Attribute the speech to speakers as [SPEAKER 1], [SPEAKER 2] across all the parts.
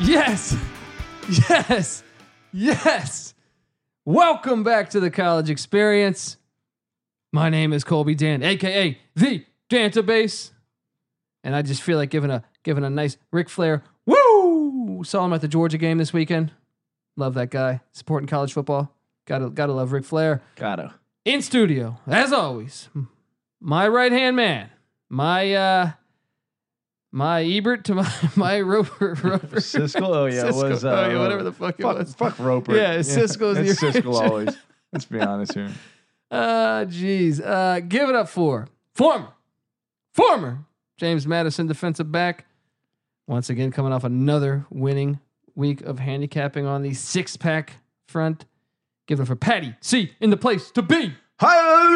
[SPEAKER 1] Yes. Yes. Yes. Welcome back to the college experience. My name is Colby Dan, aka the Dantabase. And I just feel like giving a giving a nice Ric Flair woo. Saw him at the Georgia game this weekend. Love that guy. Supporting college football. Gotta gotta love Ric Flair.
[SPEAKER 2] Gotta.
[SPEAKER 1] In studio, as always, my right hand man, my uh my Ebert to my my Roper Roper.
[SPEAKER 2] Siskel? Oh, yeah. it
[SPEAKER 1] Siskel.
[SPEAKER 2] was,
[SPEAKER 1] Oh,
[SPEAKER 2] uh,
[SPEAKER 1] yeah, whatever the fuck it
[SPEAKER 2] fuck,
[SPEAKER 1] was.
[SPEAKER 2] Fuck Roper.
[SPEAKER 1] Yeah, Siskel is
[SPEAKER 2] it's
[SPEAKER 1] the
[SPEAKER 2] Siskel
[SPEAKER 1] original.
[SPEAKER 2] always. Let's be honest here.
[SPEAKER 1] Uh jeez. Uh give it up for former former James Madison defensive back. Once again coming off another winning week of handicapping on the six pack front. Give it up for Patty C in the place to be. uh,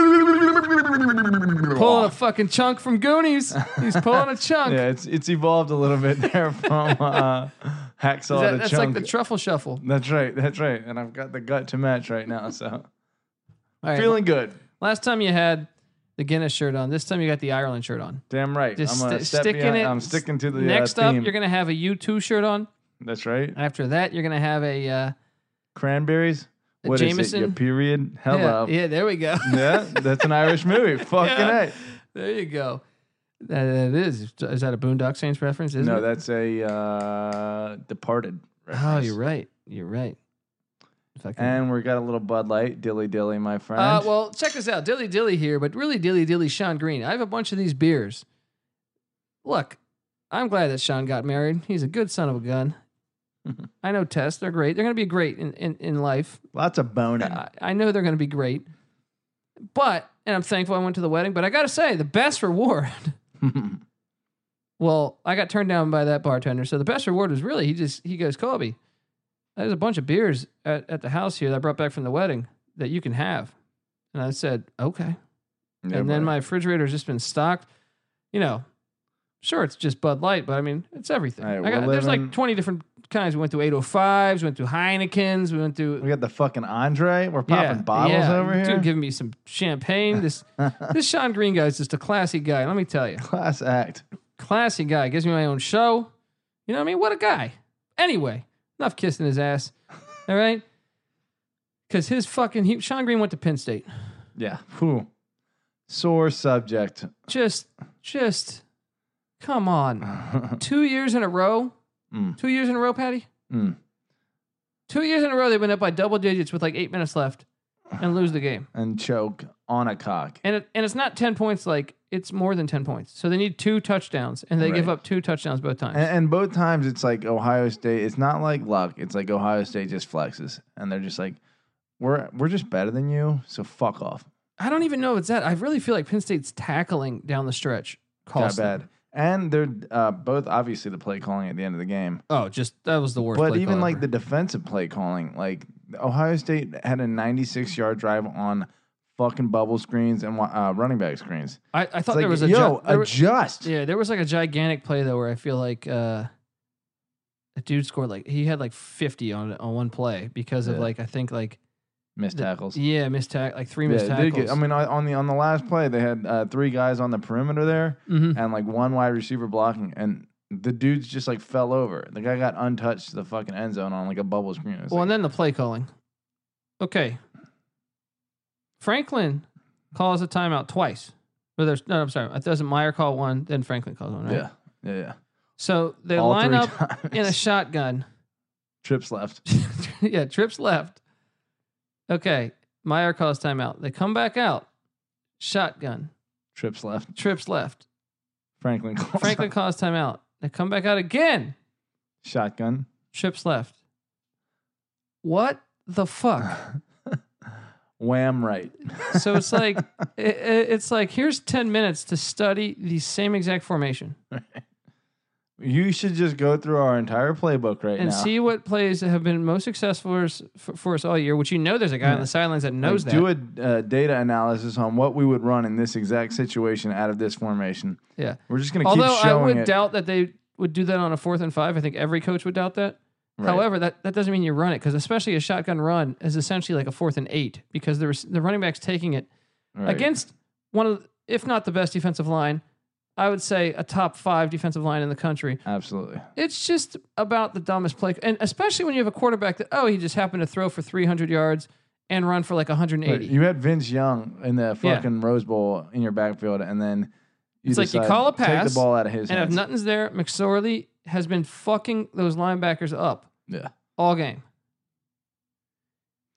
[SPEAKER 1] Pulling a fucking chunk from Goonies. He's pulling a chunk.
[SPEAKER 2] Yeah, it's it's evolved a little bit there from uh, hacksaw
[SPEAKER 1] Is that-
[SPEAKER 2] to
[SPEAKER 1] that's like
[SPEAKER 2] chunk.
[SPEAKER 1] the truffle shuffle.
[SPEAKER 2] that's right. That's right. And I've got the gut to match right now. So
[SPEAKER 1] All right.
[SPEAKER 2] feeling good.
[SPEAKER 1] Last time you had the Guinness shirt on. This time you got the Ireland shirt on.
[SPEAKER 2] Damn right.
[SPEAKER 1] Just
[SPEAKER 2] I'm gonna
[SPEAKER 1] sti-
[SPEAKER 2] step
[SPEAKER 1] sticking
[SPEAKER 2] behind-
[SPEAKER 1] it.
[SPEAKER 2] I'm sticking to the
[SPEAKER 1] Next
[SPEAKER 2] uh,
[SPEAKER 1] up,
[SPEAKER 2] theme.
[SPEAKER 1] you're gonna have a U2 shirt on.
[SPEAKER 2] That's right.
[SPEAKER 1] After that, you're gonna have a uh,
[SPEAKER 2] Cranberries.
[SPEAKER 1] A
[SPEAKER 2] What is it? Your
[SPEAKER 1] Jameson?
[SPEAKER 2] period.
[SPEAKER 1] yeah,
[SPEAKER 2] Hello. Yeah,
[SPEAKER 1] yeah. There we go.
[SPEAKER 2] that's an Irish movie. Fucking
[SPEAKER 1] Yeah.
[SPEAKER 2] it.
[SPEAKER 1] there you go. That, that is. Is that a Boondock Saints reference? Isn't
[SPEAKER 2] no,
[SPEAKER 1] it?
[SPEAKER 2] that's a uh, Departed.
[SPEAKER 1] Oh,
[SPEAKER 2] reference.
[SPEAKER 1] you're right. You're right. Fucking-
[SPEAKER 2] And we got a little Bud Light, dilly dilly, my friend.
[SPEAKER 1] Uh, well, check this out. Dilly Dilly here, but really Dilly Dilly Sean Green. I have a bunch of these beers. Look, I'm glad that Sean got married. He's a good son of a gun. I know Tess. They're great. They're going to be great in, in, in life.
[SPEAKER 2] lots of boning.
[SPEAKER 1] I, I know they're going to be great. But, and I'm thankful I went to the wedding, but I got to say, the best reward, well, I got turned down by that bartender. So the best reward was really, he just, he goes, Colby, there's a bunch of beers at, at the house here that I brought back from the wedding that you can have. And I said, okay and then my refrigerator's just been stocked. You know, sure, it's just Bud Light, but I mean, it's everything.
[SPEAKER 2] All right,
[SPEAKER 1] I got,
[SPEAKER 2] we're
[SPEAKER 1] there's like
[SPEAKER 2] living-
[SPEAKER 1] 20 different kinds. We went through 805s, we went through Heinekens, we went through.
[SPEAKER 2] we got the fucking Andre. We're popping
[SPEAKER 1] yeah,
[SPEAKER 2] bottles
[SPEAKER 1] yeah.
[SPEAKER 2] over here.
[SPEAKER 1] Dude, giving me some champagne. This this Sean Green guy is just a classy guy. Let me tell you,
[SPEAKER 2] Class act.
[SPEAKER 1] classy guy. Gives me my own show. You know what I mean? What a guy. Anyway, enough kissing his ass. All right, because his fucking he, Sean Green went to Penn State.
[SPEAKER 2] Yeah. Whew. Sore subject.
[SPEAKER 1] just just come on two years in a row
[SPEAKER 2] Mm.
[SPEAKER 1] two years in a row patty
[SPEAKER 2] Mm.
[SPEAKER 1] two years in a row they went up by double digits with like eight minutes left and lose the game
[SPEAKER 2] And choke on a cock.
[SPEAKER 1] and it, and it's not 10 points like it's more than 10 points so they need two touchdowns and they give
[SPEAKER 2] Right.
[SPEAKER 1] up two touchdowns both times
[SPEAKER 2] And, and both times it's like Ohio State. It's not like luck. It's like Ohio State just flexes, and they're just like, we're we're just better than you. So fuck off.
[SPEAKER 1] i don't even know if it's that i really feel like penn state's tackling down the stretch
[SPEAKER 2] Got
[SPEAKER 1] cost them.
[SPEAKER 2] bad. And they're uh, both obviously the play calling at the end of the game.
[SPEAKER 1] oh just that was the worst
[SPEAKER 2] But
[SPEAKER 1] play
[SPEAKER 2] even
[SPEAKER 1] call
[SPEAKER 2] like
[SPEAKER 1] ever.
[SPEAKER 2] the defensive play calling, like Ohio State had a 96 yard drive on fucking bubble screens and wa- uh, running back screens.
[SPEAKER 1] I, I thought
[SPEAKER 2] It's
[SPEAKER 1] there
[SPEAKER 2] like,
[SPEAKER 1] was a
[SPEAKER 2] yo,
[SPEAKER 1] ju- there was-
[SPEAKER 2] adjust.
[SPEAKER 1] Yeah, there was like a gigantic play though where I feel like uh a dude scored like he had like 50 on on one play because of
[SPEAKER 2] Yeah.
[SPEAKER 1] like I think like
[SPEAKER 2] missed tackles.
[SPEAKER 1] yeah, missed tack like three
[SPEAKER 2] Yeah,
[SPEAKER 1] missed
[SPEAKER 2] it did
[SPEAKER 1] tackles.
[SPEAKER 2] get- I mean, on on the on the last play, they had uh, three guys on the perimeter there,
[SPEAKER 1] Mhm.
[SPEAKER 2] and like one wide receiver blocking, and the dudes just like fell over. The guy got untouched to the fucking end zone on like a bubble screen. It was
[SPEAKER 1] well,
[SPEAKER 2] like,
[SPEAKER 1] and then the play calling. Okay. Franklin calls a timeout twice. Well, there's no, I'm sorry. It doesn't Meyer call one, then Franklin calls one, right?
[SPEAKER 2] yeah, yeah, yeah.
[SPEAKER 1] So they
[SPEAKER 2] All
[SPEAKER 1] line
[SPEAKER 2] three
[SPEAKER 1] up in a
[SPEAKER 2] times.
[SPEAKER 1] shotgun.
[SPEAKER 2] trips left.
[SPEAKER 1] yeah, trips left. Okay, Meyer calls timeout. They come back out. Shotgun.
[SPEAKER 2] Trips left.
[SPEAKER 1] Trips left.
[SPEAKER 2] Franklin calls.
[SPEAKER 1] Franklin calls timeout. They come back out again.
[SPEAKER 2] Shotgun.
[SPEAKER 1] Trips left. What the fuck?
[SPEAKER 2] Wham right.
[SPEAKER 1] So it's like it, it- it's like here's 10 minutes to study the same exact formation
[SPEAKER 2] You should just go through our entire playbook right
[SPEAKER 1] and
[SPEAKER 2] now.
[SPEAKER 1] see what plays have been most successful for us, for, for us all year, which you know there's a guy on
[SPEAKER 2] Yeah.
[SPEAKER 1] the sidelines that
[SPEAKER 2] Like,
[SPEAKER 1] knows that.
[SPEAKER 2] Do a uh, data analysis on what we would run in this exact situation out of this formation.
[SPEAKER 1] Yeah.
[SPEAKER 2] We're just going to keep
[SPEAKER 1] Although I
[SPEAKER 2] showing
[SPEAKER 1] would
[SPEAKER 2] it.
[SPEAKER 1] doubt that they would do that on a fourth and five. I think every coach would doubt that.
[SPEAKER 2] Right.
[SPEAKER 1] However, that, that doesn't mean you run it because especially a shotgun run is essentially like a fourth and eight because the rec- the running backs taking it
[SPEAKER 2] Right.
[SPEAKER 1] against one of the- if not the best defensive line, I would say a top five defensive line in the country.
[SPEAKER 2] Absolutely.
[SPEAKER 1] It's just about the dumbest play, and especially when you have a quarterback that oh he just happened to throw for three hundred yards and run for like hundred and
[SPEAKER 2] But
[SPEAKER 1] eighty.
[SPEAKER 2] you had Vince Young in the
[SPEAKER 1] Yeah.
[SPEAKER 2] fucking Rose Bowl in your backfield, and then you
[SPEAKER 1] It's like you
[SPEAKER 2] decide,
[SPEAKER 1] call a
[SPEAKER 2] take
[SPEAKER 1] pass,
[SPEAKER 2] the ball out of his
[SPEAKER 1] And if
[SPEAKER 2] hands.
[SPEAKER 1] nothing's there, McSorley has been fucking those linebackers up.
[SPEAKER 2] yeah,
[SPEAKER 1] all game.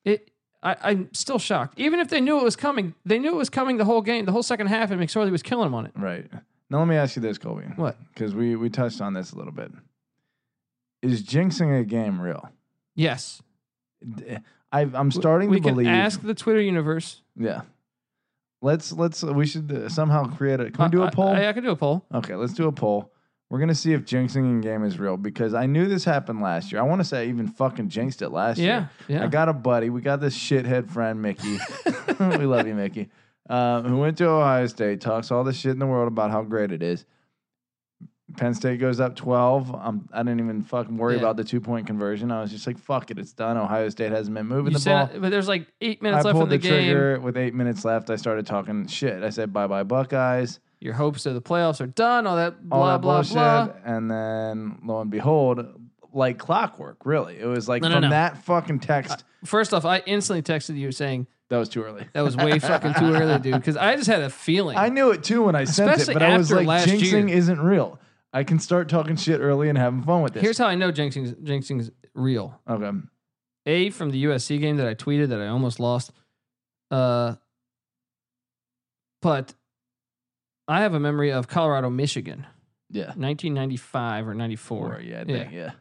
[SPEAKER 1] It, I, I'm still shocked. Even if they knew it was coming, they knew it was coming the whole game, the whole second half, and McSorley was killing them on it.
[SPEAKER 2] right. Now let me ask you this, Colby.
[SPEAKER 1] What?
[SPEAKER 2] Because we we touched on this a little bit. Is jinxing a game real?
[SPEAKER 1] Yes,
[SPEAKER 2] D- I've, I'm starting
[SPEAKER 1] we
[SPEAKER 2] to
[SPEAKER 1] can
[SPEAKER 2] believe.
[SPEAKER 1] ask the Twitter universe.
[SPEAKER 2] yeah. Let's let's we should uh, somehow create a. Can we do
[SPEAKER 1] I-
[SPEAKER 2] a poll?
[SPEAKER 1] Uh, I, I, could do a poll.
[SPEAKER 2] Okay, let's do a poll. We're gonna see if jinxing in game is real because I knew this happened last year. I want to say I even fucking jinxed it last year.
[SPEAKER 1] Yeah, yeah.
[SPEAKER 2] I got a buddy. We got this shithead friend, Mickey. we love you, Mickey. Uh, who went to Ohio State, talks all the shit in the world about how great it is. Penn State goes up 12. Um, I didn't even fucking worry
[SPEAKER 1] Yeah.
[SPEAKER 2] about the two point conversion. I was just like, fuck it, it's done. Ohio State hasn't been moving
[SPEAKER 1] You
[SPEAKER 2] the
[SPEAKER 1] said-
[SPEAKER 2] ball.
[SPEAKER 1] but there's like eight
[SPEAKER 2] I
[SPEAKER 1] minutes left in
[SPEAKER 2] pulled
[SPEAKER 1] the,
[SPEAKER 2] the,
[SPEAKER 1] game.
[SPEAKER 2] trigger with eight minutes left. I started talking shit. I said, bye bye, Buckeyes.
[SPEAKER 1] Your hopes of the playoffs are done. All that
[SPEAKER 2] All
[SPEAKER 1] blah
[SPEAKER 2] that
[SPEAKER 1] blah
[SPEAKER 2] bullshit.
[SPEAKER 1] blah.
[SPEAKER 2] And then lo and behold, like clockwork, really. It was like
[SPEAKER 1] No, no,
[SPEAKER 2] from
[SPEAKER 1] no.
[SPEAKER 2] that fucking text,
[SPEAKER 1] First off, I instantly texted you saying
[SPEAKER 2] that was too early.
[SPEAKER 1] that was way fucking too early, dude. Because I just had a feeling.
[SPEAKER 2] I knew it too when I sent it,
[SPEAKER 1] Especially
[SPEAKER 2] but I was
[SPEAKER 1] after
[SPEAKER 2] like,
[SPEAKER 1] last
[SPEAKER 2] jinxing
[SPEAKER 1] year.
[SPEAKER 2] isn't real. I can start talking shit early and having fun with this.
[SPEAKER 1] Here's how I know jinxing's, jinxing's real.
[SPEAKER 2] okay.
[SPEAKER 1] A from the USC game that I tweeted that I almost lost. Uh, but I have a memory of Colorado, Michigan,
[SPEAKER 2] Yeah.
[SPEAKER 1] 1995 or 94.
[SPEAKER 2] Four. Yeah. I think, yeah.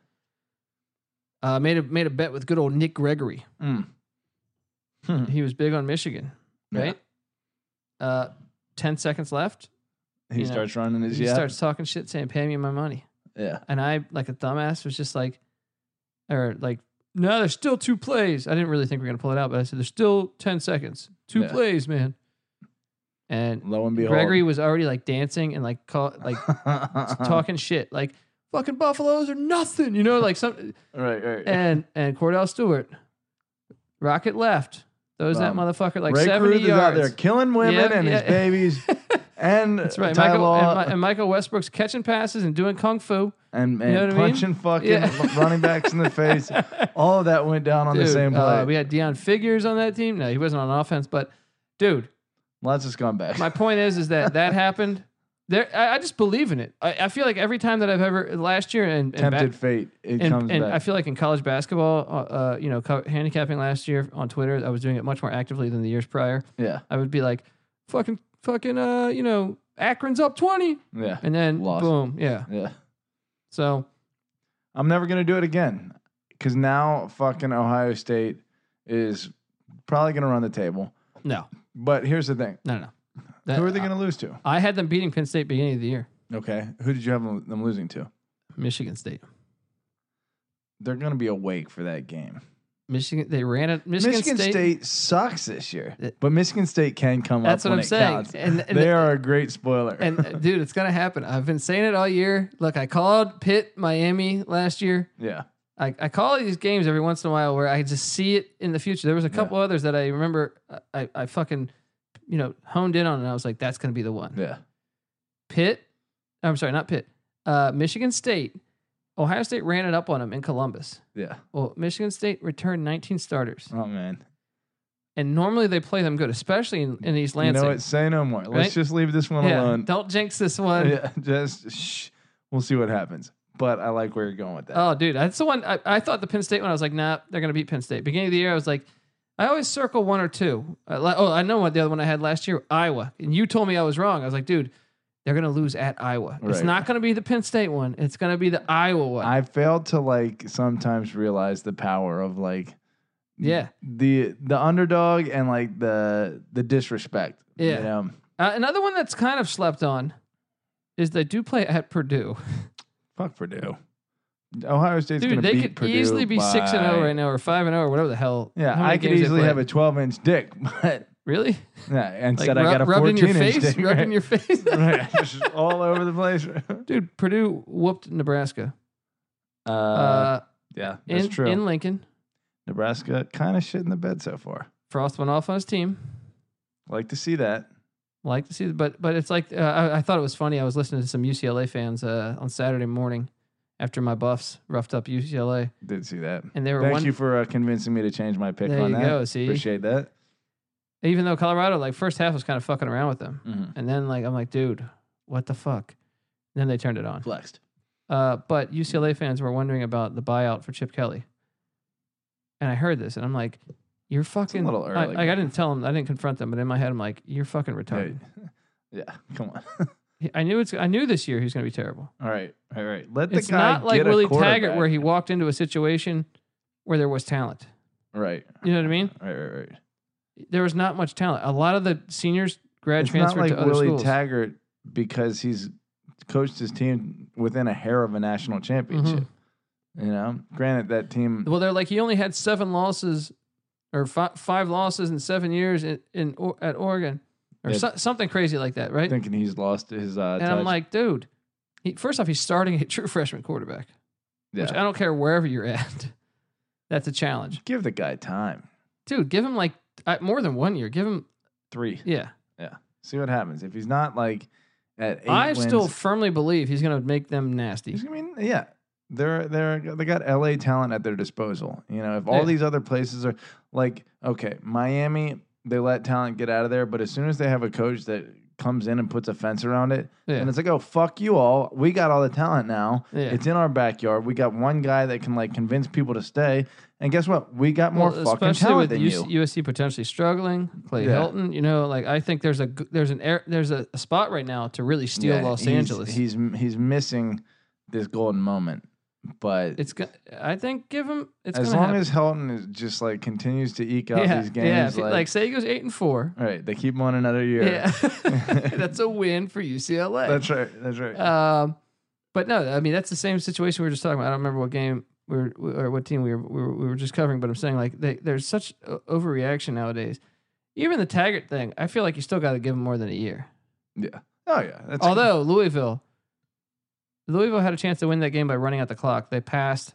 [SPEAKER 1] Uh, made a made a bet with good old Nick Gregory.
[SPEAKER 2] Mm.
[SPEAKER 1] He was big on Michigan,
[SPEAKER 2] Yeah.
[SPEAKER 1] right? Uh, ten seconds left.
[SPEAKER 2] He
[SPEAKER 1] You know,
[SPEAKER 2] starts running his
[SPEAKER 1] He
[SPEAKER 2] yeah.
[SPEAKER 1] starts talking shit, saying, "Pay me my money."
[SPEAKER 2] yeah.
[SPEAKER 1] And I, like a dumbass, was just like, or like, no, there's still two plays. I didn't really think we are gonna pull it out, but I said, there's still ten seconds, two
[SPEAKER 2] Yeah.
[SPEAKER 1] plays, man. And
[SPEAKER 2] Lo and behold.
[SPEAKER 1] Gregory was already like dancing and like call, like talking shit, like fucking Buffaloes are nothing, you know, like some.
[SPEAKER 2] Right. Right.
[SPEAKER 1] And and Cordell Stewart, rocket left, those that
[SPEAKER 2] Um,
[SPEAKER 1] motherfucker like
[SPEAKER 2] Ray
[SPEAKER 1] seventy
[SPEAKER 2] Cruz is out
[SPEAKER 1] yards.
[SPEAKER 2] there killing women
[SPEAKER 1] Yeah,
[SPEAKER 2] and his
[SPEAKER 1] yeah.
[SPEAKER 2] babies, and
[SPEAKER 1] That's right,
[SPEAKER 2] Ty
[SPEAKER 1] Michael
[SPEAKER 2] Law
[SPEAKER 1] and, Mi- and Michael Westbrook's catching passes and doing kung fu.
[SPEAKER 2] and, and,
[SPEAKER 1] know what I mean?
[SPEAKER 2] punching fucking
[SPEAKER 1] Yeah.
[SPEAKER 2] running backs in the face. All of that went down on the
[SPEAKER 1] Dude,
[SPEAKER 2] same play.
[SPEAKER 1] uh, we had Dion Figures on that team. No, he wasn't on offense, but dude,
[SPEAKER 2] Lots of scumbags.
[SPEAKER 1] my point is, is that that happened. There, I, I just believe in it. I, I feel like every time that I've ever last year and and, ba-
[SPEAKER 2] Tempted fate. It
[SPEAKER 1] and,
[SPEAKER 2] comes
[SPEAKER 1] and
[SPEAKER 2] back.
[SPEAKER 1] I feel like in college basketball, uh, uh, you know, co- handicapping last year on Twitter, I was doing it much more actively than the years prior.
[SPEAKER 2] yeah.
[SPEAKER 1] I would be like, fucking, fucking, uh, you know, Akron's up twenty,
[SPEAKER 2] Yeah.
[SPEAKER 1] and then
[SPEAKER 2] Lost.
[SPEAKER 1] boom, yeah.
[SPEAKER 2] Yeah.
[SPEAKER 1] So
[SPEAKER 2] I'm never gonna do it again. Cause now fucking Ohio State is probably gonna run the table.
[SPEAKER 1] no,
[SPEAKER 2] But here's the thing.
[SPEAKER 1] no, no.
[SPEAKER 2] Who are they
[SPEAKER 1] That-
[SPEAKER 2] gonna lose to?
[SPEAKER 1] I had them beating Penn State beginning of the year,
[SPEAKER 2] Okay. Who did you have them them losing to?
[SPEAKER 1] Michigan State.
[SPEAKER 2] They're gonna be awake for that game.
[SPEAKER 1] Michigan. They ran it. Michigan,
[SPEAKER 2] Michigan, State,
[SPEAKER 1] State.
[SPEAKER 2] sucks this year.
[SPEAKER 1] It-
[SPEAKER 2] But Michigan State can come
[SPEAKER 1] That's
[SPEAKER 2] up.
[SPEAKER 1] what
[SPEAKER 2] when
[SPEAKER 1] I'm
[SPEAKER 2] it
[SPEAKER 1] saying.
[SPEAKER 2] counts.
[SPEAKER 1] And- and-
[SPEAKER 2] they are a great spoiler.
[SPEAKER 1] And uh, dude, it's gonna happen. I've been saying it all year. Look, I called Pitt, Miami last year.
[SPEAKER 2] yeah.
[SPEAKER 1] I, I call these games every once in a while where I just see it in the future. There was a couple others that I remember. I- I, I fucking, you know, honed in on, and I was like, that's gonna be the one.
[SPEAKER 2] Yeah.
[SPEAKER 1] Pitt. I'm sorry, not Pitt. Uh, Michigan State. Ohio State ran it up on them in Columbus.
[SPEAKER 2] Yeah.
[SPEAKER 1] Well, Michigan State returned 19 starters,
[SPEAKER 2] Oh man.
[SPEAKER 1] and normally they play them good, especially in, in East Lansing.
[SPEAKER 2] You know what? Say no more. Let's
[SPEAKER 1] Right?
[SPEAKER 2] just leave this one
[SPEAKER 1] yeah,
[SPEAKER 2] alone.
[SPEAKER 1] don't jinx this one.
[SPEAKER 2] Yeah. Just shh. We'll see what happens. but I like where you're going with that.
[SPEAKER 1] Oh, dude, that's the one. I, I thought the Penn State one. I was like, nah, they're gonna beat Penn State. Beginning of the year, I was like, I always circle one or two. I li- oh, I know what the other one I had last year, Iowa, and you told me I was wrong. I was like, dude, they're gonna lose at Iowa. It's
[SPEAKER 2] Right.
[SPEAKER 1] not gonna be the Penn State one. It's gonna be the Iowa one.
[SPEAKER 2] I fail to like sometimes realize the power of like
[SPEAKER 1] yeah.
[SPEAKER 2] the the underdog and like the the disrespect. you
[SPEAKER 1] Yeah.
[SPEAKER 2] know?
[SPEAKER 1] Uh, another one that's kind of slept on is they do play at Purdue.
[SPEAKER 2] Fuck Purdue. Ohio State's
[SPEAKER 1] Dude,
[SPEAKER 2] gonna
[SPEAKER 1] they
[SPEAKER 2] beat
[SPEAKER 1] could
[SPEAKER 2] Purdue
[SPEAKER 1] easily be six and oh zero
[SPEAKER 2] by-
[SPEAKER 1] right now, or five and zero, or whatever the hell. how
[SPEAKER 2] Yeah,
[SPEAKER 1] many
[SPEAKER 2] I could
[SPEAKER 1] games they
[SPEAKER 2] easily
[SPEAKER 1] play.
[SPEAKER 2] have a 12 inch dick, but
[SPEAKER 1] really
[SPEAKER 2] yeah,
[SPEAKER 1] like
[SPEAKER 2] instead I
[SPEAKER 1] rub-
[SPEAKER 2] got a
[SPEAKER 1] rubbed
[SPEAKER 2] 14
[SPEAKER 1] in your
[SPEAKER 2] inch
[SPEAKER 1] face,
[SPEAKER 2] dick.
[SPEAKER 1] rubbed in your face.
[SPEAKER 2] right, just all over the place.
[SPEAKER 1] Dude, Purdue whooped Nebraska.
[SPEAKER 2] Uh,
[SPEAKER 1] Uh,
[SPEAKER 2] yeah, that's
[SPEAKER 1] in,
[SPEAKER 2] true.
[SPEAKER 1] in Lincoln,
[SPEAKER 2] Nebraska kind of shit in the bed so far.
[SPEAKER 1] Frost went off on his team.
[SPEAKER 2] Like to see that.
[SPEAKER 1] Like to see, but but it's like uh, I, I thought it was funny. I was listening to some UCLA fans uh, on Saturday morning after my Buffs roughed up UCLA,
[SPEAKER 2] Did see that.
[SPEAKER 1] and they were
[SPEAKER 2] Thank
[SPEAKER 1] one.
[SPEAKER 2] you for uh, convincing me to change my pick
[SPEAKER 1] there
[SPEAKER 2] on
[SPEAKER 1] you
[SPEAKER 2] that.
[SPEAKER 1] go. See,
[SPEAKER 2] Appreciate that.
[SPEAKER 1] even though Colorado like first half was kind of fucking around with them,
[SPEAKER 2] Mm-hmm.
[SPEAKER 1] and then like I'm like, dude, what the fuck? And then they turned it on.
[SPEAKER 2] Flexed.
[SPEAKER 1] Uh, but UCLA fans were wondering about the buyout for Chip Kelly. And I heard this, and I'm like, "You're fucking."
[SPEAKER 2] little
[SPEAKER 1] I-
[SPEAKER 2] early.
[SPEAKER 1] Like I, didn't tell him, I didn't confront them, but in my head, I'm like, "You're fucking retarded."
[SPEAKER 2] Yeah, come on.
[SPEAKER 1] He- I knew it's. I knew this year he was going to be terrible.
[SPEAKER 2] All right, all right. Let the
[SPEAKER 1] It's
[SPEAKER 2] guy
[SPEAKER 1] not like
[SPEAKER 2] get a
[SPEAKER 1] Willie
[SPEAKER 2] quarterback.
[SPEAKER 1] Taggart where he walked into a situation where there was talent.
[SPEAKER 2] Right,
[SPEAKER 1] You know what I mean?
[SPEAKER 2] right, right, right.
[SPEAKER 1] There was not much talent. A lot of the seniors grad
[SPEAKER 2] It's not
[SPEAKER 1] transferred
[SPEAKER 2] like
[SPEAKER 1] to other
[SPEAKER 2] Willie
[SPEAKER 1] schools.
[SPEAKER 2] Taggart because he's coached his team within a hair of a national championship.
[SPEAKER 1] Mm-hmm.
[SPEAKER 2] You know, granted that team.
[SPEAKER 1] well, they're like he only had seven losses, or fi- five losses in seven years in, in or, at Oregon, or
[SPEAKER 2] Yeah.
[SPEAKER 1] so- something crazy like that, right?
[SPEAKER 2] Thinking he's lost his uh,
[SPEAKER 1] And
[SPEAKER 2] touch.
[SPEAKER 1] I'm like, dude, he, first off, he's starting a true freshman quarterback, which
[SPEAKER 2] yeah.
[SPEAKER 1] I don't care wherever you're at. That's a challenge.
[SPEAKER 2] give the guy time.
[SPEAKER 1] Dude, give him like uh, more than one year. Give him,
[SPEAKER 2] Three.
[SPEAKER 1] yeah.
[SPEAKER 2] See what happens. If he's not like at eight,
[SPEAKER 1] I
[SPEAKER 2] wins,
[SPEAKER 1] still firmly believe he's going to make them nasty.
[SPEAKER 2] He's- I mean, yeah, they're they're they got LA talent at their disposal. You know, if all
[SPEAKER 1] Yeah.
[SPEAKER 2] these other places are like okay, Miami, they let talent get out of there, but as soon as they have a coach that comes in and puts a fence around it, and
[SPEAKER 1] Yeah.
[SPEAKER 2] it's like, oh fuck you all, we got all the talent now.
[SPEAKER 1] Yeah.
[SPEAKER 2] It's in our backyard. We got one guy that can like convince people to stay, and guess what? We got more
[SPEAKER 1] Well,
[SPEAKER 2] fucking
[SPEAKER 1] especially with
[SPEAKER 2] talent than
[SPEAKER 1] UC
[SPEAKER 2] you.
[SPEAKER 1] USC potentially struggling, Clay
[SPEAKER 2] Yeah.
[SPEAKER 1] Hilton, you know, like I think there's a g- there's an air, there's a, a spot right now to really steal
[SPEAKER 2] Yeah,
[SPEAKER 1] Los
[SPEAKER 2] he's-
[SPEAKER 1] Angeles.
[SPEAKER 2] He's he's missing this golden moment, but
[SPEAKER 1] it's go- I think give him it's
[SPEAKER 2] as
[SPEAKER 1] gonna
[SPEAKER 2] long
[SPEAKER 1] happen.
[SPEAKER 2] as Helton is just like continues to eke out
[SPEAKER 1] yeah,
[SPEAKER 2] these
[SPEAKER 1] yeah,
[SPEAKER 2] games,
[SPEAKER 1] if he-
[SPEAKER 2] like,
[SPEAKER 1] like say he goes eight and four,
[SPEAKER 2] all right, they keep him on another year.
[SPEAKER 1] Yeah, that's a win for UCLA.
[SPEAKER 2] that's right. That's right.
[SPEAKER 1] Um, but no, I mean that's the same situation we were just talking about. I don't remember what game we were, or what team we were, we were we were just covering, but I'm saying like they, there's such o- overreaction nowadays. Even the Taggart thing, I feel like you still got to give him more than a year.
[SPEAKER 2] yeah. Oh yeah. That's
[SPEAKER 1] Although Louisville, Louisville had a chance to win that game by running out the clock. They passed,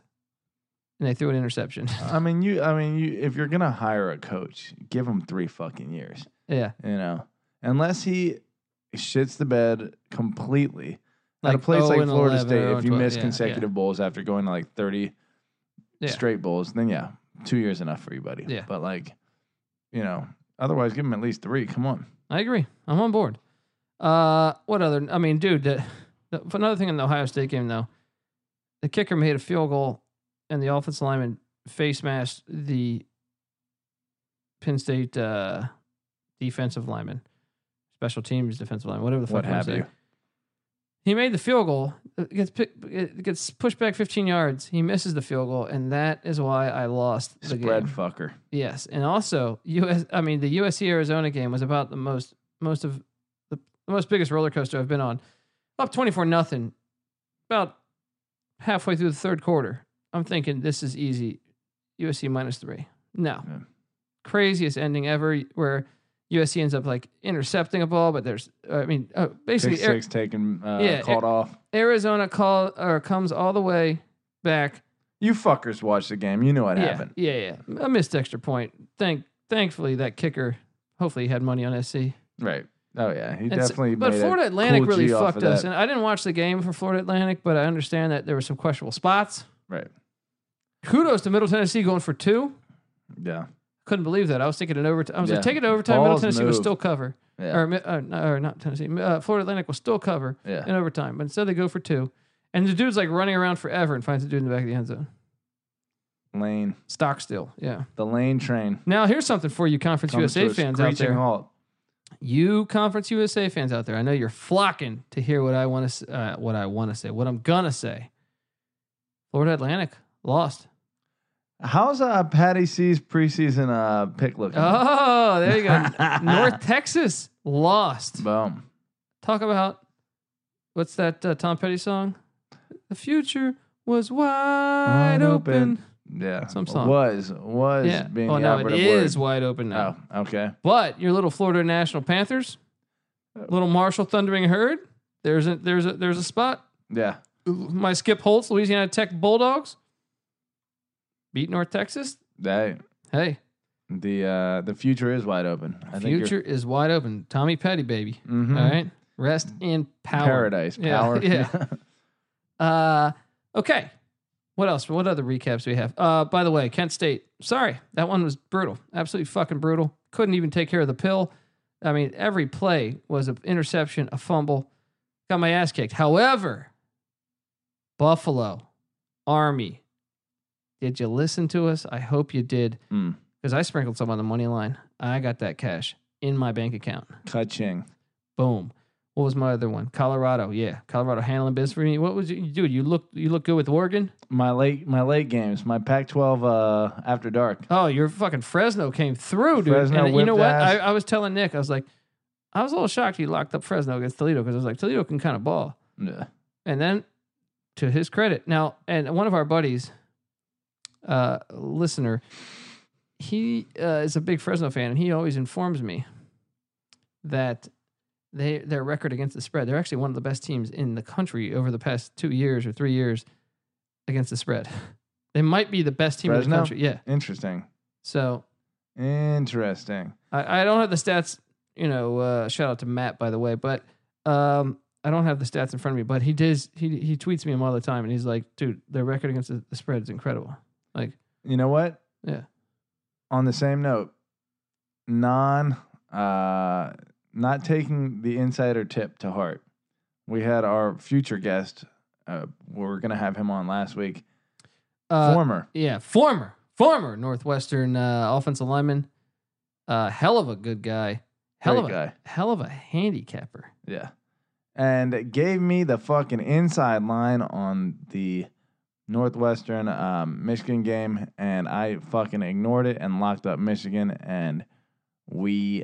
[SPEAKER 1] and they threw an interception.
[SPEAKER 2] I mean, you. I mean, you. If you're gonna hire a coach, give him three fucking years.
[SPEAKER 1] yeah,
[SPEAKER 2] You know, unless he shits the bed completely. at a
[SPEAKER 1] Like
[SPEAKER 2] place
[SPEAKER 1] 0
[SPEAKER 2] like
[SPEAKER 1] and 11
[SPEAKER 2] Florida
[SPEAKER 1] or
[SPEAKER 2] State,
[SPEAKER 1] 0
[SPEAKER 2] if
[SPEAKER 1] and
[SPEAKER 2] you
[SPEAKER 1] 12,
[SPEAKER 2] miss
[SPEAKER 1] yeah, yeah.
[SPEAKER 2] consecutive bowls after going to like 30
[SPEAKER 1] Yeah.
[SPEAKER 2] straight bowls, then yeah, two years enough for you, buddy.
[SPEAKER 1] Yeah.
[SPEAKER 2] But like, you know, otherwise, give him at least three. Come on.
[SPEAKER 1] I agree. I'm on board. Uh, what other? I mean, dude. The, the, another thing in the Ohio State game though, the kicker made a field goal, and the offensive lineman face masked the Penn State uh, defensive lineman, special teams defensive lineman, whatever the fuck.
[SPEAKER 2] What
[SPEAKER 1] you wanna
[SPEAKER 2] have
[SPEAKER 1] say.
[SPEAKER 2] you?
[SPEAKER 1] He made the field goal. It gets pick, it gets pushed back 15 yards. He misses the field goal, and that is why I lost the
[SPEAKER 2] Spread
[SPEAKER 1] game.
[SPEAKER 2] fucker.
[SPEAKER 1] Yes, and also U.S. I mean, the USC Arizona game was about the most most of the, the most biggest roller coaster I've been on. Up twenty four nothing, about halfway through the third quarter. I'm thinking this is easy. USC minus three. No,
[SPEAKER 2] Yeah.
[SPEAKER 1] craziest ending ever where USC ends up like intercepting a ball, but there's I mean uh,
[SPEAKER 2] Pick
[SPEAKER 1] basically Ar-
[SPEAKER 2] six taken, uh,
[SPEAKER 1] Yeah,
[SPEAKER 2] called off.
[SPEAKER 1] Arizona call or comes all the way back.
[SPEAKER 2] You fuckers watched the game. You know what
[SPEAKER 1] yeah,
[SPEAKER 2] happened.
[SPEAKER 1] yeah, yeah. A missed extra point. Thank thankfully that kicker hopefully he had money on SC.
[SPEAKER 2] Right. Oh, yeah. He
[SPEAKER 1] And s-
[SPEAKER 2] definitely
[SPEAKER 1] but
[SPEAKER 2] made a
[SPEAKER 1] Florida Atlantic
[SPEAKER 2] cool
[SPEAKER 1] really
[SPEAKER 2] G off
[SPEAKER 1] fucked
[SPEAKER 2] of
[SPEAKER 1] us.
[SPEAKER 2] that.
[SPEAKER 1] And I didn't watch the game for Florida Atlantic, but I understand that there were some questionable spots.
[SPEAKER 2] Right.
[SPEAKER 1] Kudos to Middle Tennessee going for two.
[SPEAKER 2] Yeah.
[SPEAKER 1] Couldn't believe that. I was thinking an overtime. I was
[SPEAKER 2] Yeah.
[SPEAKER 1] like, take it to overtime. Middle
[SPEAKER 2] Balls
[SPEAKER 1] Tennessee was
[SPEAKER 2] moved.
[SPEAKER 1] still cover,
[SPEAKER 2] Yeah.
[SPEAKER 1] or, mi- uh, no, or not Tennessee. Uh, Florida Atlantic was still cover
[SPEAKER 2] Yeah.
[SPEAKER 1] in overtime, but instead they go for two. And the dude's like running around forever and finds the dude in the back of the end zone.
[SPEAKER 2] Lane,
[SPEAKER 1] Stock still. Yeah.
[SPEAKER 2] the lane train.
[SPEAKER 1] Now here's something for you Conference
[SPEAKER 2] comes
[SPEAKER 1] USA
[SPEAKER 2] to a
[SPEAKER 1] fans out
[SPEAKER 2] screeching
[SPEAKER 1] there.
[SPEAKER 2] halt.
[SPEAKER 1] You Conference USA fans out there, I know you're flocking to hear what I want to uh, what I want to say, what I'm gonna say. Florida Atlantic lost.
[SPEAKER 2] How's uh, Patty C's preseason uh, pick looking?
[SPEAKER 1] Oh, there you go. North Texas lost.
[SPEAKER 2] Boom.
[SPEAKER 1] Talk about what's that uh, Tom Petty song? The future was wide
[SPEAKER 2] Wide
[SPEAKER 1] open.
[SPEAKER 2] open. Yeah.
[SPEAKER 1] Some song.
[SPEAKER 2] Was was
[SPEAKER 1] Yeah.
[SPEAKER 2] being
[SPEAKER 1] oh
[SPEAKER 2] the
[SPEAKER 1] no, it
[SPEAKER 2] operative
[SPEAKER 1] is
[SPEAKER 2] word.
[SPEAKER 1] wide open now.
[SPEAKER 2] Oh, okay.
[SPEAKER 1] But your little Florida National Panthers,
[SPEAKER 2] Uh,
[SPEAKER 1] little Marshall Thundering Herd. There's a there's a there's a spot.
[SPEAKER 2] Yeah.
[SPEAKER 1] My Skip Holtz, Louisiana Tech Bulldogs, beat North Texas.
[SPEAKER 2] That
[SPEAKER 1] Hey,
[SPEAKER 2] the uh, the future is wide open. I think you're-
[SPEAKER 1] future is wide open. Tommy Petty, baby.
[SPEAKER 2] Mhm.
[SPEAKER 1] All right, rest in power.
[SPEAKER 2] Paradise.
[SPEAKER 1] Yeah,
[SPEAKER 2] Power.
[SPEAKER 1] yeah. Uh, okay. What else? What other recaps do we have? Uh, by the way, Kent State. Sorry, that one was brutal. Absolutely fucking brutal. Couldn't even take care of the pill. I mean, every play was an interception, a fumble. Got my ass kicked. However, Buffalo, Army. Did you listen to us? I hope you did,
[SPEAKER 2] Mm.
[SPEAKER 1] because I sprinkled some on the money line. I got that cash in my bank account.
[SPEAKER 2] Ka-ching.
[SPEAKER 1] Boom. What was my other one? Colorado. Yeah, Colorado handling business for me. What was you, dude? You look you look good with Oregon.
[SPEAKER 2] My late my late games. My Pac-12 uh, after dark.
[SPEAKER 1] Oh, your fucking Fresno came through, dude.
[SPEAKER 2] Fresno
[SPEAKER 1] and you know
[SPEAKER 2] whipped
[SPEAKER 1] what? I,
[SPEAKER 2] ass.
[SPEAKER 1] I was telling Nick, I was like, I was a little shocked he locked up Fresno against Toledo because I was like, Toledo can kind of ball.
[SPEAKER 2] Yeah.
[SPEAKER 1] And then to his credit, now and one of our buddies, uh, listener, he uh, is a big Fresno fan, and he always informs me that they their record against the spread. They're actually one of the best teams in the country over the past two years or three years against the spread. They might be the best team in
[SPEAKER 2] Fresno?
[SPEAKER 1] the country. Yeah.
[SPEAKER 2] Interesting.
[SPEAKER 1] So
[SPEAKER 2] Interesting.
[SPEAKER 1] I, I don't have the stats. You know, uh, shout out to Matt by the way, but um, I don't have the stats in front of me. But he does. He he tweets me them all the time, and he's like, "Dude, their record against the, the spread is incredible." Like,
[SPEAKER 2] You know what?
[SPEAKER 1] Yeah.
[SPEAKER 2] On the same note, non uh not taking the insider tip to heart. We had our future guest. Uh, we are gonna have him on last week.
[SPEAKER 1] uh,
[SPEAKER 2] Former.
[SPEAKER 1] yeah, former former Northwestern uh, offensive lineman, uh, hell of a good guy, hell
[SPEAKER 2] Great
[SPEAKER 1] of a
[SPEAKER 2] guy.
[SPEAKER 1] hell of a handicapper.
[SPEAKER 2] Yeah. And gave me the fucking inside line on the Northwestern um, Michigan game, and I fucking ignored it and locked up Michigan. And we,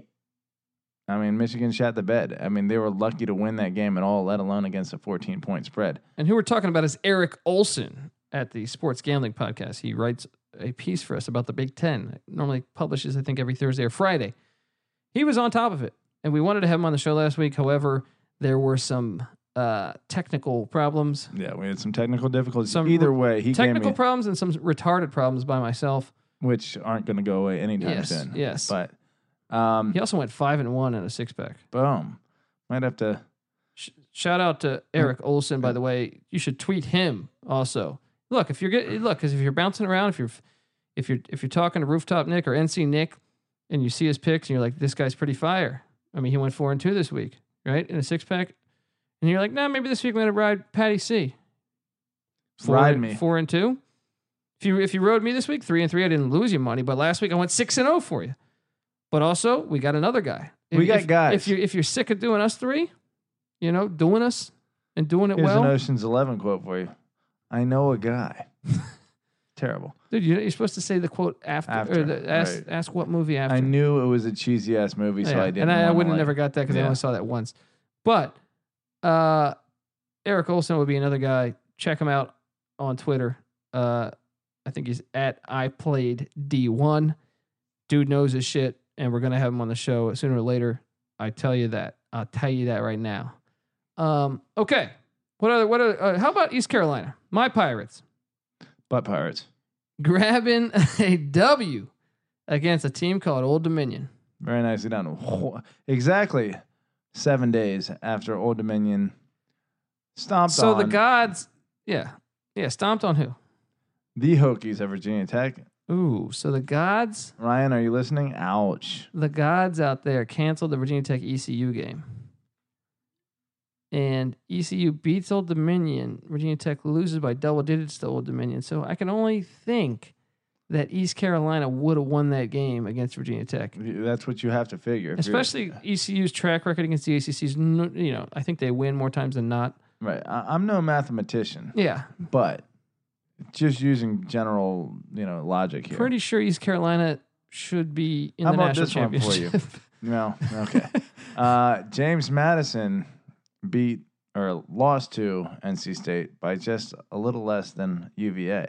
[SPEAKER 2] I mean, Michigan shot the bed. I mean, they were lucky to win that game at all, let alone against a 14 point spread.
[SPEAKER 1] And who we're talking about is Eric Olson at the Sports Gambling Podcast. He writes a piece for us about the Big Ten. Normally publishes, I think, every Thursday or Friday. He was on top of it, and we wanted to have him on the show last week. However, there were some uh, technical problems,
[SPEAKER 2] Yeah, we had some technical difficulties.
[SPEAKER 1] Some
[SPEAKER 2] Either way, he gave
[SPEAKER 1] technical
[SPEAKER 2] me,
[SPEAKER 1] problems, and some retarded problems by myself.
[SPEAKER 2] which aren't going to go away anytime
[SPEAKER 1] Yes,
[SPEAKER 2] soon.
[SPEAKER 1] yes.
[SPEAKER 2] But, um,
[SPEAKER 1] He also went five and one in a six pack.
[SPEAKER 2] boom. Might have to.
[SPEAKER 1] Sh- shout out to Eric Olson, by the way. You should tweet him also. Look, if you're get, look, because if you're bouncing around, if you're if you're if you're talking to Rooftop Nick or NC Nick, and you see his picks and you're like, this guy's pretty fire. I mean, he went four and two this week, right, in a six pack, and you're like, nah, maybe this week I'm gonna ride Patty C. Four
[SPEAKER 2] Ride
[SPEAKER 1] and-
[SPEAKER 2] me.
[SPEAKER 1] four and two. If you if you rode me this week, three and three, I didn't lose you money, but last week I went six and zero for you. But also, we got another guy.
[SPEAKER 2] We got
[SPEAKER 1] if,
[SPEAKER 2] guys.
[SPEAKER 1] If you if you're sick of doing us three, you know, doing us and doing it
[SPEAKER 2] Here's
[SPEAKER 1] well,
[SPEAKER 2] an Ocean's Eleven quote for you. I know a guy. Terrible.
[SPEAKER 1] dude. You're, you're supposed to say the quote after, or
[SPEAKER 2] After,
[SPEAKER 1] the, ask
[SPEAKER 2] right.
[SPEAKER 1] ask what movie after.
[SPEAKER 2] I knew it was a cheesy ass movie, so
[SPEAKER 1] Yeah,
[SPEAKER 2] I didn't.
[SPEAKER 1] and I, I
[SPEAKER 2] wanna,
[SPEAKER 1] wouldn't
[SPEAKER 2] like-
[SPEAKER 1] never got that because I
[SPEAKER 2] Yeah.
[SPEAKER 1] only saw that once. But uh, Eric Olson would be another guy. Check him out on Twitter. Uh, I think he's at I played D one. Dude knows his shit, and we're gonna have him on the show sooner or later. I tell you that. I'll tell you that right now. Um, okay. What other? What other? Uh, how about East Carolina? My Pirates
[SPEAKER 2] Butt pirates.
[SPEAKER 1] grabbing a W against a team called Old Dominion.
[SPEAKER 2] Very nicely done. Wh- Exactly seven days after Old Dominion stomped
[SPEAKER 1] So the
[SPEAKER 2] on
[SPEAKER 1] gods, yeah, yeah, stomped on who?
[SPEAKER 2] the Hokies at Virginia Tech.
[SPEAKER 1] Ooh, so the gods,
[SPEAKER 2] Ryan, are you listening? Ouch.
[SPEAKER 1] E the gods out there canceled the Virginia Tech ECU game. and ECU beats Old Dominion. Virginia Tech loses by double digits to Old Dominion. So I can only think that East Carolina would have won that game against Virginia Tech.
[SPEAKER 2] That's what you have to figure. If you're-
[SPEAKER 1] Especially ECU's track record against the ACC's, no- you know, I think they win more times than not.
[SPEAKER 2] right. I, I'm no mathematician,
[SPEAKER 1] Yeah,
[SPEAKER 2] but just using general, you know, logic here.
[SPEAKER 1] pretty sure East Carolina should be in
[SPEAKER 2] How
[SPEAKER 1] the
[SPEAKER 2] about
[SPEAKER 1] national
[SPEAKER 2] this one for
[SPEAKER 1] championship.
[SPEAKER 2] No. Okay. uh, James Madison beat or lost to NC State by just a little less than UVA.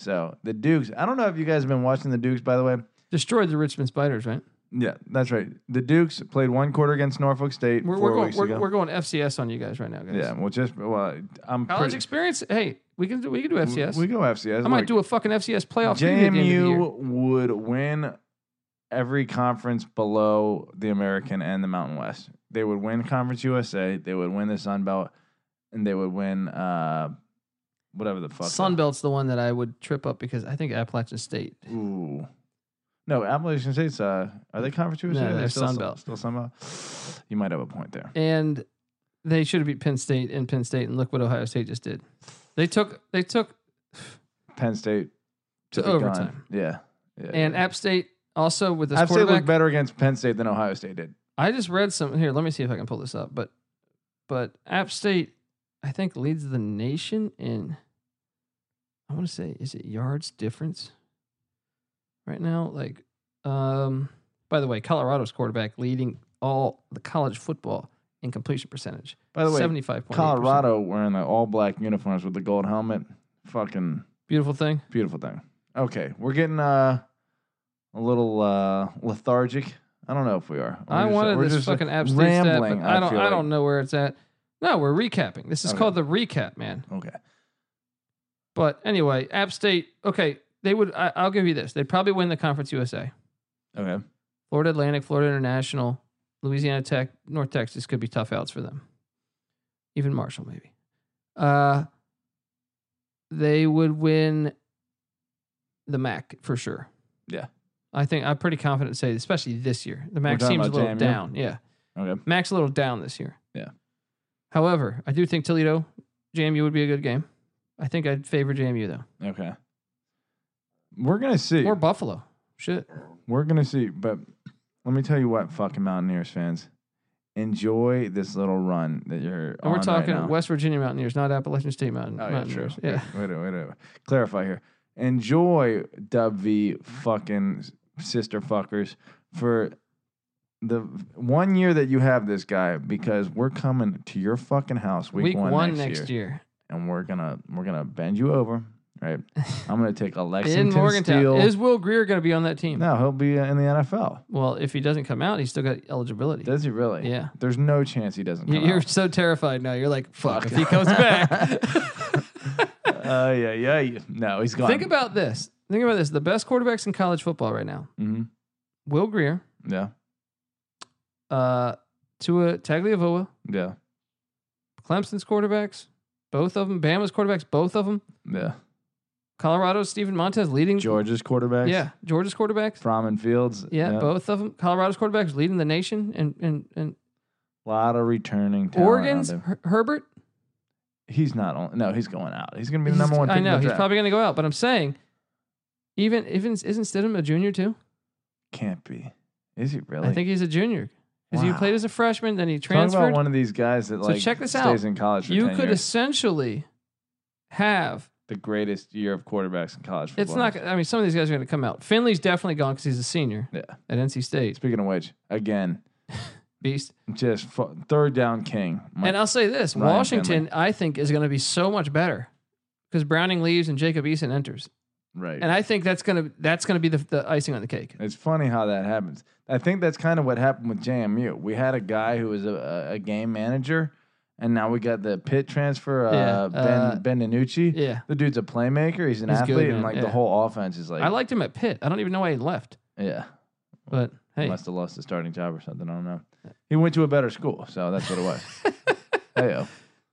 [SPEAKER 2] So the Dukes. I don't know if you guys have been watching the Dukes, by the way.
[SPEAKER 1] Destroyed the Richmond Spiders, right?
[SPEAKER 2] Yeah, that's right. The Dukes played one quarter against Norfolk State
[SPEAKER 1] We're,
[SPEAKER 2] 4
[SPEAKER 1] we're, going,
[SPEAKER 2] weeks
[SPEAKER 1] we're,
[SPEAKER 2] ago.
[SPEAKER 1] we're going FCS on you guys right now, guys.
[SPEAKER 2] yeah, well, just well, I'm
[SPEAKER 1] College
[SPEAKER 2] pretty,
[SPEAKER 1] experience. Hey, we can do, we can do FCS.
[SPEAKER 2] We go FCS.
[SPEAKER 1] I might
[SPEAKER 2] Look,
[SPEAKER 1] do a fucking FCS playoff. preview at the end of the year.
[SPEAKER 2] JMU would win every conference below the American and the Mountain West. They would win Conference USA. They would win the Sun Belt, and they would win uh, whatever the fuck.
[SPEAKER 1] Sunbelt's the one that I would trip up because I think Appalachian State.
[SPEAKER 2] Ooh. No, Appalachian State's. Uh, are they Conference USA?
[SPEAKER 1] No,
[SPEAKER 2] Are they
[SPEAKER 1] they're
[SPEAKER 2] still
[SPEAKER 1] Sun Belt.
[SPEAKER 2] Still Sun Belt. You might have a point there.
[SPEAKER 1] And they should have beat Penn State and Penn State and look what Ohio State just did. They took they took
[SPEAKER 2] Penn State
[SPEAKER 1] To
[SPEAKER 2] be gone.
[SPEAKER 1] overtime.
[SPEAKER 2] Yeah. yeah.
[SPEAKER 1] and
[SPEAKER 2] yeah.
[SPEAKER 1] App State also with this
[SPEAKER 2] App State
[SPEAKER 1] quarterback.
[SPEAKER 2] looked better against Penn State than Ohio State did.
[SPEAKER 1] I just read some here, let me see if I can pull this up. But but App State I think leads the nation in I want to say is it yards difference right now like um by the way, Colorado's quarterback leading all the college football in completion percentage.
[SPEAKER 2] By the way,
[SPEAKER 1] 75
[SPEAKER 2] Colorado wearing the all black uniforms with the gold helmet. Fucking
[SPEAKER 1] Beautiful thing.
[SPEAKER 2] beautiful thing. Okay, we're getting uh, a little uh, lethargic. I don't know if we are.
[SPEAKER 1] I
[SPEAKER 2] We're just-
[SPEAKER 1] wanted
[SPEAKER 2] we're
[SPEAKER 1] this
[SPEAKER 2] just
[SPEAKER 1] fucking App State stat,
[SPEAKER 2] rambling.
[SPEAKER 1] but I don't.
[SPEAKER 2] feel
[SPEAKER 1] I,
[SPEAKER 2] like.
[SPEAKER 1] don't know where it's at. No, we're recapping. This is
[SPEAKER 2] Okay.
[SPEAKER 1] called the recap, man.
[SPEAKER 2] Okay,
[SPEAKER 1] But anyway, App State. Okay, they would. I, I'll give you this. They'd probably win the Conference USA.
[SPEAKER 2] okay.
[SPEAKER 1] Florida Atlantic, Florida International, Louisiana Tech, North Texas could be tough outs for them. Even Marshall, maybe. Uh, they would win the MAC for sure.
[SPEAKER 2] Yeah.
[SPEAKER 1] I think I'm pretty confident to say, especially this year. The MAC
[SPEAKER 2] talking
[SPEAKER 1] seems a
[SPEAKER 2] about
[SPEAKER 1] little
[SPEAKER 2] JMU?
[SPEAKER 1] down. Yeah.
[SPEAKER 2] Okay.
[SPEAKER 1] Mac's a little down this year.
[SPEAKER 2] Yeah.
[SPEAKER 1] However, I do think Toledo JMU would be a good game. I think I'd favor JMU though,
[SPEAKER 2] Okay. We're gonna see.
[SPEAKER 1] or Buffalo. Shit,
[SPEAKER 2] We're gonna see, but let me tell you what, fucking Mountaineers fans, enjoy this little run that you're.
[SPEAKER 1] and we're
[SPEAKER 2] on
[SPEAKER 1] talking
[SPEAKER 2] right now.
[SPEAKER 1] West Virginia Mountaineers, not Appalachian State Mountain,
[SPEAKER 2] Oh, yeah, true.
[SPEAKER 1] Mountaineers. Yeah,
[SPEAKER 2] Wait, wait, wait, wait, wait. Clarify here. Enjoy Dub V fucking sister fuckers for the one year that you have this guy because we're coming to your fucking house week,
[SPEAKER 1] week,
[SPEAKER 2] one,
[SPEAKER 1] one,
[SPEAKER 2] next, year,
[SPEAKER 1] year,
[SPEAKER 2] and we're gonna we're gonna bend you over, right? I'm gonna take a Lexington
[SPEAKER 1] in Morgantown.
[SPEAKER 2] Steel.
[SPEAKER 1] Is Will Greer going to be on that team?
[SPEAKER 2] no, he'll be in the NFL.
[SPEAKER 1] Well, if he doesn't come out, he's still got eligibility.
[SPEAKER 2] Does he really?
[SPEAKER 1] Yeah.
[SPEAKER 2] There's no chance he doesn't.
[SPEAKER 1] You-
[SPEAKER 2] Come
[SPEAKER 1] You're
[SPEAKER 2] out.
[SPEAKER 1] so terrified now. You're like, fuck, if he comes back.
[SPEAKER 2] Uh, yeah, yeah. No, he's gone.
[SPEAKER 1] Think about this. Think about this. The best quarterbacks in college football right now
[SPEAKER 2] hmm
[SPEAKER 1] Will Greer,
[SPEAKER 2] Yeah,
[SPEAKER 1] uh, Tua Tagliavoa,
[SPEAKER 2] yeah,
[SPEAKER 1] Clemson's quarterbacks, both of them. Bama's quarterbacks, both of them.
[SPEAKER 2] yeah.
[SPEAKER 1] Colorado's Stephen Montez leading.
[SPEAKER 2] Georgia's quarterbacks.
[SPEAKER 1] Yeah, Georgia's quarterbacks.
[SPEAKER 2] Fromm and Fields.
[SPEAKER 1] Yeah, both of them. Colorado's quarterbacks leading the nation, and and and
[SPEAKER 2] A lot of returning talent. out
[SPEAKER 1] Oregon's
[SPEAKER 2] there.
[SPEAKER 1] Her- Herbert.
[SPEAKER 2] He's not on. No, he's going out. He's going to be the
[SPEAKER 1] He's-
[SPEAKER 2] number one. Pick
[SPEAKER 1] I know
[SPEAKER 2] In the
[SPEAKER 1] he's
[SPEAKER 2] draft.
[SPEAKER 1] probably going to go out, but I'm saying, even even isn't Stidham a junior too?
[SPEAKER 2] can't be. Is he really?
[SPEAKER 1] I think he's a junior because he
[SPEAKER 2] Wow.
[SPEAKER 1] played as a freshman, then he
[SPEAKER 2] Talk about
[SPEAKER 1] transferred.
[SPEAKER 2] one of these guys that
[SPEAKER 1] So
[SPEAKER 2] like
[SPEAKER 1] check this
[SPEAKER 2] stays
[SPEAKER 1] out.
[SPEAKER 2] in college for
[SPEAKER 1] You
[SPEAKER 2] 10
[SPEAKER 1] could
[SPEAKER 2] years.
[SPEAKER 1] essentially have.
[SPEAKER 2] the greatest year of quarterbacks in college football.
[SPEAKER 1] It's not. I mean, some of these guys are going to come out. Finley's definitely gone because he's a senior
[SPEAKER 2] Yeah.
[SPEAKER 1] at NC State.
[SPEAKER 2] Speaking of which, again,
[SPEAKER 1] Beast.
[SPEAKER 2] just fu- third down king. My-
[SPEAKER 1] and I'll say this:
[SPEAKER 2] Ryan
[SPEAKER 1] Washington, I think, is going to be so much better because Browning leaves and Jacob Eason enters,
[SPEAKER 2] right.
[SPEAKER 1] and I think that's gonna that's gonna be the, the icing on the cake.
[SPEAKER 2] It's funny how that happens. I think that's kind of what happened with JMU. We had a guy who was a, a- a game manager, and now we got the pit transfer, uh,
[SPEAKER 1] Yeah, uh,
[SPEAKER 2] Ben Benanucci.
[SPEAKER 1] Yeah,
[SPEAKER 2] The dude's a playmaker. He's an
[SPEAKER 1] He's good,
[SPEAKER 2] athlete,
[SPEAKER 1] man.
[SPEAKER 2] and like
[SPEAKER 1] Yeah.
[SPEAKER 2] the whole offense is like,
[SPEAKER 1] I liked him at Pitt. I don't even know why he left,
[SPEAKER 2] yeah,
[SPEAKER 1] but hey,
[SPEAKER 2] must have lost his starting job or something. I don't know. He went to a better school, so that's what it was. hey,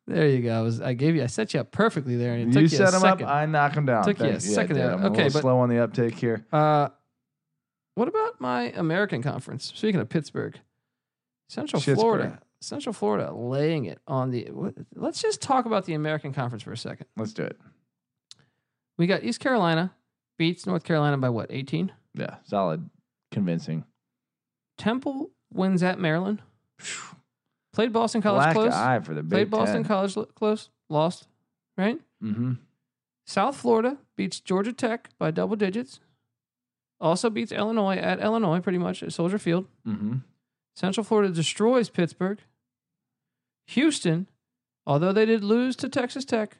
[SPEAKER 1] there you go. I, was, I gave you, I set you up perfectly there, and it
[SPEAKER 2] you
[SPEAKER 1] took you a
[SPEAKER 2] set him up.
[SPEAKER 1] second.
[SPEAKER 2] I knock him down.
[SPEAKER 1] Took you a
[SPEAKER 2] Thanks. Yeah, I
[SPEAKER 1] second
[SPEAKER 2] did.
[SPEAKER 1] there.
[SPEAKER 2] I'm a
[SPEAKER 1] Okay,
[SPEAKER 2] little
[SPEAKER 1] but-
[SPEAKER 2] slow on the uptake here.
[SPEAKER 1] uh, what about my American conference? Speaking of Pittsburgh, Central
[SPEAKER 2] Shit's
[SPEAKER 1] Florida.
[SPEAKER 2] pretty.
[SPEAKER 1] Central Florida laying it on the. wh- Let's just talk about the American Conference for a second.
[SPEAKER 2] Let's do it.
[SPEAKER 1] We got East Carolina beats North Carolina by what? 18?
[SPEAKER 2] Yeah, solid, convincing.
[SPEAKER 1] Temple wins at Maryland. Played Boston College
[SPEAKER 2] Black
[SPEAKER 1] close.
[SPEAKER 2] eye for the Big
[SPEAKER 1] Played Boston
[SPEAKER 2] Ten.
[SPEAKER 1] College lo- close. Lost. Right?
[SPEAKER 2] mm-hmm.
[SPEAKER 1] South Florida beats Georgia Tech by double digits. Also beats Illinois at Illinois, pretty much at Soldier Field.
[SPEAKER 2] Mm-hmm.
[SPEAKER 1] Central Florida destroys Pittsburgh. Houston, although they did lose to Texas Tech,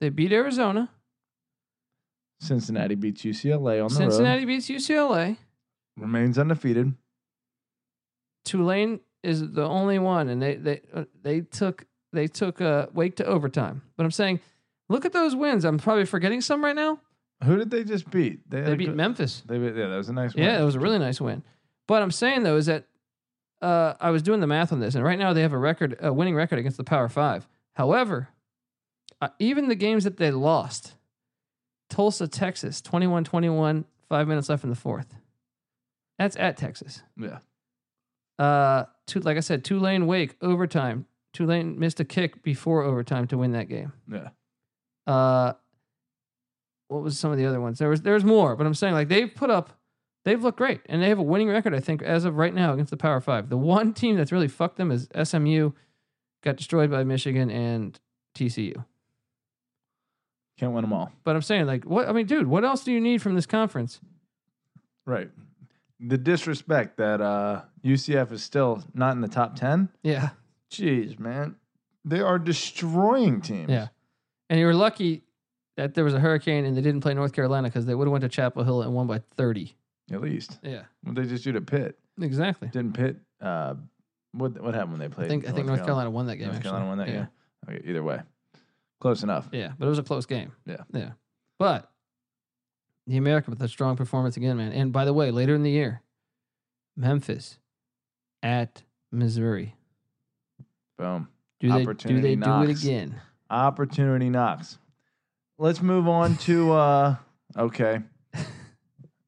[SPEAKER 1] they beat Arizona.
[SPEAKER 2] Cincinnati beats UCLA on the
[SPEAKER 1] Cincinnati beats UCLA.
[SPEAKER 2] road. Remains undefeated.
[SPEAKER 1] Tulane is the only one, and they they uh, they took they took uh, Wake to overtime. But I'm saying, look at those wins. I'm probably forgetting some right now.
[SPEAKER 2] Who did they just beat? had
[SPEAKER 1] They
[SPEAKER 2] a
[SPEAKER 1] beat
[SPEAKER 2] good-
[SPEAKER 1] Memphis.
[SPEAKER 2] They beat, yeah, that was a nice
[SPEAKER 1] Yeah,
[SPEAKER 2] one.
[SPEAKER 1] it was a really nice win. But I'm saying though is that uh, I was doing the math on this, and right now they have a record, a winning record against the Power Five. However, uh, even the games that they lost, Tulsa, Texas, 21-21, five minutes left in the fourth. That's at Texas.
[SPEAKER 2] yeah.
[SPEAKER 1] Uh, two, like I said, Tulane Wake overtime. Tulane missed a kick before overtime to win that game.
[SPEAKER 2] Yeah.
[SPEAKER 1] Uh, what was some of the other ones? There was there's more, but I'm saying like they've put up, they've looked great, and they have a winning record. I think as of right now against the Power Five, the one team that's really fucked them is SMU, got destroyed by Michigan and TCU.
[SPEAKER 2] Can't win them all.
[SPEAKER 1] But I'm saying like what I mean, dude, what else do you need from this conference?
[SPEAKER 2] Right. The disrespect that uh, UCF is still not in the top 10.
[SPEAKER 1] Yeah,
[SPEAKER 2] Jeez, man. They are destroying teams.
[SPEAKER 1] yeah, and you were lucky that there was a hurricane and they didn't play North Carolina because they would have went to Chapel Hill and won by thirty.
[SPEAKER 2] At least.
[SPEAKER 1] Yeah,
[SPEAKER 2] What they just do to Pitt?
[SPEAKER 1] exactly.
[SPEAKER 2] Didn't Pitt. Uh, what, what happened when they played?
[SPEAKER 1] I think I think North Carolina won that game.
[SPEAKER 2] North
[SPEAKER 1] actually.
[SPEAKER 2] Carolina won that
[SPEAKER 1] yeah.
[SPEAKER 2] yeah. Okay, either way. Close enough.
[SPEAKER 1] Yeah, but it was a close game.
[SPEAKER 2] Yeah.
[SPEAKER 1] Yeah. But the America with a strong performance again, man. And by the way, later in the year, Memphis at Missouri.
[SPEAKER 2] Boom.
[SPEAKER 1] Do they do
[SPEAKER 2] Opportunity
[SPEAKER 1] they do it
[SPEAKER 2] knocks.
[SPEAKER 1] again?
[SPEAKER 2] Opportunity knocks. Let's move on to uh okay.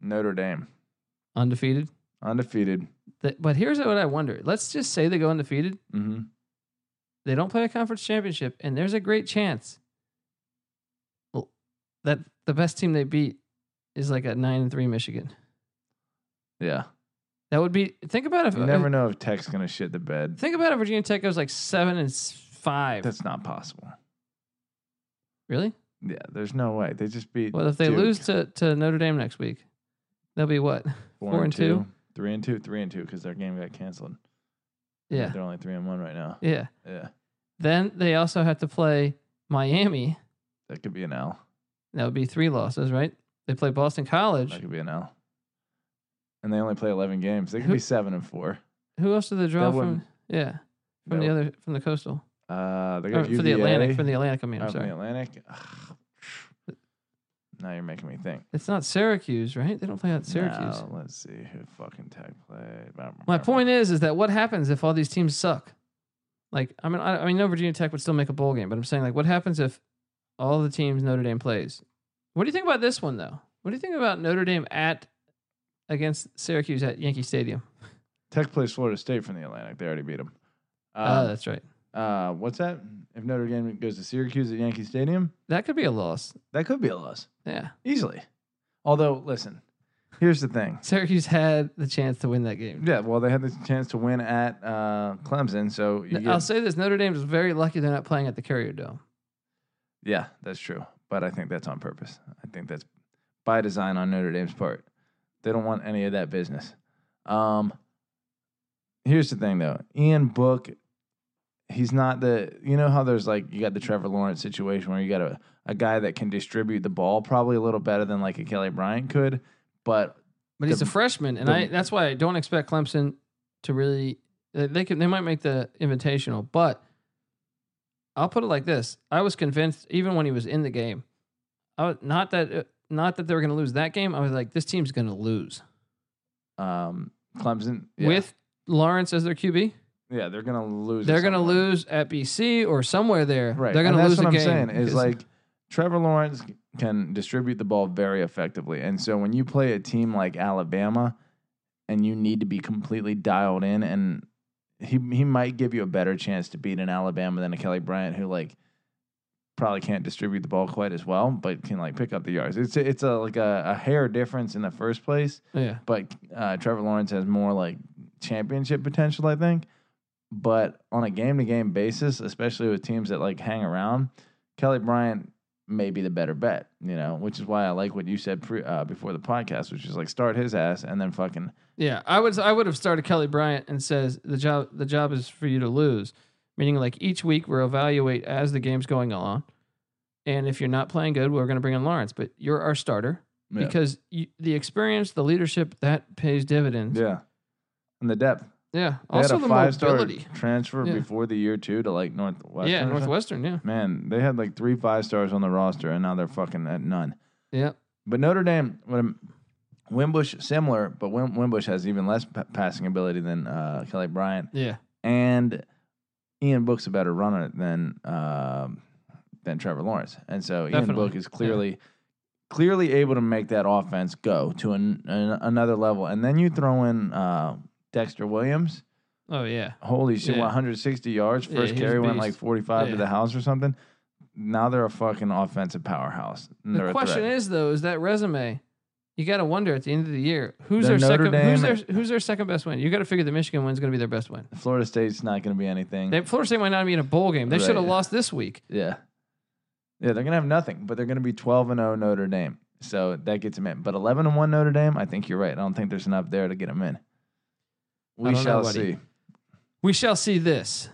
[SPEAKER 2] Notre Dame.
[SPEAKER 1] Undefeated?
[SPEAKER 2] Undefeated.
[SPEAKER 1] That- but here's what I wonder. Let's just say they go undefeated.
[SPEAKER 2] Mm-hmm.
[SPEAKER 1] They don't play a conference championship, and there's a great chance l- that the best team they beat is like a nine and three Michigan.
[SPEAKER 2] Yeah.
[SPEAKER 1] That would be think about if uh,
[SPEAKER 2] You never know if Tech's gonna shit the bed.
[SPEAKER 1] think about if Virginia Tech goes like seven and s- five.
[SPEAKER 2] That's not possible.
[SPEAKER 1] really?
[SPEAKER 2] Yeah, there's no way. They just beat
[SPEAKER 1] Well, if they
[SPEAKER 2] Duke.
[SPEAKER 1] lose to, to Notre Dame next week, they'll be what?
[SPEAKER 2] four,
[SPEAKER 1] and two.
[SPEAKER 2] Three and two, three and two, because their game got canceled.
[SPEAKER 1] Yeah.
[SPEAKER 2] They're only three and one right now.
[SPEAKER 1] Yeah.
[SPEAKER 2] Yeah.
[SPEAKER 1] Then they also have to play Miami.
[SPEAKER 2] That could be an L.
[SPEAKER 1] That would be three losses, right? They play Boston College.
[SPEAKER 2] That could be an L. And they only play eleven games. They could
[SPEAKER 1] Who-
[SPEAKER 2] be seven and four.
[SPEAKER 1] Who else did they draw
[SPEAKER 2] That
[SPEAKER 1] from?
[SPEAKER 2] wouldn't-
[SPEAKER 1] Yeah. From
[SPEAKER 2] That
[SPEAKER 1] the other, from the coastal.
[SPEAKER 2] Uh they
[SPEAKER 1] Or
[SPEAKER 2] got
[SPEAKER 1] for the Atlantic.
[SPEAKER 2] UVA.
[SPEAKER 1] From the Atlantic, I mean, I'm
[SPEAKER 2] Oh, from
[SPEAKER 1] sorry.
[SPEAKER 2] the Atlantic. Ugh. Now you're making me think.
[SPEAKER 1] It's not Syracuse, right? They don't play at Syracuse.
[SPEAKER 2] Now, let's see who fucking tag played.
[SPEAKER 1] My point is, is that what happens if all these teams suck? Like, I mean, I, I mean, no Virginia Tech would still make a bowl game, but I'm saying, like, what happens if all the teams Notre Dame plays? What do you think about this one, though? What do you think about Notre Dame at against Syracuse at Yankee Stadium?
[SPEAKER 2] Tech plays Florida State from the Atlantic. They already beat them.
[SPEAKER 1] Oh,
[SPEAKER 2] Uh,
[SPEAKER 1] that's right.
[SPEAKER 2] uh, what's that? If Notre Dame goes to Syracuse at Yankee Stadium,
[SPEAKER 1] That could be a loss.
[SPEAKER 2] that could be a loss
[SPEAKER 1] Yeah,
[SPEAKER 2] easily. Although, listen, here's the thing.
[SPEAKER 1] Syracuse had the chance to win that game.
[SPEAKER 2] Yeah, well, they had the chance to win at uh, Clemson, so you
[SPEAKER 1] N- I'll
[SPEAKER 2] get,
[SPEAKER 1] say this: Notre Dame is very lucky they're not playing at the Carrier Dome.
[SPEAKER 2] yeah, that's true. But I think that's on purpose. I think that's by design on Notre Dame's part. They don't want any of that business. Um, here's the thing, though. Ian Book, he's not the. You know how there's like you got the Trevor Lawrence situation where you got a a guy that can distribute the ball probably a little better than like a Kelly Bryant could, but
[SPEAKER 1] But he's
[SPEAKER 2] The-
[SPEAKER 1] a freshman, and
[SPEAKER 2] the-
[SPEAKER 1] I that's why I don't expect Clemson to really. They they can they might make the invitational, but I'll put it like this: I was convinced even when he was in the game, I was, not that uh, not that they were going to lose that game. I was like, this team's going to lose
[SPEAKER 2] um, Clemson yeah.
[SPEAKER 1] with Lawrence as their QB.
[SPEAKER 2] yeah they're gonna lose. at
[SPEAKER 1] They're going to
[SPEAKER 2] some point.
[SPEAKER 1] lose at BC or somewhere there.
[SPEAKER 2] Right.
[SPEAKER 1] They're going
[SPEAKER 2] and
[SPEAKER 1] to
[SPEAKER 2] that's
[SPEAKER 1] lose
[SPEAKER 2] what
[SPEAKER 1] the
[SPEAKER 2] I'm
[SPEAKER 1] game.
[SPEAKER 2] saying is
[SPEAKER 1] because-
[SPEAKER 2] like Trevor Lawrence can distribute the ball very effectively. And so when you play a team like Alabama and you need to be completely dialed in and he he might give you a better chance to beat an Alabama than a Kelly Bryant who like probably can't distribute the ball quite as well, but can like pick up the yards. It's it's a like a, a hair difference in the first place,
[SPEAKER 1] Yeah.
[SPEAKER 2] but uh, Trevor Lawrence has more like championship potential, I think. But on a game to game basis, especially with teams that like hang around, Kelly Bryant may be the better bet, you know, which is why I like what you said pre- uh, before the podcast, which is like start his ass and then fucking
[SPEAKER 1] Yeah, I would I would have started Kelly Bryant and says the job the job is for you to lose, meaning like each week we'll evaluate as the game's going on, and if you're not playing good, we're going to bring in Lawrence, but you're our starter
[SPEAKER 2] Yeah.
[SPEAKER 1] because you, the experience, the leadership that pays dividends.
[SPEAKER 2] yeah, and the depth.
[SPEAKER 1] Yeah.
[SPEAKER 2] They
[SPEAKER 1] Also
[SPEAKER 2] had a
[SPEAKER 1] the
[SPEAKER 2] five star
[SPEAKER 1] mobility.
[SPEAKER 2] transfer
[SPEAKER 1] Yeah.
[SPEAKER 2] before the year two to like Northwestern.
[SPEAKER 1] yeah,
[SPEAKER 2] or something.
[SPEAKER 1] Northwestern. Yeah.
[SPEAKER 2] Man, they had like three five stars on the roster, and now they're fucking at none.
[SPEAKER 1] Yeah.
[SPEAKER 2] But Notre Dame, what I'm- Wimbush similar, but Wim, Wimbush has even less p- passing ability than uh, Kelly Bryant,
[SPEAKER 1] Yeah.
[SPEAKER 2] and Ian Book's a better runner than um than Trevor Lawrence, and so
[SPEAKER 1] Definitely,
[SPEAKER 2] Ian Book is clearly clearly able to make that offense go to an, an, another level, and then you throw in uh, Dexter Williams.
[SPEAKER 1] Oh yeah.
[SPEAKER 2] Holy shit,
[SPEAKER 1] Yeah.
[SPEAKER 2] 160 yards.
[SPEAKER 1] Yeah,
[SPEAKER 2] First
[SPEAKER 1] he was a
[SPEAKER 2] carry went like
[SPEAKER 1] beast.
[SPEAKER 2] 45
[SPEAKER 1] Yeah.
[SPEAKER 2] to the house or something. Now they're a fucking offensive powerhouse.
[SPEAKER 1] The question is though, is that resume? You got to wonder at the end of the year who's
[SPEAKER 2] They're
[SPEAKER 1] their
[SPEAKER 2] Notre
[SPEAKER 1] second who's
[SPEAKER 2] Dame.
[SPEAKER 1] their who's their second best win. You got to figure the Michigan win's going to be their best win.
[SPEAKER 2] Florida State's not going to be anything.
[SPEAKER 1] They, Florida State might not be in a bowl game. They should have
[SPEAKER 2] Right.
[SPEAKER 1] lost this week.
[SPEAKER 2] yeah. Yeah, they're going to have nothing, but they're going to be 12 and 0 Notre Dame. So that gets them in. But 11 and 1 Notre Dame, I think you're right. I don't think there's enough there to get them in. We
[SPEAKER 1] don't know,
[SPEAKER 2] shall
[SPEAKER 1] buddy.
[SPEAKER 2] see.
[SPEAKER 1] We shall see this.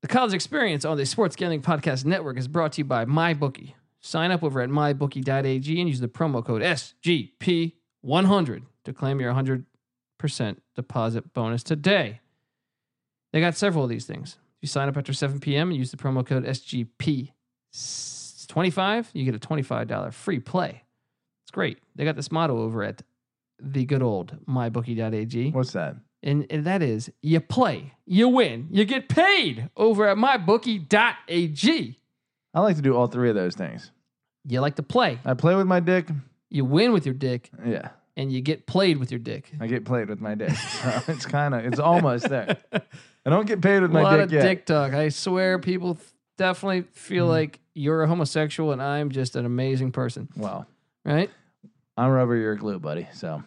[SPEAKER 1] The college experience on the Sports Gambling Podcast Network is brought to you by MyBookie. Sign up over at mybookie.ag and use the promo code SGP100 to claim your 100% deposit bonus today. They got several of these things. If you sign up after 7 p.m. and use the promo code SGP25, you get a $25 free play. It's great. They got this motto over at the good old mybookie.ag.
[SPEAKER 2] What's that?
[SPEAKER 1] And, and that is you play, you win, you get paid over at mybookie.ag.
[SPEAKER 2] I like to do all three of those things.
[SPEAKER 1] You like to play,
[SPEAKER 2] I play with my dick.
[SPEAKER 1] you win with your dick,
[SPEAKER 2] Yeah.
[SPEAKER 1] and you get played with your dick.
[SPEAKER 2] I get played with my dick. So it's kind of, it's almost there. I don't get paid with
[SPEAKER 1] a lot
[SPEAKER 2] my
[SPEAKER 1] of
[SPEAKER 2] dick Mm-hmm. yet.
[SPEAKER 1] dick talk. I swear people th- definitely feel like you're a homosexual and I'm just an amazing person,
[SPEAKER 2] Well,
[SPEAKER 1] right?
[SPEAKER 2] I'm rubber, you're glue, buddy. So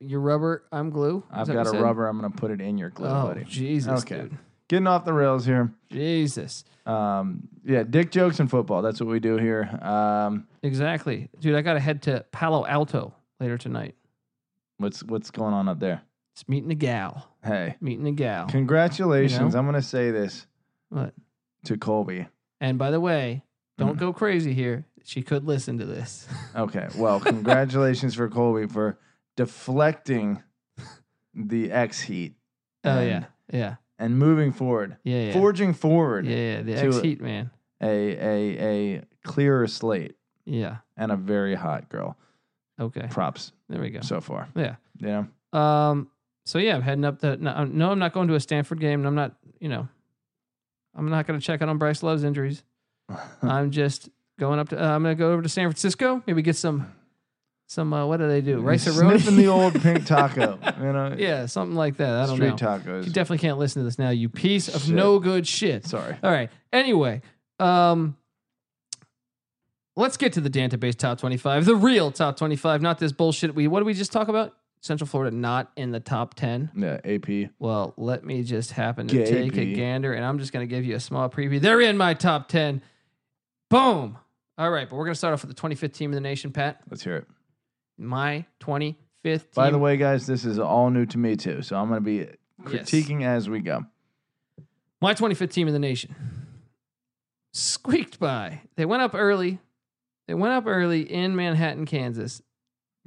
[SPEAKER 1] You're rubber, I'm glue. Is
[SPEAKER 2] I've
[SPEAKER 1] that what
[SPEAKER 2] got
[SPEAKER 1] I
[SPEAKER 2] a
[SPEAKER 1] said?
[SPEAKER 2] rubber. I'm gonna put it in your glue,
[SPEAKER 1] Oh,
[SPEAKER 2] buddy.
[SPEAKER 1] Jesus,
[SPEAKER 2] Okay.
[SPEAKER 1] dude.
[SPEAKER 2] Getting off the rails here.
[SPEAKER 1] Jesus.
[SPEAKER 2] Um, yeah, dick jokes and football. That's what we do here. Um,
[SPEAKER 1] Exactly. Dude, I got to head to Palo Alto later tonight.
[SPEAKER 2] what's what's going on up there?
[SPEAKER 1] It's meeting a gal.
[SPEAKER 2] Hey,
[SPEAKER 1] Meeting a gal.
[SPEAKER 2] congratulations.
[SPEAKER 1] You know?
[SPEAKER 2] I'm gonna say this
[SPEAKER 1] What?
[SPEAKER 2] to Colby.
[SPEAKER 1] And by the way, don't
[SPEAKER 2] Mhm.
[SPEAKER 1] go crazy here. She could listen to this.
[SPEAKER 2] Okay. Well, congratulations for Colby for deflecting the X heat.
[SPEAKER 1] Oh
[SPEAKER 2] and-
[SPEAKER 1] yeah, yeah,
[SPEAKER 2] And moving forward,
[SPEAKER 1] yeah, yeah.
[SPEAKER 2] forging forward
[SPEAKER 1] yeah, yeah. The
[SPEAKER 2] to
[SPEAKER 1] ex
[SPEAKER 2] it.
[SPEAKER 1] heat man.
[SPEAKER 2] a a a clearer slate
[SPEAKER 1] Yeah.
[SPEAKER 2] and a very hot girl.
[SPEAKER 1] Okay.
[SPEAKER 2] Props
[SPEAKER 1] There we go.
[SPEAKER 2] so far.
[SPEAKER 1] Yeah.
[SPEAKER 2] You know.
[SPEAKER 1] Um. So yeah, I'm heading up the. No, I'm, no, I'm not going to a Stanford game. And I'm not. You know, I'm not going to check out on Bryce Love's injuries. I'm just going up to. Uh, I'm going to go over to San Francisco. Maybe get some. Some. Uh, what do they do? Rice
[SPEAKER 2] Sniffing the old pink taco. You know,
[SPEAKER 1] Yeah, something like that. I don't
[SPEAKER 2] street
[SPEAKER 1] know.
[SPEAKER 2] tacos.
[SPEAKER 1] You definitely can't listen to this now. You piece of
[SPEAKER 2] Shit.
[SPEAKER 1] no good shit.
[SPEAKER 2] Sorry.
[SPEAKER 1] All right. Anyway, um, let's get to the Dantabase top 25, the real top 25, not this bullshit. We what did we just talk about? Central Florida not in the top 10.
[SPEAKER 2] Yeah, AP.
[SPEAKER 1] Well, let me just happen to
[SPEAKER 2] Gay
[SPEAKER 1] take a
[SPEAKER 2] pee.
[SPEAKER 1] gander, and I'm just going to give you a small preview. They're in my top 10. Boom. All right, but we're going to start off with the 25th team in the nation, Pat.
[SPEAKER 2] Let's hear it.
[SPEAKER 1] My 25th team.
[SPEAKER 2] By the way, guys, this is all new to me too, so I'm going to be
[SPEAKER 1] Yes.
[SPEAKER 2] critiquing as we go.
[SPEAKER 1] My 25th team in the nation squeaked by. They went up early. They went up early in Manhattan, Kansas,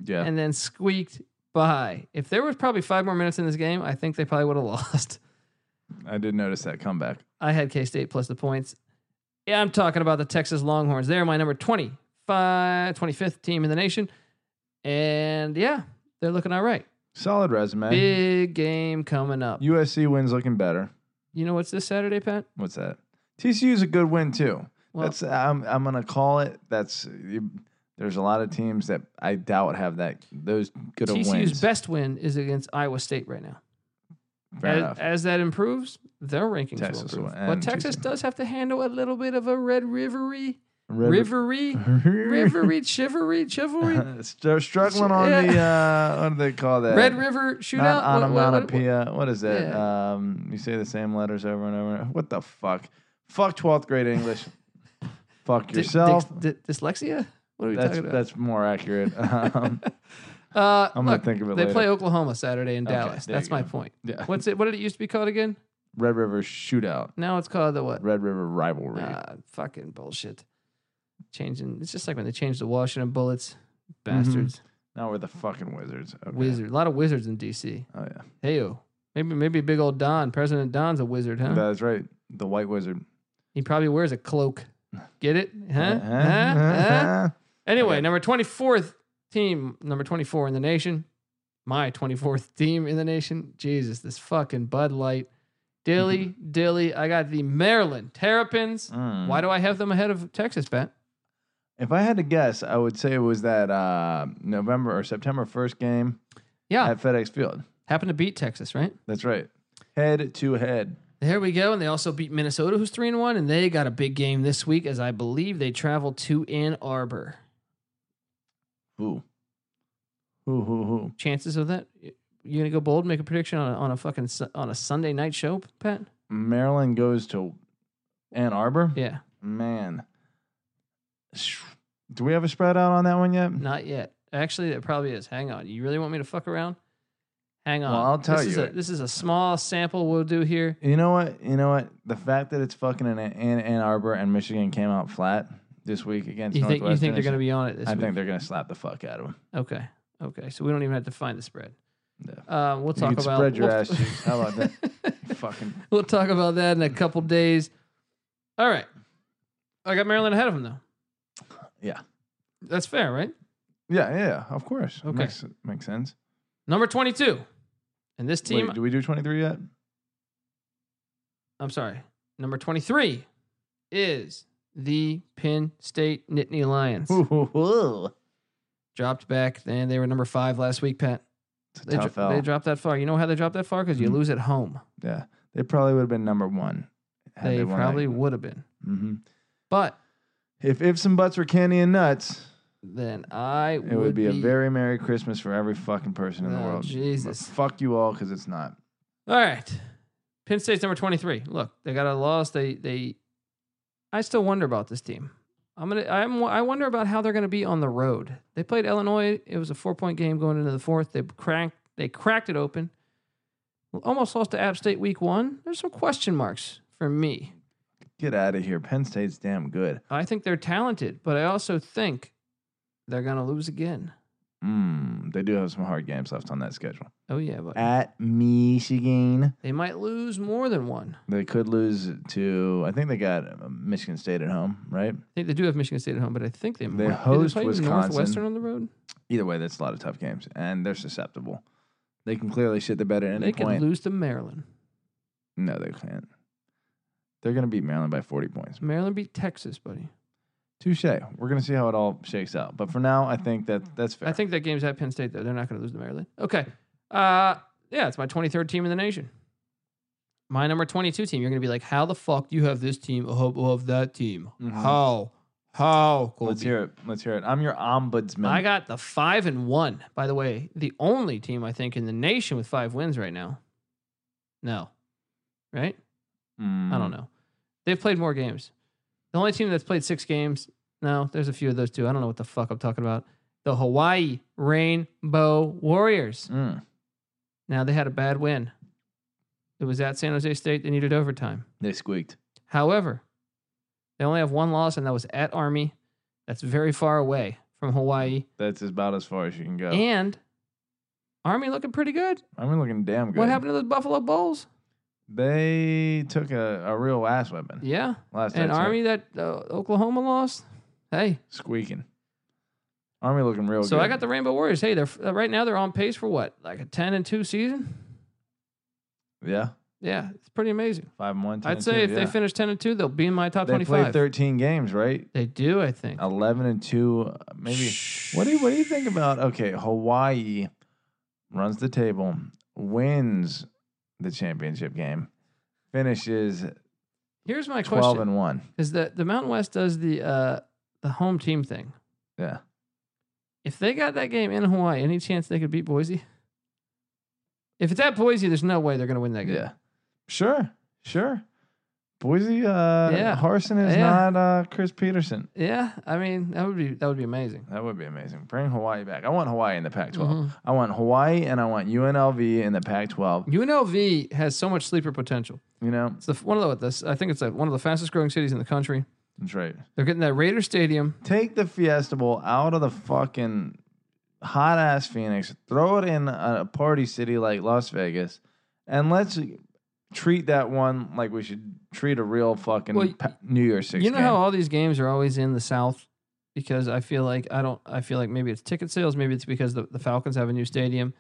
[SPEAKER 2] Yeah,
[SPEAKER 1] and then squeaked by. If there was probably five more minutes in this game, I think they probably would have lost.
[SPEAKER 2] I did notice that comeback.
[SPEAKER 1] I had K State plus the points. Yeah, I'm talking about the Texas Longhorns. They're my number 25, 25th team in the nation. And yeah, they're looking all right.
[SPEAKER 2] Solid resume.
[SPEAKER 1] Big game coming up.
[SPEAKER 2] USC wins looking better.
[SPEAKER 1] You know what's this Saturday, Pat?
[SPEAKER 2] What's that? TCU's a good win too.
[SPEAKER 1] Well-
[SPEAKER 2] that's I'm I'm going to call it. That's you, there's a lot of teams that I doubt have that those good of
[SPEAKER 1] TCU's
[SPEAKER 2] wins.
[SPEAKER 1] best win is against Iowa State right now.
[SPEAKER 2] Fair
[SPEAKER 1] As,
[SPEAKER 2] enough.
[SPEAKER 1] as that improves, their rankings
[SPEAKER 2] Texas
[SPEAKER 1] will
[SPEAKER 2] will
[SPEAKER 1] improve. but
[SPEAKER 2] end
[SPEAKER 1] Texas
[SPEAKER 2] Tuesday.
[SPEAKER 1] does have to handle a little bit of a red rivery,
[SPEAKER 2] Red-
[SPEAKER 1] rivery, rivery, chivalry, chivalry,
[SPEAKER 2] They're struggling on
[SPEAKER 1] Yeah.
[SPEAKER 2] the uh, what do they call that?
[SPEAKER 1] red river
[SPEAKER 2] Not
[SPEAKER 1] shootout. What- what- what-
[SPEAKER 2] onomatopoeia. uh, what is that? Um, you say the same letters over and over. What the fuck? Fuck twelfth grade English. fuck
[SPEAKER 1] Dy-
[SPEAKER 2] yourself.
[SPEAKER 1] dy- dyslexia? What are we
[SPEAKER 2] that's
[SPEAKER 1] talking about?
[SPEAKER 2] that's more accurate. Um,
[SPEAKER 1] Uh,
[SPEAKER 2] I'm gonna
[SPEAKER 1] look,
[SPEAKER 2] think of it
[SPEAKER 1] They
[SPEAKER 2] later.
[SPEAKER 1] play Oklahoma Saturday in
[SPEAKER 2] Okay,
[SPEAKER 1] Dallas.
[SPEAKER 2] there you
[SPEAKER 1] That's my
[SPEAKER 2] go.
[SPEAKER 1] point.
[SPEAKER 2] yeah.
[SPEAKER 1] What's it? What did it used to be called again?
[SPEAKER 2] Red River Shootout.
[SPEAKER 1] Now it's called the what?
[SPEAKER 2] Red River Rivalry.
[SPEAKER 1] Ah, fucking bullshit. Changing. It's just like when they changed the Washington Bullets. Bastards.
[SPEAKER 2] now we're the fucking wizards. Mm-hmm. Okay.
[SPEAKER 1] Wizard. A lot of wizards in D.C.
[SPEAKER 2] Oh yeah,
[SPEAKER 1] Hey, maybe maybe big old Don, President Don's a wizard, huh?
[SPEAKER 2] that's right. The white wizard.
[SPEAKER 1] he probably wears a cloak. Get it? Huh?
[SPEAKER 2] Uh-huh,
[SPEAKER 1] Huh? Huh?
[SPEAKER 2] uh-huh.
[SPEAKER 1] Anyway, number 24th team, number 24 in the nation. My 24th team in the nation. Jesus, this fucking Bud Light. Dilly, dilly. I got the Maryland Terrapins.
[SPEAKER 2] Mm.
[SPEAKER 1] Why do I have them ahead of Texas, Ben?
[SPEAKER 2] If I had to guess, I would say it was that uh, November or September first game
[SPEAKER 1] Yeah,
[SPEAKER 2] at FedEx Field.
[SPEAKER 1] happened to beat Texas, right?
[SPEAKER 2] That's right. Head to head.
[SPEAKER 1] There we go. And they also beat Minnesota, who's 3 and 1, and they got a big game this week as I believe they travel to Ann Arbor.
[SPEAKER 2] Who? Who? Who? Who?
[SPEAKER 1] chances of that? You gonna go bold, make a prediction on a, on a fucking su- on a Sunday night show, Pat?
[SPEAKER 2] Maryland goes to Ann Arbor.
[SPEAKER 1] Yeah,
[SPEAKER 2] Man, Sh- do we have a spread out on that one yet?
[SPEAKER 1] not yet. Actually, it probably is. Hang on. You really want me to fuck around? Hang on.
[SPEAKER 2] Well, I'll tell
[SPEAKER 1] this Is
[SPEAKER 2] you
[SPEAKER 1] a,
[SPEAKER 2] it.
[SPEAKER 1] this is a small sample we'll do here.
[SPEAKER 2] You know what? You know what? The fact that it's fucking in Ann, Ann Arbor and Michigan came out flat this week against
[SPEAKER 1] You think you think
[SPEAKER 2] Northwestern
[SPEAKER 1] they're gonna
[SPEAKER 2] is-
[SPEAKER 1] be on it this
[SPEAKER 2] I
[SPEAKER 1] week?
[SPEAKER 2] think they're gonna slap the fuck out of them.
[SPEAKER 1] okay. Okay. So we don't even have to find the spread.
[SPEAKER 2] No.
[SPEAKER 1] Um, we'll talk
[SPEAKER 2] you can
[SPEAKER 1] about
[SPEAKER 2] spread your
[SPEAKER 1] we'll-
[SPEAKER 2] ass cheeks. How about that? You fucking
[SPEAKER 1] We'll talk about that in a couple days. All right. I got Maryland ahead of them though.
[SPEAKER 2] Yeah.
[SPEAKER 1] That's fair, right?
[SPEAKER 2] yeah, yeah, yeah. Of course.
[SPEAKER 1] Okay.
[SPEAKER 2] Makes makes sense.
[SPEAKER 1] Number twenty-two, and this team.
[SPEAKER 2] Wait, do we do twenty three yet?
[SPEAKER 1] I'm sorry. Number 23 is the Penn State Nittany Lions. Dropped back, and they were number five last week, Pat.
[SPEAKER 2] It's a
[SPEAKER 1] They,
[SPEAKER 2] tough
[SPEAKER 1] dro-
[SPEAKER 2] L.
[SPEAKER 1] they dropped that far. You know how they dropped that far? Because you
[SPEAKER 2] Mm.
[SPEAKER 1] lose at home.
[SPEAKER 2] yeah, they probably would have been number one. had
[SPEAKER 1] they
[SPEAKER 2] won
[SPEAKER 1] probably
[SPEAKER 2] that.
[SPEAKER 1] would have been.
[SPEAKER 2] Mhm.
[SPEAKER 1] But
[SPEAKER 2] If ifs and buts were candy and nuts,
[SPEAKER 1] then I
[SPEAKER 2] it would, be, a very merry Christmas for every fucking person in the
[SPEAKER 1] Oh,
[SPEAKER 2] world. But
[SPEAKER 1] Jesus.
[SPEAKER 2] fuck you all, because it's not.
[SPEAKER 1] All right. Penn State's number 23. Look, they got a loss. They they I still wonder about this team. I'm going to I'm I wonder about how they're going to be on the road. They played Illinois. It was a 4-point game going into the fourth. They cracked they cracked it open. Almost lost to App State week 1. There's some question marks for me.
[SPEAKER 2] Get out of here. Penn State's damn good.
[SPEAKER 1] I think they're talented, but I also think they're going to lose again.
[SPEAKER 2] Mm, they do have some hard games left on that schedule.
[SPEAKER 1] Oh yeah, but
[SPEAKER 2] At Michigan,
[SPEAKER 1] they might lose more than one.
[SPEAKER 2] they could lose to. I think they got uh, Michigan State at home, right?
[SPEAKER 1] I think they do have Michigan State at home, but I think they,
[SPEAKER 2] They
[SPEAKER 1] might- do
[SPEAKER 2] host
[SPEAKER 1] play
[SPEAKER 2] Wisconsin.
[SPEAKER 1] Northwestern on the road.
[SPEAKER 2] Either way, that's a lot of tough games, and they're susceptible. They can clearly shit the bed at any
[SPEAKER 1] they
[SPEAKER 2] point.
[SPEAKER 1] could lose to Maryland.
[SPEAKER 2] no, they can't. They're going to beat Maryland by 40 points.
[SPEAKER 1] Maryland beat Texas, buddy.
[SPEAKER 2] Touche. We're going to see how it all shakes out. But for now, I think that that's fair.
[SPEAKER 1] I think that game's at Penn State, though. They're not going to lose to Maryland. Okay. Uh, yeah, it's my 23rd team in the nation. My number 22 team. You're going to be like, how the fuck do you have this team above of that team?
[SPEAKER 2] Mhm.
[SPEAKER 1] How? How?
[SPEAKER 2] Let's
[SPEAKER 1] Colby?
[SPEAKER 2] hear it. Let's hear it. I'm your ombudsman.
[SPEAKER 1] I got the five and one. By the way, the only team I think in the nation with five wins right now. No, right?
[SPEAKER 2] Mm,
[SPEAKER 1] I don't know. They've played more games. The only team that's played six games. No, there's a few of those too. I don't know what the fuck I'm talking about. The Hawaii Rainbow Warriors.
[SPEAKER 2] Mm,
[SPEAKER 1] Now they had a bad win. It was at San Jose State. They needed overtime.
[SPEAKER 2] they squeaked.
[SPEAKER 1] However, they only have one loss, and that was at Army. That's very far away from Hawaii.
[SPEAKER 2] That's about as far as you can go.
[SPEAKER 1] And Army looking pretty good.
[SPEAKER 2] I'm looking damn good.
[SPEAKER 1] What happened to those Buffalo Bulls?
[SPEAKER 2] They took a, a real ass weapon
[SPEAKER 1] Yeah.
[SPEAKER 2] last
[SPEAKER 1] And
[SPEAKER 2] I checked.
[SPEAKER 1] Army that uh, Oklahoma lost. Hey,
[SPEAKER 2] squeaking. Army looking real
[SPEAKER 1] So
[SPEAKER 2] good.
[SPEAKER 1] I got the Rainbow Warriors. Hey, they're uh, right now they're on pace for what, like a ten and two season?
[SPEAKER 2] yeah
[SPEAKER 1] Yeah, it's pretty amazing.
[SPEAKER 2] five and one. 10
[SPEAKER 1] I'd
[SPEAKER 2] and
[SPEAKER 1] say
[SPEAKER 2] two,
[SPEAKER 1] if
[SPEAKER 2] yeah.
[SPEAKER 1] they finish ten and two, they'll be in my top
[SPEAKER 2] they
[SPEAKER 1] twenty
[SPEAKER 2] played
[SPEAKER 1] five.
[SPEAKER 2] thirteen games, right?
[SPEAKER 1] They do, I think.
[SPEAKER 2] Eleven and two, uh, maybe. What do you What do you think about? Okay, Hawaii runs the table, wins the championship game, finishes
[SPEAKER 1] Here's my
[SPEAKER 2] twelve
[SPEAKER 1] question:
[SPEAKER 2] and one.
[SPEAKER 1] Is that the Mountain West does the uh, the home team thing?
[SPEAKER 2] Yeah,
[SPEAKER 1] If they got that game in Hawaii, any chance they could beat Boise? If it's at Boise, there's no way they're going to win that game.
[SPEAKER 2] yeah, sure, sure. Boise, uh,
[SPEAKER 1] Yeah.
[SPEAKER 2] Harson is
[SPEAKER 1] Yeah.
[SPEAKER 2] not uh, Chris Peterson.
[SPEAKER 1] Yeah, I mean that would be that would be amazing.
[SPEAKER 2] That would be amazing. Bring Hawaii back. I want Hawaii in the Pac-12.
[SPEAKER 1] Mhm.
[SPEAKER 2] I want Hawaii and I want UNLV in the Pac-12.
[SPEAKER 1] UNLV has so much sleeper potential.
[SPEAKER 2] You know,
[SPEAKER 1] It's the one of the this, I think it's like one of the fastest growing cities in the country.
[SPEAKER 2] that's right.
[SPEAKER 1] They're getting that Raider Stadium.
[SPEAKER 2] Take the Fiesta Bowl out of the fucking hot ass Phoenix. Throw it in a party city like Las Vegas, and let's treat that one like we should treat a real fucking
[SPEAKER 1] Well,
[SPEAKER 2] pa- New Year's Six.
[SPEAKER 1] you know
[SPEAKER 2] game.
[SPEAKER 1] how all these games are always in the South because I feel like I don't. I feel like maybe it's ticket sales. Maybe it's because the, the Falcons have a new stadium.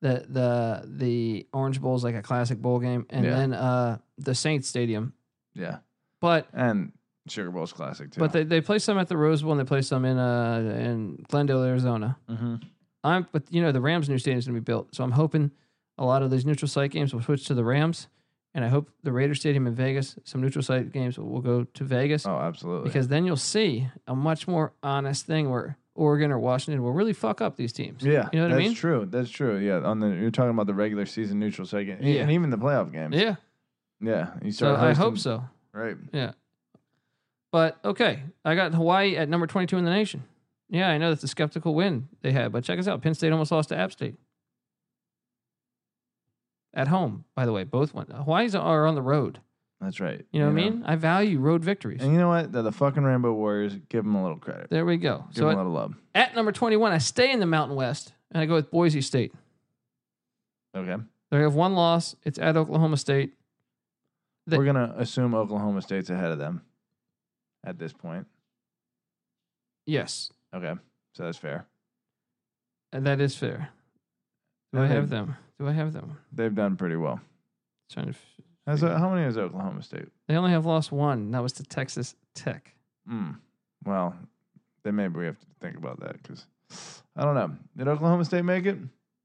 [SPEAKER 1] The the the Orange Bowl is like a classic bowl game, and
[SPEAKER 2] Yeah.
[SPEAKER 1] then uh the Saints Stadium.
[SPEAKER 2] yeah,
[SPEAKER 1] But
[SPEAKER 2] and Sugar Bowl's classic too.
[SPEAKER 1] but they, they play some at the Rose Bowl and they play some in uh in Glendale, Arizona.
[SPEAKER 2] hmm
[SPEAKER 1] I'm but you know the Rams' new stadium's gonna be built, so I'm hoping a lot of these neutral site games will switch to the Rams, and I hope the Raider Stadium in Vegas, some neutral site games will, will go to Vegas
[SPEAKER 2] oh, absolutely.
[SPEAKER 1] because then you'll see a much more honest thing where Oregon or Washington will really fuck up these teams.
[SPEAKER 2] yeah,
[SPEAKER 1] you know what I
[SPEAKER 2] that's
[SPEAKER 1] mean?
[SPEAKER 2] true. That's true. Yeah, on the you're talking about the regular season neutral second,
[SPEAKER 1] Yeah.
[SPEAKER 2] and even the playoff games.
[SPEAKER 1] Yeah,
[SPEAKER 2] yeah. You
[SPEAKER 1] so
[SPEAKER 2] start.
[SPEAKER 1] I
[SPEAKER 2] hosting-
[SPEAKER 1] hope so.
[SPEAKER 2] Right.
[SPEAKER 1] But okay, I got Hawaii at number 22 in the nation. Yeah, I know that's a skeptical win they had, but check us out. Penn State almost lost to App State. At home, by the way, both went. Hawaii's are on the road.
[SPEAKER 2] That's right.
[SPEAKER 1] You know what I mean? I value road victories.
[SPEAKER 2] And you know what? They're the fucking Rainbow Warriors. Give them a little credit.
[SPEAKER 1] There we go.
[SPEAKER 2] Give
[SPEAKER 1] So
[SPEAKER 2] them a
[SPEAKER 1] at,
[SPEAKER 2] little love.
[SPEAKER 1] at number 21, I stay in the Mountain West and I go with Boise State.
[SPEAKER 2] Okay.
[SPEAKER 1] They have one loss. It's at Oklahoma State. They-
[SPEAKER 2] We're gonna assume Oklahoma State's ahead of them at this point.
[SPEAKER 1] Yes,
[SPEAKER 2] Okay. So that's fair.
[SPEAKER 1] and that is fair. Do I
[SPEAKER 2] And
[SPEAKER 1] have
[SPEAKER 2] they've-
[SPEAKER 1] them? Do I have them?
[SPEAKER 2] They've done pretty well.
[SPEAKER 1] Trying to f-
[SPEAKER 2] Has, uh, how many is Oklahoma State?
[SPEAKER 1] they only have lost one. and That was to Texas Tech.
[SPEAKER 2] Mm. Well, then maybe we have to think about that because I don't know. Did Oklahoma State make it?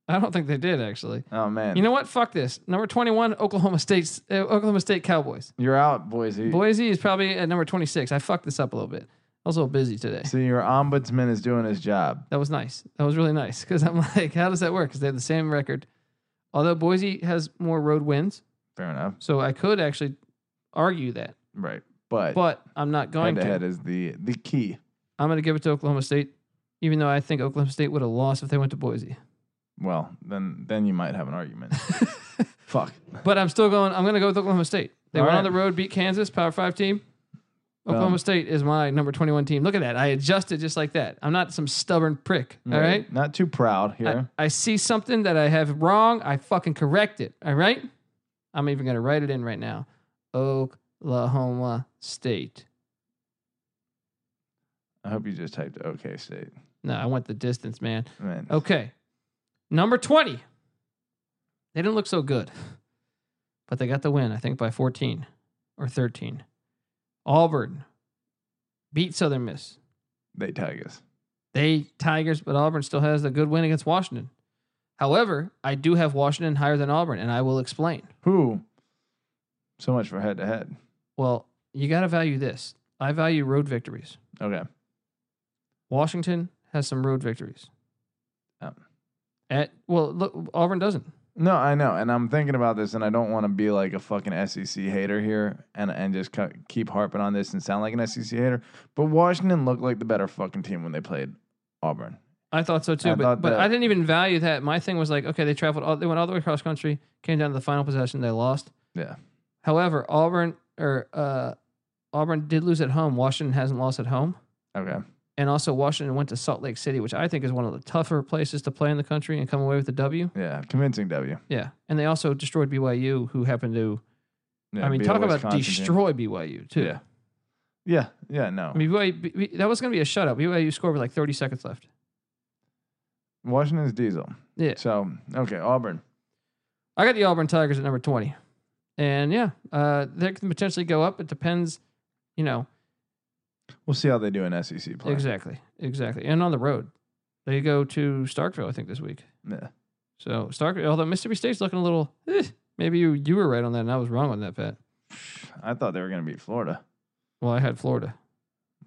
[SPEAKER 1] I don't think they did actually.
[SPEAKER 2] Oh man,
[SPEAKER 1] You know what? Fuck this. Number twenty-one, Oklahoma State's uh, Oklahoma State Cowboys.
[SPEAKER 2] you're out, Boise.
[SPEAKER 1] Boise is probably at number twenty-six. I fucked this up a little bit. I was a little busy today.
[SPEAKER 2] See, your ombudsman is doing his job.
[SPEAKER 1] That was nice. That was really nice because I'm like, how does that work? Because they have the same record. Although Boise has more road wins,
[SPEAKER 2] Fair enough,
[SPEAKER 1] so I could actually argue that,
[SPEAKER 2] right? But
[SPEAKER 1] but I'm not going
[SPEAKER 2] head to
[SPEAKER 1] to.
[SPEAKER 2] head is the the key.
[SPEAKER 1] I'm going to give it to Oklahoma State, even though I think Oklahoma State would have lost if they went to Boise.
[SPEAKER 2] Well, then then you might have an argument. Fuck.
[SPEAKER 1] But I'm still going. I'm going to go with Oklahoma State. They
[SPEAKER 2] All
[SPEAKER 1] went
[SPEAKER 2] right.
[SPEAKER 1] on the road, beat Kansas, Power Five team. Oklahoma
[SPEAKER 2] Um,
[SPEAKER 1] State is my number 21 team. Look at that. I adjusted just like that. I'm not some stubborn prick. All right.
[SPEAKER 2] Not too proud here.
[SPEAKER 1] I, I see something that I have wrong. I fucking correct it. All right. I'm even going to write it in right now. Oklahoma State.
[SPEAKER 2] I hope you just typed OK State.
[SPEAKER 1] No, I went the distance, man.
[SPEAKER 2] Man,
[SPEAKER 1] Okay. Number 20. They didn't look so good, but they got the win, I think, by 14 or 13. Auburn beat Southern Miss.
[SPEAKER 2] they tag us.
[SPEAKER 1] They, Tigers, but Auburn still has a good win against Washington. However, I do have Washington higher than Auburn, and I will explain.
[SPEAKER 2] Who? So much for head to head.
[SPEAKER 1] Well, you got to value this. I value road victories.
[SPEAKER 2] Okay.
[SPEAKER 1] Washington has some road victories. Um,
[SPEAKER 2] Oh.
[SPEAKER 1] At well, look, Auburn doesn't.
[SPEAKER 2] No, I know, and I'm thinking about this, and I don't want to be like a fucking SEC hater here, and and just cu- keep harping on this and sound like an SEC hater. But Washington looked like the better fucking team when they played Auburn.
[SPEAKER 1] I thought so too,
[SPEAKER 2] I
[SPEAKER 1] but,
[SPEAKER 2] thought
[SPEAKER 1] but
[SPEAKER 2] that-
[SPEAKER 1] I didn't even value that. My thing was like, okay, they traveled, all, they went all the way across country, came down to the final possession, they lost.
[SPEAKER 2] Yeah.
[SPEAKER 1] However, Auburn or uh, Auburn did lose at home. Washington hasn't lost at home,
[SPEAKER 2] Okay.
[SPEAKER 1] and also Washington went to Salt Lake City, which I think is one of the tougher places to play in the country, and come away with a W.
[SPEAKER 2] Yeah. Convincing W.
[SPEAKER 1] Yeah, and they also destroyed BYU, who happened to.
[SPEAKER 2] Yeah,
[SPEAKER 1] I mean,
[SPEAKER 2] beat a
[SPEAKER 1] talk about
[SPEAKER 2] Wisconsin team.
[SPEAKER 1] destroy BYU too.
[SPEAKER 2] Yeah. Yeah. Yeah. No.
[SPEAKER 1] I mean, BYU, B- B- that was going to be a shutout. BYU scored with like 30 seconds left.
[SPEAKER 2] Washington's diesel.
[SPEAKER 1] Yeah.
[SPEAKER 2] So okay, Auburn.
[SPEAKER 1] I got the Auburn Tigers at number 20. And yeah, uh, they can potentially go up. It depends, you know,
[SPEAKER 2] We'll see how they do in SEC play.
[SPEAKER 1] exactly. Exactly. And on the road, they go to Starkville, I think, this week.
[SPEAKER 2] Yeah.
[SPEAKER 1] So Starkville, although Mississippi State's looking a little, eh, Maybe you, you were right on that and I was wrong on that bet.
[SPEAKER 2] I thought they were going to beat Florida.
[SPEAKER 1] Well, I had Florida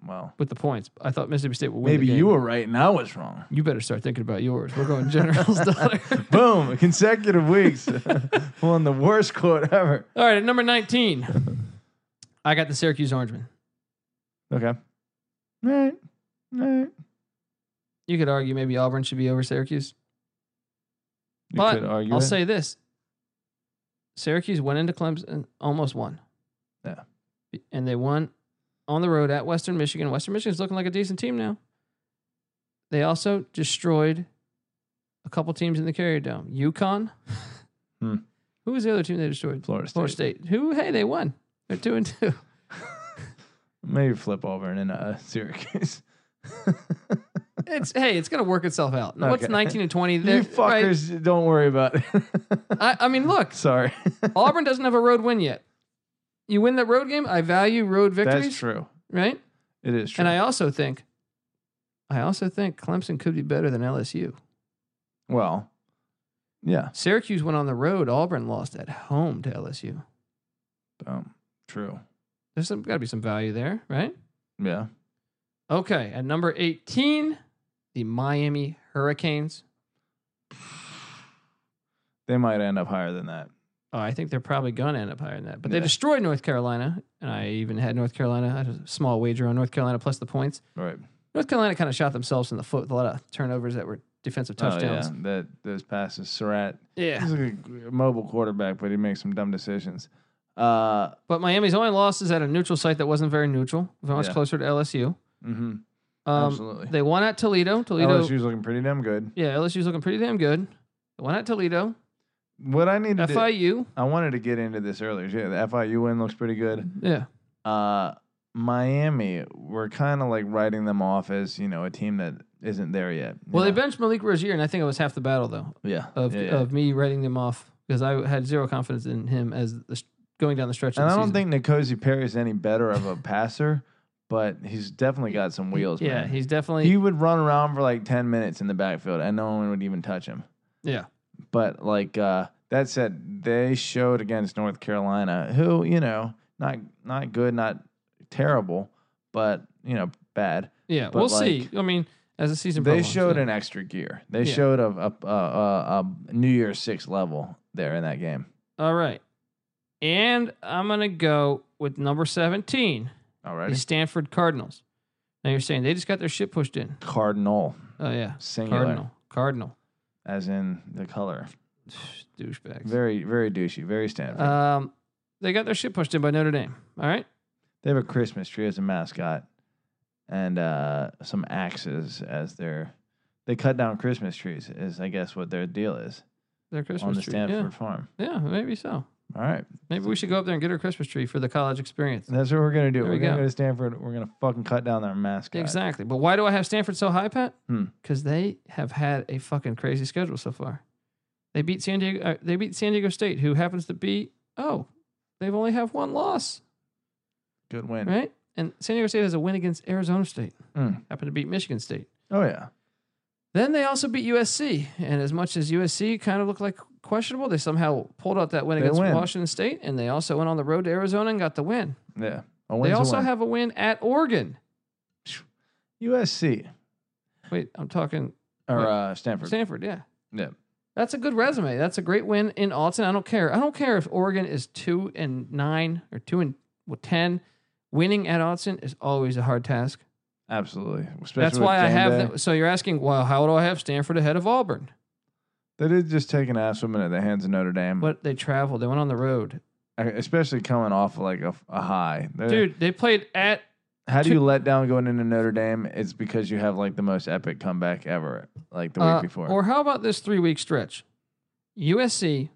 [SPEAKER 2] Well,
[SPEAKER 1] with the points. I thought Mississippi State would win. the
[SPEAKER 2] maybe you
[SPEAKER 1] game.
[SPEAKER 2] were right and I was wrong.
[SPEAKER 1] You better start thinking about yours. We're going General's daughter.
[SPEAKER 2] Boom! Consecutive weeks. Won the worst quote ever.
[SPEAKER 1] All right, at number 19, I got the Syracuse Orangemen.
[SPEAKER 2] Okay. All right. All right.
[SPEAKER 1] You could argue maybe Auburn should be over Syracuse.
[SPEAKER 2] You
[SPEAKER 1] But
[SPEAKER 2] could argue
[SPEAKER 1] I'll
[SPEAKER 2] it.
[SPEAKER 1] say this Syracuse went into Clemson and almost won.
[SPEAKER 2] Yeah.
[SPEAKER 1] And they won on the road at Western Michigan. Western Michigan's looking like a decent team now. They also destroyed a couple teams in the Carrier Dome. UConn.
[SPEAKER 2] Hmm.
[SPEAKER 1] Who was the other team they destroyed?
[SPEAKER 2] Florida State.
[SPEAKER 1] Florida State. Who? Hey, they won. They're two and two.
[SPEAKER 2] Maybe flip Auburn and uh, Syracuse.
[SPEAKER 1] It's hey, it's gonna work itself out. What's
[SPEAKER 2] Okay.
[SPEAKER 1] nineteen and twenty?
[SPEAKER 2] you fuckers, don't worry about it.
[SPEAKER 1] I, I mean, look,
[SPEAKER 2] Sorry.
[SPEAKER 1] Auburn doesn't have a road win yet. You win that road game. I value road victories,
[SPEAKER 2] That's true.
[SPEAKER 1] right?
[SPEAKER 2] It is true.
[SPEAKER 1] And I also think, I also think Clemson could be better than LSU.
[SPEAKER 2] well, yeah.
[SPEAKER 1] Syracuse went on the road. Auburn lost at home to LSU.
[SPEAKER 2] Um, true.
[SPEAKER 1] There's some got to be some value there, right?
[SPEAKER 2] Yeah.
[SPEAKER 1] Okay, at number eighteen, the Miami Hurricanes.
[SPEAKER 2] They might end up higher than that.
[SPEAKER 1] Oh, I think they're probably going to end up higher than that. But they
[SPEAKER 2] Yeah.
[SPEAKER 1] destroyed North Carolina, and I even had North Carolina. I had a small wager on North Carolina plus the points.
[SPEAKER 2] Right. Oh,
[SPEAKER 1] North Carolina kind of shot themselves in the foot with a lot of turnovers that were defensive touchdowns.
[SPEAKER 2] Oh, yeah. That those passes, Surratt.
[SPEAKER 1] yeah.
[SPEAKER 2] He's like a mobile quarterback, but he makes some dumb decisions. Uh,
[SPEAKER 1] But Miami's only loss is at a neutral site that wasn't very neutral. Very much
[SPEAKER 2] Yeah.
[SPEAKER 1] closer to LSU.
[SPEAKER 2] mm-hmm.
[SPEAKER 1] Um,
[SPEAKER 2] Absolutely.
[SPEAKER 1] they won at Toledo. Toledo.
[SPEAKER 2] LSU's looking pretty damn good.
[SPEAKER 1] Yeah, LSU's looking pretty damn good. They won at Toledo.
[SPEAKER 2] What I need to do-
[SPEAKER 1] FIU.
[SPEAKER 2] I wanted to get into this earlier. Yeah, the FIU win looks pretty good.
[SPEAKER 1] Yeah.
[SPEAKER 2] Uh, Miami, we're kind of like writing them off as you know a team that isn't there yet. you
[SPEAKER 1] Well, they
[SPEAKER 2] know?
[SPEAKER 1] benched Malik Rozier, and I think it was half the battle though.
[SPEAKER 2] yeah
[SPEAKER 1] of
[SPEAKER 2] yeah, yeah.
[SPEAKER 1] of me writing them off because I had zero confidence in him as the, s- going down the stretch.
[SPEAKER 2] and
[SPEAKER 1] of
[SPEAKER 2] I
[SPEAKER 1] the
[SPEAKER 2] don't
[SPEAKER 1] season.
[SPEAKER 2] think Nicozy Perry is any better of a passer, but he's definitely got some wheels.
[SPEAKER 1] Yeah,
[SPEAKER 2] man.
[SPEAKER 1] he's definitely.
[SPEAKER 2] he would run around for like ten minutes in the backfield, and no one would even touch him.
[SPEAKER 1] yeah,
[SPEAKER 2] But like uh, that said, they showed against North Carolina, who you know, not not good, not terrible, but you know, bad.
[SPEAKER 1] yeah.
[SPEAKER 2] but,
[SPEAKER 1] We'll see.
[SPEAKER 2] like,
[SPEAKER 1] I mean, as the season
[SPEAKER 2] They
[SPEAKER 1] prolongs,
[SPEAKER 2] showed
[SPEAKER 1] yeah.
[SPEAKER 2] an extra gear. They
[SPEAKER 1] Yeah.
[SPEAKER 2] showed a, a, a, a, a New Year's Six level there in that game.
[SPEAKER 1] All right, and I'm gonna go with number seventeen,
[SPEAKER 2] All
[SPEAKER 1] the
[SPEAKER 2] right,
[SPEAKER 1] Stanford Cardinals. Now you're saying they just got their shit pushed in.
[SPEAKER 2] Cardinal,
[SPEAKER 1] Oh yeah,
[SPEAKER 2] singular,
[SPEAKER 1] Cardinal, Cardinal,
[SPEAKER 2] as in the color.
[SPEAKER 1] douchebags.
[SPEAKER 2] Very, very douchey. Very Stanford.
[SPEAKER 1] Um, they got their shit pushed in by Notre Dame. All right.
[SPEAKER 2] they have a Christmas tree as a mascot, and uh, some axes as their. They cut down Christmas trees. Is I guess what their deal is
[SPEAKER 1] Their Christmas
[SPEAKER 2] on the
[SPEAKER 1] tree.
[SPEAKER 2] Stanford farm.
[SPEAKER 1] Yeah. yeah, maybe so.
[SPEAKER 2] All right,
[SPEAKER 1] Maybe we should go up there and get our Christmas tree for the college experience.
[SPEAKER 2] that's what we're gonna do.
[SPEAKER 1] There
[SPEAKER 2] we're
[SPEAKER 1] we
[SPEAKER 2] gonna
[SPEAKER 1] go.
[SPEAKER 2] go. to Stanford. We're gonna fucking cut down their mascot.
[SPEAKER 1] Exactly. But why do I have Stanford so high, Pat?
[SPEAKER 2] Hmm.
[SPEAKER 1] Because they have had a fucking crazy schedule so far. They beat San Diego. Uh, they beat San Diego State, who happens to be oh, they've only have one loss,
[SPEAKER 2] Good win.
[SPEAKER 1] right? And San Diego State has a win against Arizona State.
[SPEAKER 2] Mm.
[SPEAKER 1] Happened to beat Michigan State.
[SPEAKER 2] Oh yeah.
[SPEAKER 1] Then they also beat USC, and as much as USC kind of looked like questionable, they somehow pulled out that win
[SPEAKER 2] They
[SPEAKER 1] against
[SPEAKER 2] win.
[SPEAKER 1] Washington State, and they also went on the road to Arizona and got the win.
[SPEAKER 2] Yeah. A win's
[SPEAKER 1] they
[SPEAKER 2] a
[SPEAKER 1] also
[SPEAKER 2] win.
[SPEAKER 1] have a win at Oregon.
[SPEAKER 2] USC
[SPEAKER 1] Wait, I'm talking
[SPEAKER 2] or
[SPEAKER 1] Wait.
[SPEAKER 2] uh, Stanford.
[SPEAKER 1] Stanford. Yeah.
[SPEAKER 2] Yeah.
[SPEAKER 1] That's a good resume. That's a great win in Alton. I don't care. I don't care if Oregon is two and nine or two and well, ten. Winning at Alton is always a hard task.
[SPEAKER 2] Absolutely. Especially
[SPEAKER 1] That's
[SPEAKER 2] with
[SPEAKER 1] why I
[SPEAKER 2] game
[SPEAKER 1] have.
[SPEAKER 2] day.
[SPEAKER 1] Them. So you're asking, well, how do I have Stanford ahead of Auburn?
[SPEAKER 2] They did just take an ass woman at the hands of Notre Dame,
[SPEAKER 1] But they traveled. They went on the road,
[SPEAKER 2] especially coming off of like a, a high. They're-
[SPEAKER 1] dude. They played at.
[SPEAKER 2] how do you let down going into Notre Dame? It's because you have like the most epic comeback ever, like the week
[SPEAKER 1] uh,
[SPEAKER 2] before.
[SPEAKER 1] or how about this three week stretch? USC.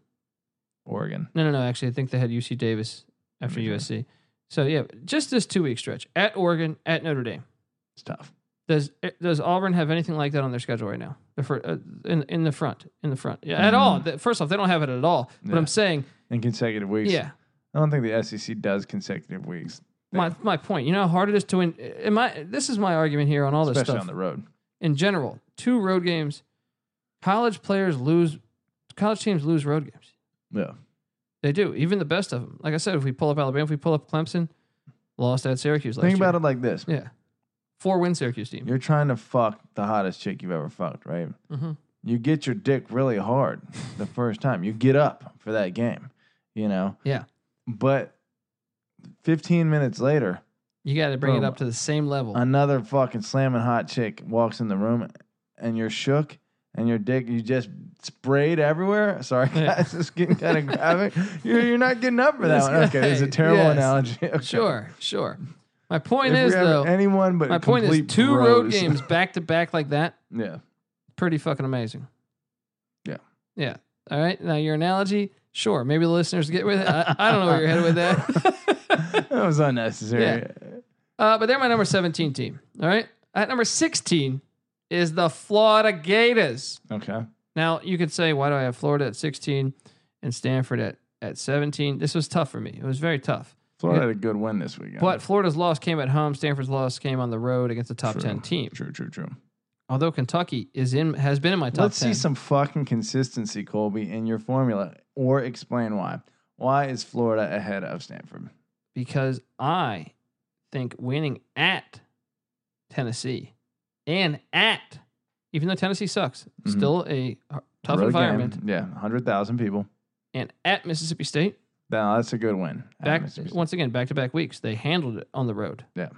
[SPEAKER 2] Oregon.
[SPEAKER 1] No, no, no. Actually, I think they had UC Davis after
[SPEAKER 2] Originally.
[SPEAKER 1] USC. So yeah, just this two week stretch at Oregon, at Notre Dame.
[SPEAKER 2] It's tough.
[SPEAKER 1] Does eh, does Auburn have anything like that on their schedule right now? The fir- uh, in in the front, in the front, yeah, at all. The- First off, they don't have it at all. But
[SPEAKER 2] Mm-hmm. Yeah.
[SPEAKER 1] I'm saying,
[SPEAKER 2] In consecutive weeks.
[SPEAKER 1] yeah,
[SPEAKER 2] I don't think the SEC does consecutive weeks,
[SPEAKER 1] my my point. You know how hard it is to win. In my this is my argument here on all this
[SPEAKER 2] especially
[SPEAKER 1] stuff
[SPEAKER 2] on the road.
[SPEAKER 1] in general. Two road games, college players lose, college teams lose road games.
[SPEAKER 2] Yeah.
[SPEAKER 1] They do. Even the best of them. Like I said, if we pull up Alabama, if we pull up Clemson, lost at Syracuse last
[SPEAKER 2] Think
[SPEAKER 1] year.
[SPEAKER 2] about it like this:
[SPEAKER 1] Yeah. Four win Syracuse team.
[SPEAKER 2] you're trying to fuck the hottest chick you've ever fucked, right?
[SPEAKER 1] Mm-hmm.
[SPEAKER 2] You get your dick really hard the first time. You get up for that game, you know.
[SPEAKER 1] Yeah.
[SPEAKER 2] But 15 minutes later,
[SPEAKER 1] You got to bring it
[SPEAKER 2] Boom.
[SPEAKER 1] up to the same level.
[SPEAKER 2] another fucking slamming hot chick walks in the room, and you're shook, and your dick you just sprayed everywhere. Sorry,
[SPEAKER 1] Yeah.
[SPEAKER 2] guys, it's getting kind of graphic. You're, you're not getting up for that
[SPEAKER 1] That's
[SPEAKER 2] one. Okay, it's a
[SPEAKER 1] right.
[SPEAKER 2] terrible
[SPEAKER 1] Yes.
[SPEAKER 2] analogy. Okay.
[SPEAKER 1] Sure, sure. My
[SPEAKER 2] If
[SPEAKER 1] point
[SPEAKER 2] we
[SPEAKER 1] is
[SPEAKER 2] have
[SPEAKER 1] though,
[SPEAKER 2] anyone but
[SPEAKER 1] my point is
[SPEAKER 2] complete
[SPEAKER 1] two road
[SPEAKER 2] bros.
[SPEAKER 1] games back to back like that,
[SPEAKER 2] Yeah,
[SPEAKER 1] pretty fucking amazing.
[SPEAKER 2] Yeah.
[SPEAKER 1] Yeah. All right. Now your analogy, sure. Maybe the listeners get with it. I, I don't know where you're headed with that.
[SPEAKER 2] that was unnecessary.
[SPEAKER 1] uh, but they're my number 17 team. All right. At number 16 is the Florida Gators.
[SPEAKER 2] Okay.
[SPEAKER 1] Now you could say, why do I have Florida at 16 and Stanford at, at 17? This was tough for me. It was very tough.
[SPEAKER 2] Florida had a good win this weekend.
[SPEAKER 1] But Florida's loss came at home. Stanford's loss came on the road against a top
[SPEAKER 2] True.
[SPEAKER 1] ten team.
[SPEAKER 2] True, true, true.
[SPEAKER 1] Although Kentucky is in, has been in my top
[SPEAKER 2] Let's
[SPEAKER 1] ten.
[SPEAKER 2] see some fucking consistency, Colby, in your formula, or explain why. Why is Florida ahead of Stanford?
[SPEAKER 1] because I think winning at Tennessee and at, even though Tennessee sucks,
[SPEAKER 2] Mhm.
[SPEAKER 1] still a h- tough
[SPEAKER 2] Road game.
[SPEAKER 1] environment,
[SPEAKER 2] Yeah, hundred thousand people.
[SPEAKER 1] and at Mississippi State,
[SPEAKER 2] Now that's a good win.
[SPEAKER 1] back
[SPEAKER 2] Atmosphere.
[SPEAKER 1] once again back to back weeks, they handled it on the road.
[SPEAKER 2] Yeah.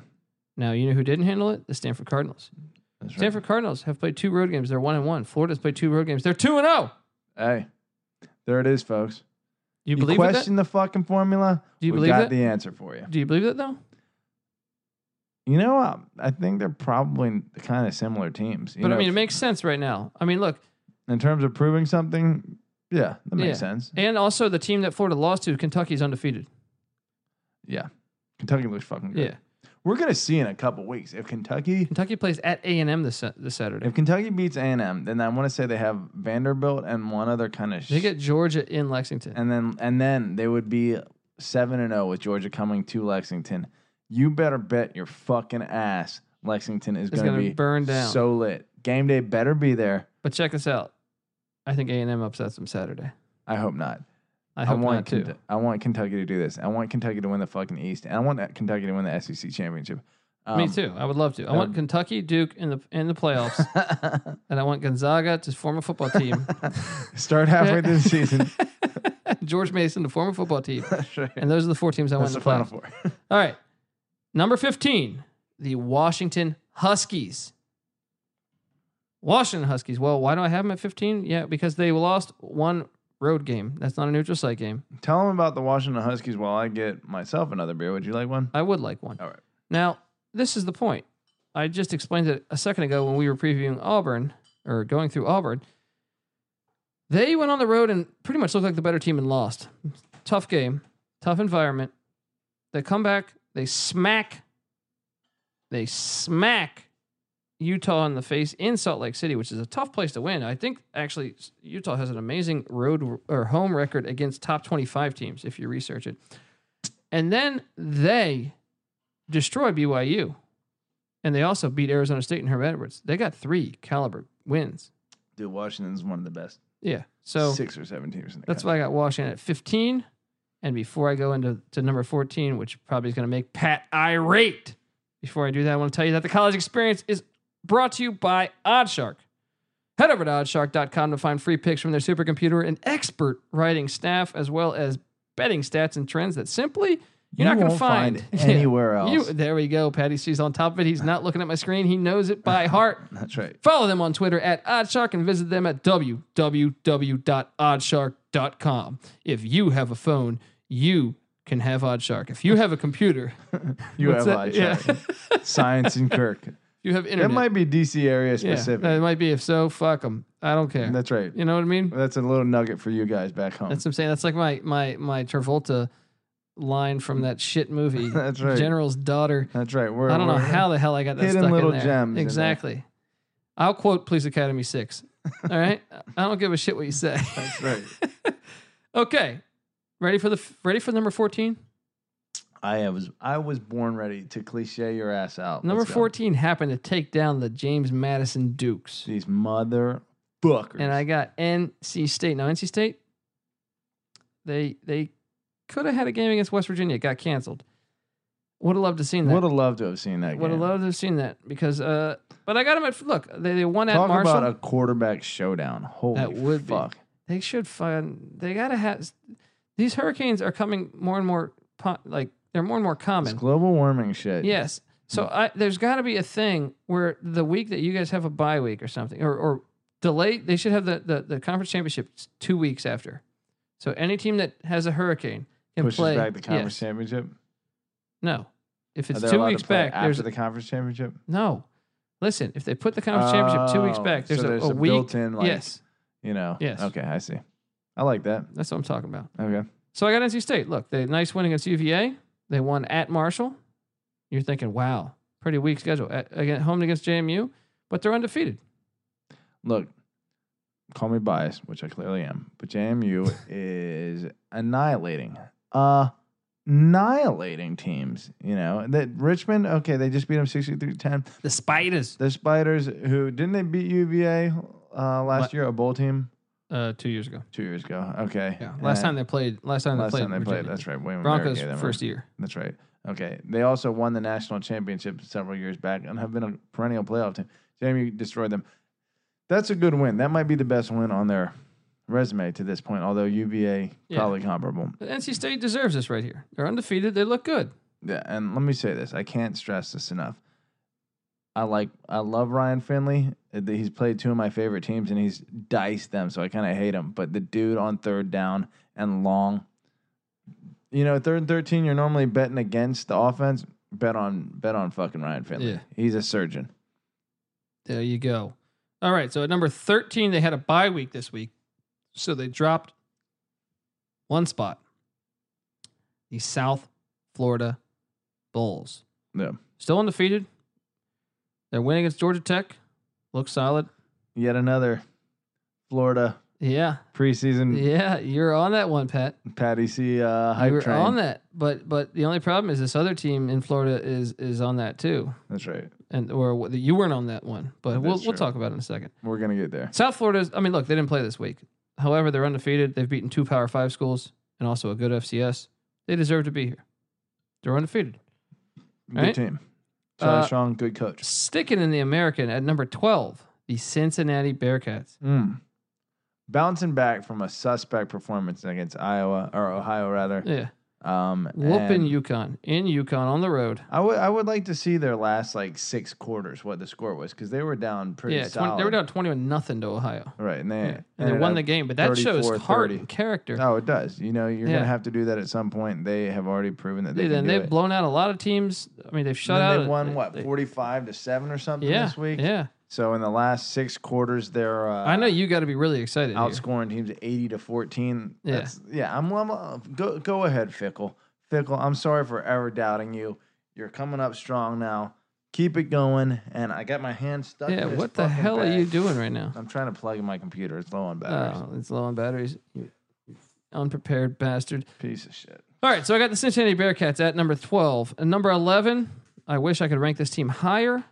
[SPEAKER 1] Now you know who didn't handle it? The Stanford Cardinals.
[SPEAKER 2] That's right.
[SPEAKER 1] Stanford Cardinals have played two road games. They're one and one. Florida's played two road games. They're two and oh. zero.
[SPEAKER 2] Hey, there it is, folks.
[SPEAKER 1] You believe it?
[SPEAKER 2] question the fucking formula?
[SPEAKER 1] Do you
[SPEAKER 2] we
[SPEAKER 1] believe
[SPEAKER 2] got
[SPEAKER 1] that?
[SPEAKER 2] the answer for you.
[SPEAKER 1] Do you believe that though?
[SPEAKER 2] You know, I, I think they're probably kind of similar teams. You
[SPEAKER 1] But
[SPEAKER 2] know,
[SPEAKER 1] I mean, it makes sense right now. I mean, look,
[SPEAKER 2] in terms of proving something, yeah, that makes
[SPEAKER 1] Yeah.
[SPEAKER 2] sense.
[SPEAKER 1] and also the team that Florida lost to, Kentucky's undefeated.
[SPEAKER 2] Yeah, Kentucky looks fucking good.
[SPEAKER 1] Yeah,
[SPEAKER 2] We're gonna see in a couple weeks if Kentucky
[SPEAKER 1] Kentucky plays at A and M this Sa- this Saturday.
[SPEAKER 2] if Kentucky beats A and M, then I want to say they have Vanderbilt and one other kind of.
[SPEAKER 1] They get Georgia in Lexington.
[SPEAKER 2] and then and then they would be seven and zero with Georgia coming to Lexington. You better bet your fucking ass Lexington is
[SPEAKER 1] It's
[SPEAKER 2] gonna,
[SPEAKER 1] gonna
[SPEAKER 2] be
[SPEAKER 1] burn down.
[SPEAKER 2] So lit. Game day better be there.
[SPEAKER 1] But check this out. I think A and M upsets them Saturday.
[SPEAKER 2] I hope not.
[SPEAKER 1] I hope
[SPEAKER 2] want
[SPEAKER 1] not too.
[SPEAKER 2] Kent- I want Kentucky to do this. I want Kentucky to win the fucking East, and I want Kentucky to win the SEC championship.
[SPEAKER 1] Me too. I would love to. I
[SPEAKER 2] um,
[SPEAKER 1] want Kentucky, Duke in the in the playoffs,
[SPEAKER 2] too.
[SPEAKER 1] and I want Gonzaga to form a football team,
[SPEAKER 2] Start halfway through the season.
[SPEAKER 1] George Mason to form a football team,
[SPEAKER 2] That's right.
[SPEAKER 1] and those are the four teams I want
[SPEAKER 2] That's
[SPEAKER 1] in
[SPEAKER 2] the
[SPEAKER 1] the
[SPEAKER 2] final
[SPEAKER 1] playoffs.
[SPEAKER 2] four.
[SPEAKER 1] All right, number fifteen, the Washington Huskies. Washington Huskies. Well, why do I have them at fifteen? Yeah, because they lost one road game. That's not a neutral site game.
[SPEAKER 2] Tell them about the Washington Huskies while I get myself another beer. Would you like one?
[SPEAKER 1] I would like one.
[SPEAKER 2] All right.
[SPEAKER 1] Now, this is the point. I just explained it a second ago when we were previewing Auburn or going through Auburn. They went on the road and pretty much looked like the better team and lost. Tough game, tough environment. They come back, they smack, they smack Utah in the face in Salt Lake City, which is a tough place to win. I think actually Utah has an amazing road or home record against top 25 teams if you research it. And then they destroy BYU. And they also beat Arizona State and Herb Edwards. They got three caliber wins.
[SPEAKER 2] Dude, Washington's one of the best
[SPEAKER 1] Yeah. So
[SPEAKER 2] six or seven teams in the
[SPEAKER 1] that's
[SPEAKER 2] country.
[SPEAKER 1] why I got Washington at 15. And before I go into to number 14, which probably is going to make Pat irate, before I do that, I want to tell you that the college experience is brought to you by Oddshark. Head over to oddshark.com to find free picks from their supercomputer and expert writing staff, as well as betting stats and trends that simply you're not going to
[SPEAKER 2] won't find,
[SPEAKER 1] find, Yeah.
[SPEAKER 2] anywhere
[SPEAKER 1] You,
[SPEAKER 2] else.
[SPEAKER 1] there we go. Patty C's on top of it. He's not looking at my screen. He knows it by heart.
[SPEAKER 2] That's right.
[SPEAKER 1] Follow them on Twitter at Oddshark and visit them at www.oddshark.com. If you have a phone, you can have Oddshark. If you have a computer,
[SPEAKER 2] You
[SPEAKER 1] What's
[SPEAKER 2] have
[SPEAKER 1] that?
[SPEAKER 2] eye
[SPEAKER 1] Yeah.
[SPEAKER 2] chart. Science and Kirk.
[SPEAKER 1] you have internet.
[SPEAKER 2] That might be DC area
[SPEAKER 1] Yeah, uh,
[SPEAKER 2] specific.
[SPEAKER 1] it might be. If so, fuck them. I don't care.
[SPEAKER 2] That's right.
[SPEAKER 1] you know what I mean?
[SPEAKER 2] That's a little nugget for you guys back home.
[SPEAKER 1] That's what I'm saying. That's like my my my Travolta line from that shit movie.
[SPEAKER 2] That's right.
[SPEAKER 1] General's daughter.
[SPEAKER 2] That's right. We're,
[SPEAKER 1] I don't know
[SPEAKER 2] we're-
[SPEAKER 1] how the hell I got that
[SPEAKER 2] Hidden
[SPEAKER 1] stuck
[SPEAKER 2] little
[SPEAKER 1] in there.
[SPEAKER 2] gems in there.
[SPEAKER 1] Exactly. I'll quote Police Academy six. All right. I don't give a shit what you say.
[SPEAKER 2] That's right.
[SPEAKER 1] okay. Ready for the f- ready for number fourteen?
[SPEAKER 2] I was I was born ready to cliche your ass out.
[SPEAKER 1] Number
[SPEAKER 2] Let's go.
[SPEAKER 1] fourteen happened to take down the James Madison Dukes,
[SPEAKER 2] These motherfuckers.
[SPEAKER 1] and I got NC State. Now NC State, they they Could have had a game against West Virginia. Got canceled. Would have loved to seen that.
[SPEAKER 2] Would have loved to have seen that
[SPEAKER 1] Would have
[SPEAKER 2] game.
[SPEAKER 1] loved to have seen that because. Uh, but I got them at look. They, they won at
[SPEAKER 2] Talk
[SPEAKER 1] Marshall.
[SPEAKER 2] about a quarterback showdown. Holy
[SPEAKER 1] That would be.
[SPEAKER 2] fuck.
[SPEAKER 1] they should find. They gotta have. These hurricanes are coming more and more. po- Like they're more and more
[SPEAKER 2] It's
[SPEAKER 1] common.
[SPEAKER 2] global warming shit.
[SPEAKER 1] Yes. So
[SPEAKER 2] Mm.
[SPEAKER 1] I, there's got to be a thing where the week that you guys have a bye week or something, or, or delay, they should have the, the, the conference championship two weeks after. So any team that has a hurricane can
[SPEAKER 2] Pushes
[SPEAKER 1] play.
[SPEAKER 2] back the conference
[SPEAKER 1] Yes.
[SPEAKER 2] championship.
[SPEAKER 1] No. If
[SPEAKER 2] Are
[SPEAKER 1] it's
[SPEAKER 2] they
[SPEAKER 1] two
[SPEAKER 2] allowed to
[SPEAKER 1] weeks
[SPEAKER 2] play
[SPEAKER 1] back, there's
[SPEAKER 2] after the conference championship.
[SPEAKER 1] no. Listen, if they put the conference championship two weeks
[SPEAKER 2] Oh,
[SPEAKER 1] back, there's,
[SPEAKER 2] so
[SPEAKER 1] a,
[SPEAKER 2] there's
[SPEAKER 1] a
[SPEAKER 2] a
[SPEAKER 1] week.
[SPEAKER 2] built-in, like-
[SPEAKER 1] yes,
[SPEAKER 2] You know.
[SPEAKER 1] Yes.
[SPEAKER 2] Okay, I see. I like that.
[SPEAKER 1] that's what I'm talking about.
[SPEAKER 2] Okay.
[SPEAKER 1] So I got NC State. Look, they had a nice win against UVA. They won at Marshall. You're thinking, wow, pretty weak schedule. At, again, home against JMU, but they're undefeated.
[SPEAKER 2] Look, call me biased, which I clearly am, but JMU is annihilating. Uh annihilating teams, you know. That Richmond, okay, they just beat them 63-10.
[SPEAKER 1] The Spiders.
[SPEAKER 2] The Spiders who didn't they beat UVA uh, last
[SPEAKER 1] What?
[SPEAKER 2] year, a bowl team?
[SPEAKER 1] uh, two years ago.
[SPEAKER 2] Two years ago. Okay.
[SPEAKER 1] Yeah, last
[SPEAKER 2] Uh,
[SPEAKER 1] time they played. Last time
[SPEAKER 2] last
[SPEAKER 1] they played.
[SPEAKER 2] time they played.
[SPEAKER 1] Virginia.
[SPEAKER 2] That's right. William Mary
[SPEAKER 1] Broncos
[SPEAKER 2] gave them a-
[SPEAKER 1] first year.
[SPEAKER 2] That's right. Okay. They also won the national championship several years back and have been a perennial playoff team. Jamie destroyed them. That's a good win. That might be the best win on their resume to this point, although UVA
[SPEAKER 1] Yeah.
[SPEAKER 2] probably comparable.
[SPEAKER 1] But NC State deserves this right here. They're undefeated. They look good.
[SPEAKER 2] Yeah, and let me say this. I can't stress this enough. I like I love Ryan Finley. Uh, th- He's played two of my favorite teams and he's diced them, so I kind of hate him. But the dude on third down and long, you know, third and thirteen, you're normally betting against the offense. Bet on bet on fucking Ryan Finley.
[SPEAKER 1] Yeah.
[SPEAKER 2] He's a surgeon.
[SPEAKER 1] There you go. All right. So at number thirteen, they had a bye week this week, so they dropped one spot. The South Florida Bulls
[SPEAKER 2] Yeah.
[SPEAKER 1] still undefeated. They're winning against Georgia Tech. Looks solid.
[SPEAKER 2] Yet another Florida
[SPEAKER 1] Yeah, Hmm.
[SPEAKER 2] preseason
[SPEAKER 1] yeah. You're on that one, Pat.
[SPEAKER 2] Patty C uh, hype
[SPEAKER 1] you were
[SPEAKER 2] train.
[SPEAKER 1] on that, but but the only problem is this other team in Florida is is on that too,
[SPEAKER 2] That's right.
[SPEAKER 1] and or wh- you weren't on that one. But we'll
[SPEAKER 2] That's
[SPEAKER 1] we'll
[SPEAKER 2] true.
[SPEAKER 1] talk about it in a second.
[SPEAKER 2] We're gonna get there.
[SPEAKER 1] South Florida's. I mean, look, they didn't play this week. However, they're undefeated. They've beaten two Power Five schools and also a good FCS. They deserve to be here. They're undefeated.
[SPEAKER 2] Good
[SPEAKER 1] Right?
[SPEAKER 2] team. Charlie
[SPEAKER 1] Uh,
[SPEAKER 2] Strong, good coach.
[SPEAKER 1] Sticking in the American at number twelve, the Cincinnati Bearcats.
[SPEAKER 2] Mm. Bouncing back from a suspect performance against Iowa or Ohio, rather.
[SPEAKER 1] Yeah,
[SPEAKER 2] Um,
[SPEAKER 1] whooping
[SPEAKER 2] and
[SPEAKER 1] Yukon in Yukon on the road.
[SPEAKER 2] I would I would like to see their last like six quarters what the score was because they were down pretty
[SPEAKER 1] yeah, 20,
[SPEAKER 2] solid.
[SPEAKER 1] they were down twenty-one nothing to Ohio.
[SPEAKER 2] right, and they,
[SPEAKER 1] Yeah. And they won the game, but that shows
[SPEAKER 2] 34-30.
[SPEAKER 1] heart and character.
[SPEAKER 2] Oh, it does. You know, you're
[SPEAKER 1] Yeah.
[SPEAKER 2] gonna have to do that at some point. They have already proven that they
[SPEAKER 1] Dude,
[SPEAKER 2] can
[SPEAKER 1] and
[SPEAKER 2] do
[SPEAKER 1] they've
[SPEAKER 2] it.
[SPEAKER 1] blown out a lot of teams. I mean, they've shut
[SPEAKER 2] And
[SPEAKER 1] out.
[SPEAKER 2] they
[SPEAKER 1] a-
[SPEAKER 2] won
[SPEAKER 1] they-
[SPEAKER 2] what
[SPEAKER 1] they-
[SPEAKER 2] forty five to seven or something
[SPEAKER 1] yeah,
[SPEAKER 2] this week.
[SPEAKER 1] Yeah,
[SPEAKER 2] So in the last six quarters, they're uh,
[SPEAKER 1] I know you got to be really excited. here.
[SPEAKER 2] outscoring teams 80 to 14.
[SPEAKER 1] Yeah.
[SPEAKER 2] That's, yeah, I'm, I'm uh, go go ahead, Fickle. Fickle, I'm sorry for ever doubting you. You're coming up strong now. Keep it going. And I got my hand stuck.
[SPEAKER 1] Yeah,
[SPEAKER 2] in this
[SPEAKER 1] what the
[SPEAKER 2] fucking
[SPEAKER 1] hell are
[SPEAKER 2] bag.
[SPEAKER 1] you doing right now?
[SPEAKER 2] I'm trying to plug in my computer. It's low on batteries.
[SPEAKER 1] Oh, it's low on batteries. You unprepared bastard.
[SPEAKER 2] Piece of shit.
[SPEAKER 1] All right, so I got the Cincinnati Bearcats at number twelve and number eleven. I wish I could rank this team higher.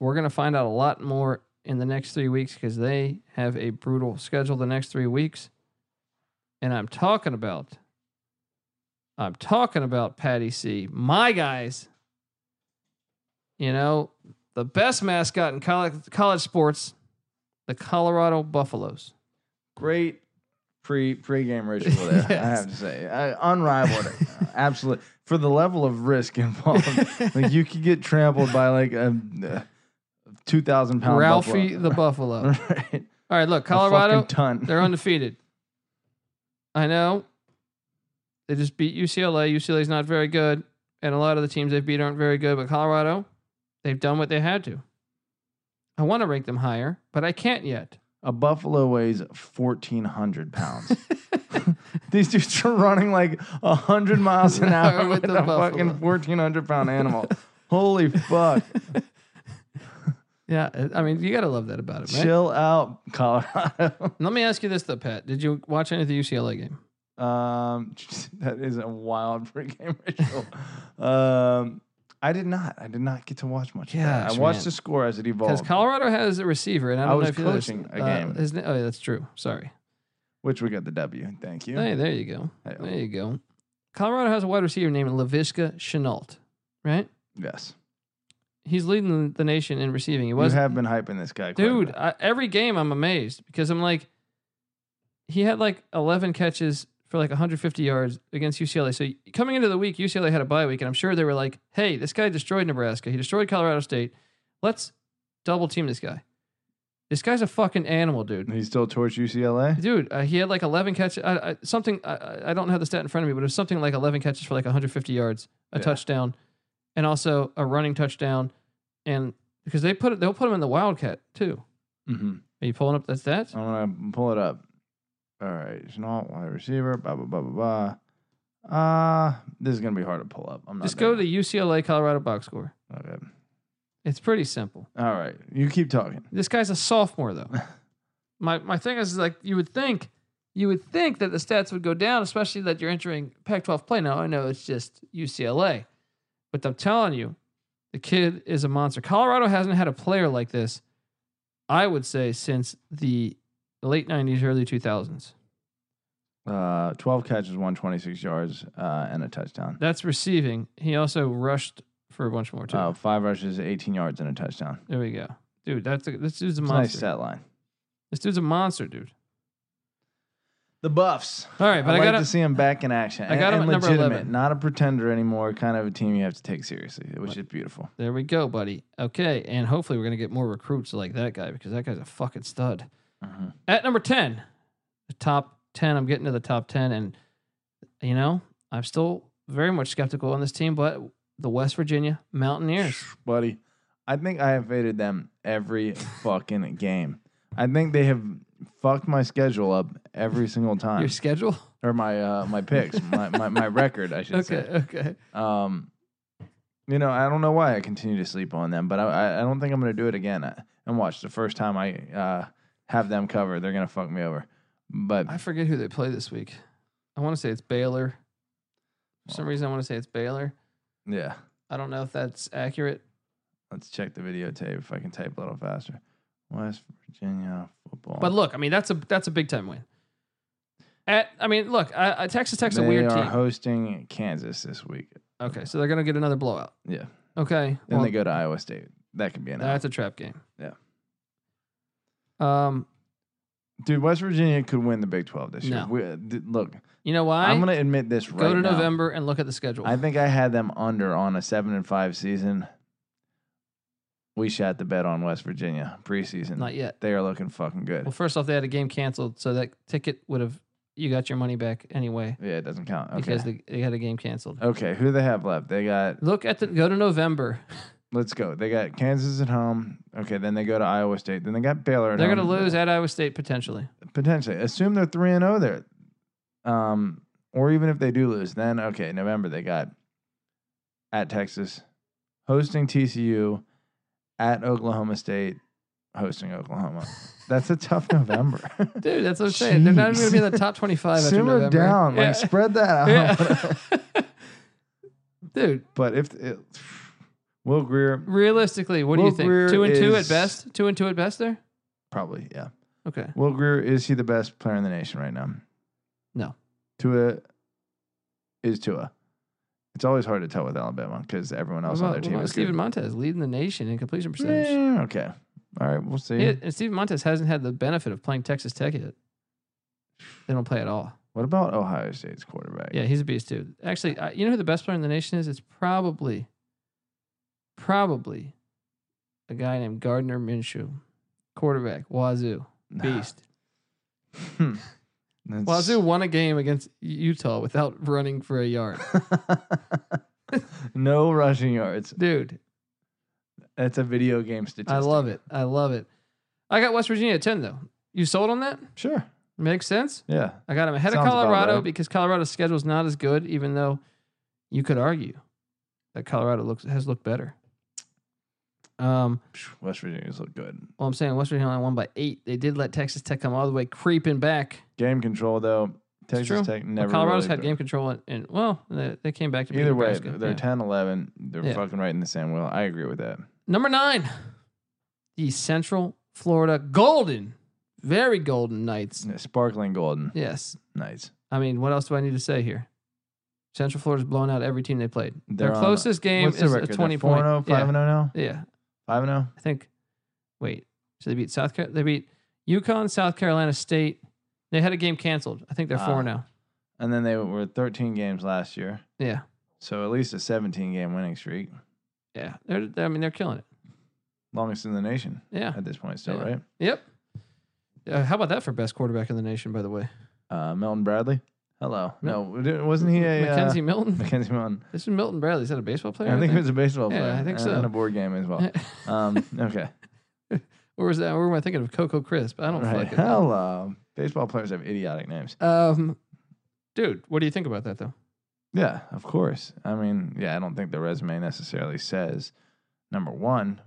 [SPEAKER 1] We're gonna find out a lot more in the next three weeks because they have a brutal schedule the next three weeks, and I'm talking about. I'm talking about Patty C. My guys. You know, the best mascot in college, college sports, the Colorado Buffaloes.
[SPEAKER 2] Great pre pregame ritual there. I
[SPEAKER 1] Yes.
[SPEAKER 2] have to say, I, unrivaled, absolutely for the level of risk involved. like you could get trampled by like a, two thousand pound
[SPEAKER 1] Ralphie
[SPEAKER 2] buffalo.
[SPEAKER 1] the Buffalo. All
[SPEAKER 2] right.
[SPEAKER 1] right, look,
[SPEAKER 2] A fucking
[SPEAKER 1] Colorado,
[SPEAKER 2] ton.
[SPEAKER 1] they're undefeated. I know. They just beat UCLA. UCLA's not very good, and a lot of the teams they've beat aren't very good, but Colorado, they've done what they had to. I want to rank them higher, but I can't yet.
[SPEAKER 2] A buffalo weighs fourteen hundred pounds. These dudes are running like hundred miles an hour with,
[SPEAKER 1] With the
[SPEAKER 2] a fucking
[SPEAKER 1] buffalo.
[SPEAKER 2] fourteen hundred pound animal. Holy fuck!
[SPEAKER 1] Yeah, I- I mean, you got to love that about it, right?
[SPEAKER 2] Chill out, Colorado.
[SPEAKER 1] Let me ask you this though, Pat. Did you watch any of the UCLA game?
[SPEAKER 2] Um, that is a wild pregame ritual. Um, I did not. I did not get to watch much. Yeah,
[SPEAKER 1] Gosh,
[SPEAKER 2] I watched
[SPEAKER 1] man.
[SPEAKER 2] the score as it
[SPEAKER 1] Because
[SPEAKER 2] evolved,
[SPEAKER 1] Colorado has a receiver, and I
[SPEAKER 2] I
[SPEAKER 1] don't know
[SPEAKER 2] was
[SPEAKER 1] if you noticed,
[SPEAKER 2] coaching a
[SPEAKER 1] uh,
[SPEAKER 2] game.
[SPEAKER 1] his na- oh, yeah, that's true. Sorry.
[SPEAKER 2] which we got the W. Thank you.
[SPEAKER 1] Hey, there you go.
[SPEAKER 2] Hey.
[SPEAKER 1] There you go. Colorado has a wide receiver named Laviska Chenault, right?
[SPEAKER 2] Yes.
[SPEAKER 1] He's leading the, the nation in receiving. He
[SPEAKER 2] You
[SPEAKER 1] was
[SPEAKER 2] have been hyping this guy. quite a
[SPEAKER 1] dude.
[SPEAKER 2] bit.
[SPEAKER 1] I, every game I'm amazed because I'm like, he had like 11 catches for like 150 yards against UCLA. So coming into the week, UCLA had a bye week, and I'm sure they were like, "Hey, this guy destroyed Nebraska. He destroyed Colorado State. Let's double team this guy. This guy's a fucking animal, dude."
[SPEAKER 2] He still torched UCLA?
[SPEAKER 1] Dude, uh, he had like 11 catches. I, I, something I- I, I don't have the stat in front of me, but it was something like 11 catches for like 150 yards, a
[SPEAKER 2] Yeah.
[SPEAKER 1] touchdown, and also a running touchdown. And because they put it, they'll put him in the Wildcat too.
[SPEAKER 2] Mm-hmm.
[SPEAKER 1] Are you pulling up that stat?
[SPEAKER 2] I'm gonna pull it up. All right, Chenault, wide receiver, blah blah blah blah blah. Uh this is gonna be hard to pull up. I'm Oh, not
[SPEAKER 1] Just go to UCLA Colorado box score.
[SPEAKER 2] Okay.
[SPEAKER 1] It's pretty simple.
[SPEAKER 2] All right, you keep talking.
[SPEAKER 1] This guy's a sophomore though. my my thing is, is like you would think you would think that the stats would go down, especially that you're entering Pac-12 play now. I know it's just UCLA, but I'm telling you, the kid is a monster. Colorado hasn't had a player like this, I would say, since the late '90s, early 2000s.
[SPEAKER 2] Uh, 12 catches, 126 yards, uh, and a touchdown.
[SPEAKER 1] That's receiving. He also rushed for a bunch more too.
[SPEAKER 2] Uh, five rushes, 18 yards, and a touchdown.
[SPEAKER 1] There we go, dude. That's a, this dude's a
[SPEAKER 2] It's a
[SPEAKER 1] monster.
[SPEAKER 2] nice stat line.
[SPEAKER 1] This dude's a monster, dude.
[SPEAKER 2] The Buffs.
[SPEAKER 1] All right,
[SPEAKER 2] I'd
[SPEAKER 1] but I,
[SPEAKER 2] like
[SPEAKER 1] gotta.
[SPEAKER 2] to see him back in action.
[SPEAKER 1] I got 'em
[SPEAKER 2] and, and
[SPEAKER 1] at number
[SPEAKER 2] legitimate,
[SPEAKER 1] 11.
[SPEAKER 2] not a pretender anymore. Kind of a team you have to take seriously, which is beautiful.
[SPEAKER 1] There we go, buddy. Okay, and hopefully we're gonna get more recruits like that guy because that guy's a fucking stud.
[SPEAKER 2] Mhm.
[SPEAKER 1] At number ten, the top ten. I'm getting to the top ten, and you know I'm still very much skeptical on this team, but the West Virginia Mountaineers.
[SPEAKER 2] buddy. I think I have faded them every fucking game. I think they have fucked my schedule up every single time,
[SPEAKER 1] Your schedule?
[SPEAKER 2] or my uh, my picks, my, my my record, I should
[SPEAKER 1] Okay,
[SPEAKER 2] say.
[SPEAKER 1] okay.
[SPEAKER 2] Um, you know, I don't know why I continue to sleep on them, but I I- I don't think I'm gonna do it again. I- And watch the first time I uh, have them cover, they're gonna fuck me over. But
[SPEAKER 1] I forget who they play this week. I want to say it's Baylor. For some reason, I want to say it's Baylor.
[SPEAKER 2] yeah,
[SPEAKER 1] I don't know if that's accurate.
[SPEAKER 2] let's check the videotape if I can type a little faster. West Virginia football.
[SPEAKER 1] But look, I mean that's a that's a big time win. At I mean, look, I, I Texas Tech's a
[SPEAKER 2] they
[SPEAKER 1] weird
[SPEAKER 2] are
[SPEAKER 1] team.
[SPEAKER 2] hosting Kansas this week.
[SPEAKER 1] Okay, so they're gonna get another blowout.
[SPEAKER 2] Yeah.
[SPEAKER 1] Okay,
[SPEAKER 2] Then
[SPEAKER 1] well,
[SPEAKER 2] they go to Iowa State. That could be an out.
[SPEAKER 1] that's a trap game.
[SPEAKER 2] Yeah.
[SPEAKER 1] Um,
[SPEAKER 2] Dude, West Virginia could win the Big 12 this year.
[SPEAKER 1] No.
[SPEAKER 2] We, uh, d- look,
[SPEAKER 1] you know why?
[SPEAKER 2] I, am going to admit this right
[SPEAKER 1] go to
[SPEAKER 2] now.
[SPEAKER 1] November and look at the schedule.
[SPEAKER 2] I think I had them under on a 7 and 5 season. We shot the bet on West Virginia preseason.
[SPEAKER 1] Not yet.
[SPEAKER 2] they are looking fucking good.
[SPEAKER 1] Well, first off, they had a game canceled, so that ticket would have you got your money back anyway
[SPEAKER 2] yeah, it doesn't count. Okay.
[SPEAKER 1] because they, they had a game canceled.
[SPEAKER 2] okay, who they have left? They got
[SPEAKER 1] Look at the go to November.
[SPEAKER 2] let's go. They got Kansas at home. Okay, then they go to Iowa State. Then they got Baylor at
[SPEAKER 1] They're gonna
[SPEAKER 2] home.
[SPEAKER 1] lose at Iowa State potentially.
[SPEAKER 2] potentially. Assume they're three and zero there, um, or even if they do lose, then okay, November they got at Texas, hosting TCU, at Oklahoma State, hosting Oklahoma. That's a tough November.
[SPEAKER 1] Dude, that's what I'm saying. They're not even gonna be in the
[SPEAKER 2] Jeez.
[SPEAKER 1] top 25. after
[SPEAKER 2] Simmer
[SPEAKER 1] November.
[SPEAKER 2] down,
[SPEAKER 1] Yeah.
[SPEAKER 2] like spread that out.
[SPEAKER 1] Yeah. Dude,
[SPEAKER 2] but if it, Will Greer
[SPEAKER 1] realistically, what do
[SPEAKER 2] Will
[SPEAKER 1] you think?
[SPEAKER 2] Greer
[SPEAKER 1] two and two at
[SPEAKER 2] is-
[SPEAKER 1] best. Two and two at best. There.
[SPEAKER 2] probably yeah.
[SPEAKER 1] Okay.
[SPEAKER 2] Will Greer is he the best player in the nation right now?
[SPEAKER 1] No.
[SPEAKER 2] Tua is Tua. It's always hard to tell with Alabama because everyone else
[SPEAKER 1] What
[SPEAKER 2] on
[SPEAKER 1] about-
[SPEAKER 2] their
[SPEAKER 1] what
[SPEAKER 2] team
[SPEAKER 1] about
[SPEAKER 2] is good.
[SPEAKER 1] Steven Montez leading the nation in completion percentage.
[SPEAKER 2] Eh, okay. All right. We'll see.
[SPEAKER 1] Yeah, and Steven Montez hasn't had the benefit of playing Texas Tech yet. They don't play at all.
[SPEAKER 2] What about Ohio State's quarterback?
[SPEAKER 1] Yeah, he's a beast too. Actually, I, you know who the best player in the nation is? It's probably, probably, a guy named Gardner Minshew, quarterback Wazoo, beast.
[SPEAKER 2] Hmm. That's-
[SPEAKER 1] Wazoo won a game against Utah without running for a yard.
[SPEAKER 2] no rushing yards.
[SPEAKER 1] Dude,
[SPEAKER 2] That's a video game statistic.
[SPEAKER 1] I love it. I love it. I got West Virginia at 10, though. You sold on that?
[SPEAKER 2] Sure.
[SPEAKER 1] Makes sense.
[SPEAKER 2] Yeah.
[SPEAKER 1] I got him ahead
[SPEAKER 2] Sounds
[SPEAKER 1] of
[SPEAKER 2] about
[SPEAKER 1] Colorado
[SPEAKER 2] right.
[SPEAKER 1] because Colorado's schedule is not as good, even though you could argue that Colorado looks has looked better. Um,
[SPEAKER 2] Phew, West Virginia's look good.
[SPEAKER 1] well, I'm saying West Virginia only won by eight. They did let Texas Tech come all the way creeping back.
[SPEAKER 2] Game control though. Texas
[SPEAKER 1] true.
[SPEAKER 2] Tech
[SPEAKER 1] But
[SPEAKER 2] never.
[SPEAKER 1] Colorado's
[SPEAKER 2] really
[SPEAKER 1] had
[SPEAKER 2] did.
[SPEAKER 1] game control, and, and well, they, they came back to beat
[SPEAKER 2] Either way,
[SPEAKER 1] Nebraska.
[SPEAKER 2] they're
[SPEAKER 1] Yeah.
[SPEAKER 2] 10 11. They're
[SPEAKER 1] Yeah.
[SPEAKER 2] fucking right in the same wheel. I agree with that.
[SPEAKER 1] Number nine, the Central Florida Golden, very golden Knights.
[SPEAKER 2] Yeah, Sparkling golden.
[SPEAKER 1] Yes.
[SPEAKER 2] Nice.
[SPEAKER 1] I mean, what else do I need to say here? Central Florida's blown out every team they played.
[SPEAKER 2] They're
[SPEAKER 1] Their
[SPEAKER 2] on-
[SPEAKER 1] closest game
[SPEAKER 2] What's the
[SPEAKER 1] is a
[SPEAKER 2] record? They're oh,
[SPEAKER 1] 20
[SPEAKER 2] 4
[SPEAKER 1] point.
[SPEAKER 2] 0, 5
[SPEAKER 1] yeah.
[SPEAKER 2] 0 now? oh?
[SPEAKER 1] yeah,
[SPEAKER 2] 5 0?
[SPEAKER 1] I think. Wait, so they beat South. Car- They beat Yukon, South Carolina State. They had a game canceled. I think they're
[SPEAKER 2] Ah.
[SPEAKER 1] four now.
[SPEAKER 2] And then they were 13 games last year.
[SPEAKER 1] Yeah,
[SPEAKER 2] So at least a 17 game winning streak.
[SPEAKER 1] yeah. They're, I mean, they're killing it.
[SPEAKER 2] Longest in the nation
[SPEAKER 1] Yeah.
[SPEAKER 2] at this point, still,
[SPEAKER 1] Yeah.
[SPEAKER 2] right?
[SPEAKER 1] Yep. Uh, how about that for best quarterback in the nation? By the way,
[SPEAKER 2] Uh, Milton Bradley? Hello. No, wasn't he a. uh,
[SPEAKER 1] Mackenzie Milton.
[SPEAKER 2] Mackenzie Milton.
[SPEAKER 1] This is Milton Bradley. Is that a baseball player?
[SPEAKER 2] I think it was a baseball
[SPEAKER 1] Yeah,
[SPEAKER 2] player.
[SPEAKER 1] I think
[SPEAKER 2] and- And
[SPEAKER 1] so.
[SPEAKER 2] a board game as well. um, okay.
[SPEAKER 1] or was that? Or am I thinking of Coco Crisp? I don't
[SPEAKER 2] Right.
[SPEAKER 1] fucking know.
[SPEAKER 2] Hello. Baseball players have idiotic names.
[SPEAKER 1] Um, dude, what do you think about that though?
[SPEAKER 2] Yeah, of course. I mean, yeah, I don't think the resume necessarily says number one,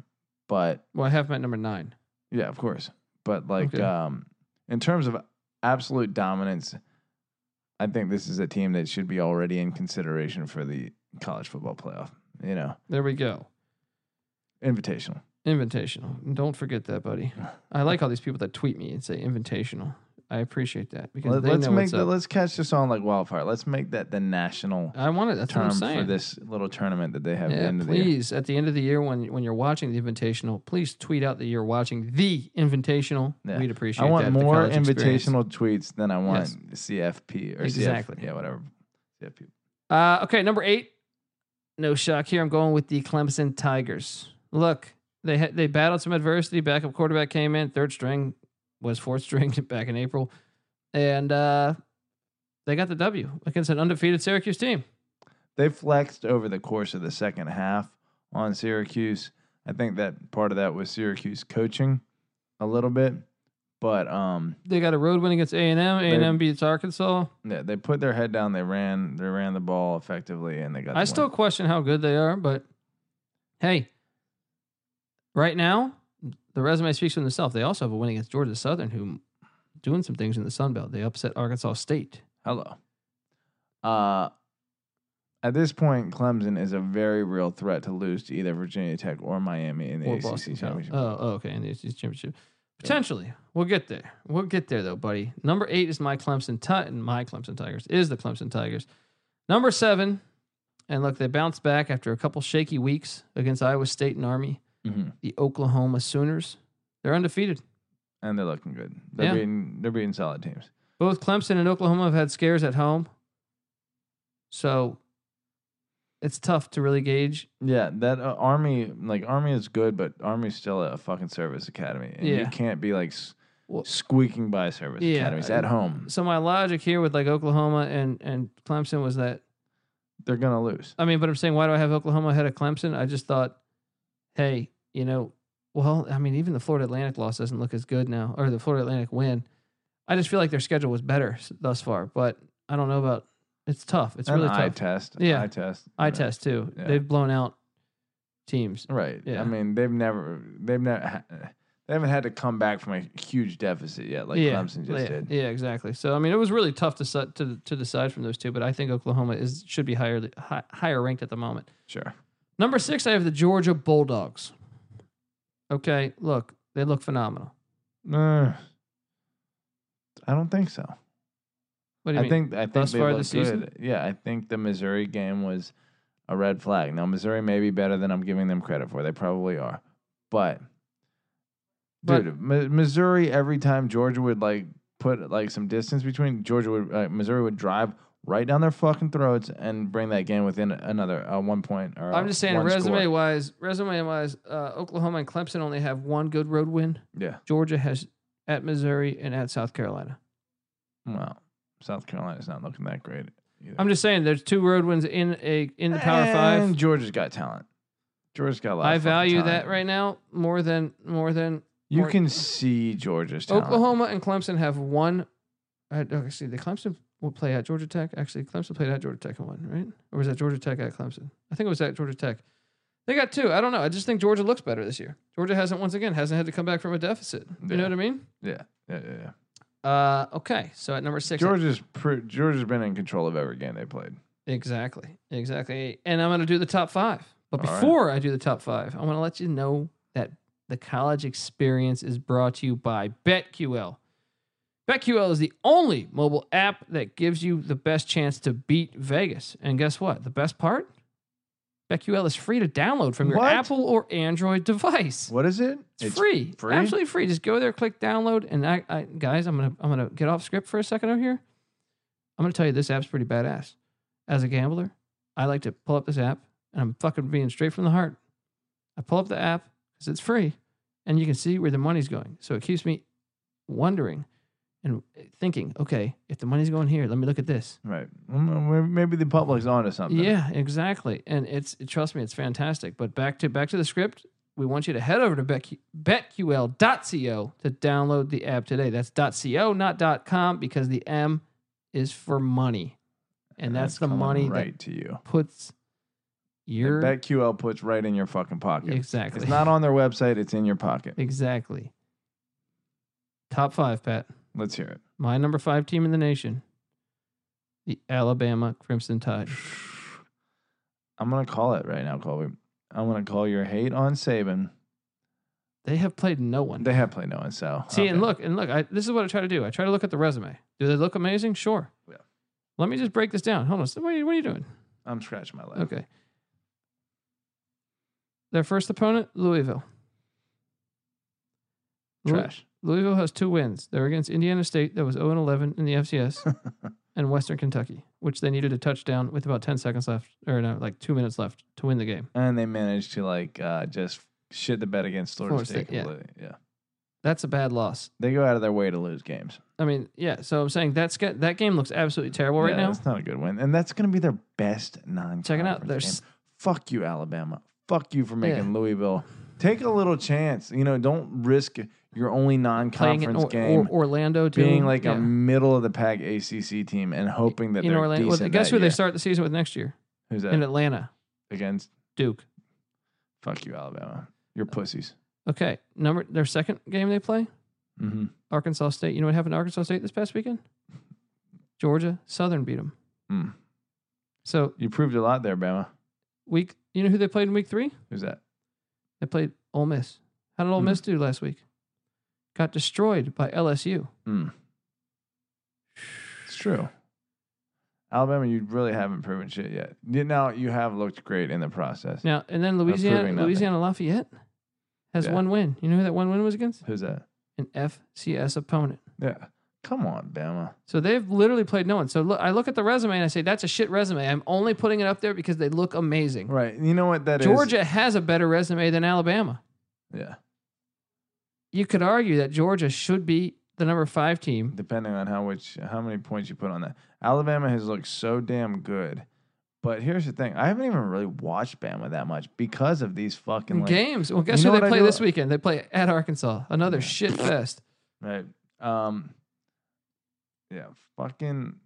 [SPEAKER 2] but
[SPEAKER 1] Well, I have him at number nine.
[SPEAKER 2] yeah, of course. But like,
[SPEAKER 1] Okay.
[SPEAKER 2] um, in terms of absolute dominance, I think this is a team that should be already in consideration for the college football playoff. You know,
[SPEAKER 1] There we go.
[SPEAKER 2] invitational.
[SPEAKER 1] Invitational. Don't forget that, buddy. I like all these people that tweet me and say invitational. I appreciate that because
[SPEAKER 2] Let,
[SPEAKER 1] they
[SPEAKER 2] us
[SPEAKER 1] know
[SPEAKER 2] make
[SPEAKER 1] what's
[SPEAKER 2] the,
[SPEAKER 1] up.
[SPEAKER 2] let's catch this on like wildfire. Let's make that the national
[SPEAKER 1] I want it. That's what
[SPEAKER 2] term
[SPEAKER 1] I'm
[SPEAKER 2] for
[SPEAKER 1] saying.
[SPEAKER 2] this little tournament that they have. at the
[SPEAKER 1] yeah,
[SPEAKER 2] end of the year.
[SPEAKER 1] please. At the end of the year, when when you're watching the Invitational, please tweet out that you're watching the Invitational.
[SPEAKER 2] Yeah.
[SPEAKER 1] We'd appreciate.
[SPEAKER 2] I
[SPEAKER 1] that
[SPEAKER 2] want
[SPEAKER 1] at the
[SPEAKER 2] more
[SPEAKER 1] college experience.
[SPEAKER 2] invitational tweets than I want CFP or
[SPEAKER 1] Exactly.
[SPEAKER 2] CF, yeah, whatever. CFP.
[SPEAKER 1] Uh, okay, number eight. No shock here. I'm going with the Clemson Tigers. Look, they had they battled some adversity. Backup quarterback came in. Third string was fourth string back in April, and uh, they got the W against an undefeated Syracuse team.
[SPEAKER 2] They flexed over the course of the second half on Syracuse. I think that part of that was Syracuse coaching a little bit, but um,
[SPEAKER 1] They got a road win against A and M. A and M beats Arkansas.
[SPEAKER 2] yeah, they put their head down. They ran. They ran the ball effectively, and they got. the
[SPEAKER 1] I
[SPEAKER 2] win.
[SPEAKER 1] still question how good they are, but hey, right now the resume speaks for themselves. They also have a win against Georgia Southern, who doing some things in the Sun Belt. They upset Arkansas State.
[SPEAKER 2] hello. Uh, at this point, Clemson is a very real threat to lose to either Virginia Tech or Miami in the
[SPEAKER 1] or
[SPEAKER 2] ACC
[SPEAKER 1] Boston
[SPEAKER 2] championship.
[SPEAKER 1] College. Oh, oh, okay. In the ACC championship, potentially, we'll get there. We'll get there though, buddy. Number eight is my Clemson Ti- My Clemson Tigers is the Clemson Tigers. Number seven, and look, they bounced back after a couple shaky weeks against Iowa State and Army.
[SPEAKER 2] Mhm.
[SPEAKER 1] The Oklahoma Sooners, they're undefeated.
[SPEAKER 2] and they're looking good. They're
[SPEAKER 1] Yeah.
[SPEAKER 2] beating they're beating solid teams.
[SPEAKER 1] Both Clemson and Oklahoma have had scares at home, so it's tough to really gauge.
[SPEAKER 2] Yeah, that uh, army like army is good, but army's still a fucking service academy, and you
[SPEAKER 1] Yeah.
[SPEAKER 2] can't be like s-
[SPEAKER 1] Well-
[SPEAKER 2] squeaking by service
[SPEAKER 1] Yeah,
[SPEAKER 2] academies
[SPEAKER 1] I-
[SPEAKER 2] at home.
[SPEAKER 1] So my logic here with like Oklahoma and and Clemson was that
[SPEAKER 2] They're gonna lose.
[SPEAKER 1] I mean, but I'm saying, why do I have Oklahoma ahead of Clemson? I just thought, hey, you know, well, I mean, even the Florida Atlantic loss doesn't look as good now, or the Florida Atlantic win. I just feel like their schedule was better s- thus far, but I don't know about. It's tough. It's
[SPEAKER 2] An
[SPEAKER 1] really
[SPEAKER 2] eye
[SPEAKER 1] tough.
[SPEAKER 2] test.
[SPEAKER 1] Yeah.
[SPEAKER 2] eye test.
[SPEAKER 1] I
[SPEAKER 2] right.
[SPEAKER 1] test too.
[SPEAKER 2] Yeah.
[SPEAKER 1] They've blown out teams.
[SPEAKER 2] Right.
[SPEAKER 1] Yeah.
[SPEAKER 2] I mean, they've never they've never ha- they haven't had to come back from a huge deficit yet, like Clemson just
[SPEAKER 1] yeah,
[SPEAKER 2] did.
[SPEAKER 1] Yeah, exactly. So I mean, it was really tough to set, to to decide from those two, but I think Oklahoma is should be higher hi, higher ranked at the moment.
[SPEAKER 2] Sure.
[SPEAKER 1] Number six, I have the Georgia Bulldogs. Okay, look, they look phenomenal.
[SPEAKER 2] Uh, I don't think so.
[SPEAKER 1] What do you
[SPEAKER 2] I
[SPEAKER 1] mean?
[SPEAKER 2] think I think
[SPEAKER 1] Thus
[SPEAKER 2] they
[SPEAKER 1] far
[SPEAKER 2] look
[SPEAKER 1] this
[SPEAKER 2] good.
[SPEAKER 1] season?
[SPEAKER 2] Yeah, I think the Missouri game was a red flag. Now Missouri may be better than I'm giving them credit for. They probably are, but,
[SPEAKER 1] But-
[SPEAKER 2] dude, Mi- Missouri every time Georgia would like put like some distance between Georgia would uh, Missouri would drive right down their fucking throats and bring that game within another uh, one point or
[SPEAKER 1] I'm just saying,
[SPEAKER 2] one score.
[SPEAKER 1] resume wise, resume wise, uh, Oklahoma and Clemson only have one good road win.
[SPEAKER 2] Yeah,
[SPEAKER 1] Georgia has at Missouri and at South Carolina.
[SPEAKER 2] well, South Carolina's not looking that great. Either.
[SPEAKER 1] I'm just saying, there's two road wins in a in the Power
[SPEAKER 2] And
[SPEAKER 1] Five.
[SPEAKER 2] Georgia's got talent. Georgia's got a lot.
[SPEAKER 1] I
[SPEAKER 2] of fucking
[SPEAKER 1] value
[SPEAKER 2] talent.
[SPEAKER 1] that right now more than more than
[SPEAKER 2] You
[SPEAKER 1] Or-
[SPEAKER 2] can see Georgia's talent.
[SPEAKER 1] Oklahoma and Clemson have one. I okay, see the Clemson will play at Georgia Tech. Actually, Clemson played at Georgia Tech and won, right? Or was that Georgia Tech at Clemson? I think it was at Georgia Tech. They got two. I don't know. I just think Georgia looks better this year. Georgia hasn't once again hasn't had to come back from a deficit. You
[SPEAKER 2] Yeah.
[SPEAKER 1] know what I mean?
[SPEAKER 2] Yeah, yeah, yeah. yeah.
[SPEAKER 1] Uh, okay. So at number six,
[SPEAKER 2] Georgia's pr- Georgia's been in control of every game they played.
[SPEAKER 1] exactly, exactly. And I'm going to do the top five. But
[SPEAKER 2] All right.
[SPEAKER 1] before I do the top five, I want to let you know that the college experience is brought to you by BetQL. BetQL is the only mobile app that gives you the best chance to beat Vegas. And guess what? The best part? BetQL is free to download from your
[SPEAKER 2] What?
[SPEAKER 1] Apple or Android device.
[SPEAKER 2] What is it?
[SPEAKER 1] It's, free.
[SPEAKER 2] free?
[SPEAKER 1] Absolutely free. Just go there, click download, and I, I guys, I'm gonna I'm gonna get off script for a second over here. I'm gonna tell you this app's pretty badass. As a gambler, I like to pull up this app, and I'm fucking being straight from the heart. I pull up the app because it's free, and you can see where the money's going. So it keeps me wondering and thinking, okay, if the money's going here, let me look at this.
[SPEAKER 2] Right. Mm, Maybe the public's onto something.
[SPEAKER 1] Yeah, exactly. And it's trust me, it's fantastic. But back to back to the script. We want you to head over to BetQ- betql.co to download the app today. That's .co, not .com, because the M is for money, and that's, the
[SPEAKER 2] coming
[SPEAKER 1] money
[SPEAKER 2] right to you.
[SPEAKER 1] that puts your
[SPEAKER 2] That QL puts right in your fucking pocket.
[SPEAKER 1] exactly
[SPEAKER 2] It's not on their website. It's in your pocket.
[SPEAKER 1] exactly top five. Pat,
[SPEAKER 2] Let's hear it.
[SPEAKER 1] my number five team in the nation, the Alabama Crimson Tide.
[SPEAKER 2] I'm gonna call it right now, Colby. I'm gonna call your hate on Saban.
[SPEAKER 1] They have played no one.
[SPEAKER 2] They have played no one, so
[SPEAKER 1] See,
[SPEAKER 2] okay.
[SPEAKER 1] and look, and look, I, this is what I try to do. I try to look at the resume. Do they look amazing? Sure.
[SPEAKER 2] Yeah.
[SPEAKER 1] Let me just break this down. Hold on. So What are you, what are you doing?
[SPEAKER 2] I'm scratching my leg.
[SPEAKER 1] Okay. Their first opponent, Louisville. Lou-
[SPEAKER 2] Trash.
[SPEAKER 1] Louisville has two wins. They were against Indiana State, that was 0 and 11 in the FCS, and Western Kentucky, which they needed a touchdown with about 10 seconds left, or no, like two minutes left to win the game.
[SPEAKER 2] And they managed to like uh, just shit the bet against Florida,
[SPEAKER 1] Florida
[SPEAKER 2] State.
[SPEAKER 1] State, yeah.
[SPEAKER 2] completely. yeah.
[SPEAKER 1] That's a bad loss.
[SPEAKER 2] They go out of their way to lose games.
[SPEAKER 1] I mean, yeah. So I'm saying that's ga- that game looks absolutely terrible right
[SPEAKER 2] Yeah,
[SPEAKER 1] now.
[SPEAKER 2] That's not a good win. And that's going to be their best non
[SPEAKER 1] Check it out. There's-
[SPEAKER 2] Fuck you, Alabama. Fuck you for making
[SPEAKER 1] Yeah.
[SPEAKER 2] Louisville. Take a little chance. You know, don't risk your only non
[SPEAKER 1] playing in
[SPEAKER 2] conference
[SPEAKER 1] Or-
[SPEAKER 2] game
[SPEAKER 1] Or, Orlando too.
[SPEAKER 2] being like
[SPEAKER 1] Yeah.
[SPEAKER 2] a middle of the pack ACC team and hoping that
[SPEAKER 1] in
[SPEAKER 2] they're
[SPEAKER 1] Orlando. Well,
[SPEAKER 2] decent.
[SPEAKER 1] guess
[SPEAKER 2] that
[SPEAKER 1] who they
[SPEAKER 2] year.
[SPEAKER 1] start the season with next year
[SPEAKER 2] Who's that?
[SPEAKER 1] in Atlanta?
[SPEAKER 2] Against?
[SPEAKER 1] Duke.
[SPEAKER 2] Fuck you, Alabama. You're
[SPEAKER 1] Uh,
[SPEAKER 2] pussies.
[SPEAKER 1] Okay, number their second game they play
[SPEAKER 2] hmm
[SPEAKER 1] Arkansas State. You know what happened to Arkansas State this past weekend? Georgia Southern beat them.
[SPEAKER 2] Mm.
[SPEAKER 1] So
[SPEAKER 2] You proved a lot there, Bama.
[SPEAKER 1] week, you know who they played in week three?
[SPEAKER 2] Who's that?
[SPEAKER 1] They played Ole Miss. How did Ole
[SPEAKER 2] Mm.
[SPEAKER 1] Miss do last week? Got destroyed by LSU.
[SPEAKER 2] Mm. It's true. Alabama, you really haven't proven shit yet. You- Now you have looked great in the process.
[SPEAKER 1] Now and then
[SPEAKER 2] proving
[SPEAKER 1] Louisiana,
[SPEAKER 2] nothing.
[SPEAKER 1] Louisiana Lafayette has
[SPEAKER 2] Yeah.
[SPEAKER 1] one win. You know who that one win was against?
[SPEAKER 2] Who's that?
[SPEAKER 1] An FCS opponent.
[SPEAKER 2] Yeah. Come on, Bama.
[SPEAKER 1] So they've literally played no one. So look, I look at the resume and I say that's a shit resume. I'm only putting it up there because they look amazing.
[SPEAKER 2] Right. You know what that is?
[SPEAKER 1] Georgia has a better resume than Alabama.
[SPEAKER 2] Yeah.
[SPEAKER 1] You could argue that Georgia should be the number five team.
[SPEAKER 2] Depending on how which how many points you put on that. Alabama has looked so damn good. But here's the thing. I haven't even really watched Bama that much because of these fucking
[SPEAKER 1] in
[SPEAKER 2] like,
[SPEAKER 1] games. Well, guess
[SPEAKER 2] You know
[SPEAKER 1] who
[SPEAKER 2] what
[SPEAKER 1] they
[SPEAKER 2] I
[SPEAKER 1] play
[SPEAKER 2] do-
[SPEAKER 1] this weekend? They play at Arkansas. Another shit fest.
[SPEAKER 2] Right. Um Yeah, fucking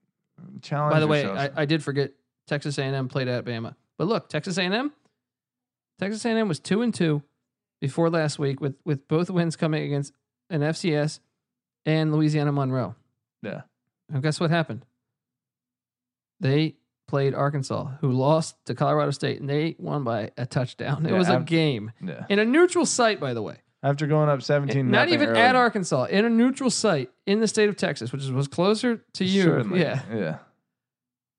[SPEAKER 2] challenge.
[SPEAKER 1] By the way, I,
[SPEAKER 2] yourselves.
[SPEAKER 1] I did forget Texas A&M played at Bama. But look, Texas A&M, Texas A&M was two and two before last week with with both wins coming against an FCS and Louisiana Monroe.
[SPEAKER 2] Yeah.
[SPEAKER 1] And guess what happened? They played Arkansas, who lost to Colorado State, and they won by a touchdown. It
[SPEAKER 2] Yeah,
[SPEAKER 1] was a
[SPEAKER 2] I've-
[SPEAKER 1] game
[SPEAKER 2] Yeah.
[SPEAKER 1] in a neutral site, by the way.
[SPEAKER 2] After going up
[SPEAKER 1] Not,
[SPEAKER 2] 17
[SPEAKER 1] even
[SPEAKER 2] early,
[SPEAKER 1] at Arkansas, in a neutral site in the state of Texas, which is, was closer to you.
[SPEAKER 2] certainly.
[SPEAKER 1] Yeah,
[SPEAKER 2] Yeah.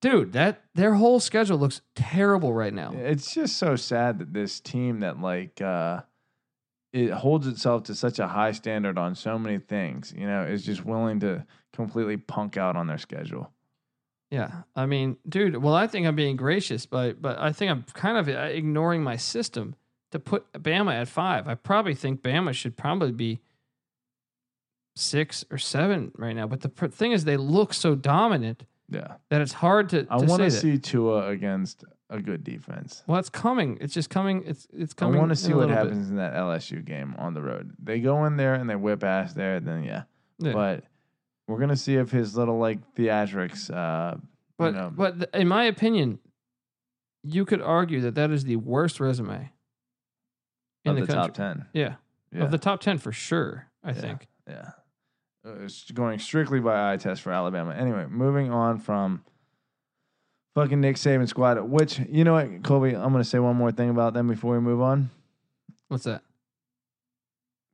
[SPEAKER 1] dude, that their whole schedule looks terrible right now.
[SPEAKER 2] It's just so sad that this team that like uh it holds itself to such a high standard on so many things, you know, is just willing to completely punk out on their schedule.
[SPEAKER 1] Yeah, I mean, dude. Well, I think I'm being gracious, but but I think I'm kind of uh, ignoring my system to put Bama at five. I probably think Bama should probably be six or seven right now. But the pr- thing is, they look so dominant
[SPEAKER 2] Yeah.
[SPEAKER 1] that it's hard to.
[SPEAKER 2] I
[SPEAKER 1] to
[SPEAKER 2] want to
[SPEAKER 1] say that.
[SPEAKER 2] see Tua against a good defense.
[SPEAKER 1] Well, it's coming. It's just coming. It's it's coming.
[SPEAKER 2] I
[SPEAKER 1] in
[SPEAKER 2] want
[SPEAKER 1] a
[SPEAKER 2] to see what
[SPEAKER 1] little bit.
[SPEAKER 2] happens in that LSU game on the road. They go in there and they whip ass there, then yeah.
[SPEAKER 1] Yeah.
[SPEAKER 2] But we're gonna see if his little like theatrics uh
[SPEAKER 1] But
[SPEAKER 2] know.
[SPEAKER 1] but th- in my opinion, you could argue that that is the worst resume in
[SPEAKER 2] of the,
[SPEAKER 1] the, country.
[SPEAKER 2] top ten.
[SPEAKER 1] Yeah.
[SPEAKER 2] Yeah.
[SPEAKER 1] of the top ten for sure. I
[SPEAKER 2] Yeah.
[SPEAKER 1] think.
[SPEAKER 2] Yeah. Uh, It's going strictly by eye test for Alabama. Anyway, moving on from fucking Nick Saban squad, which, you know what, Colby, I'm going to say one more thing about them before we move on.
[SPEAKER 1] What's that?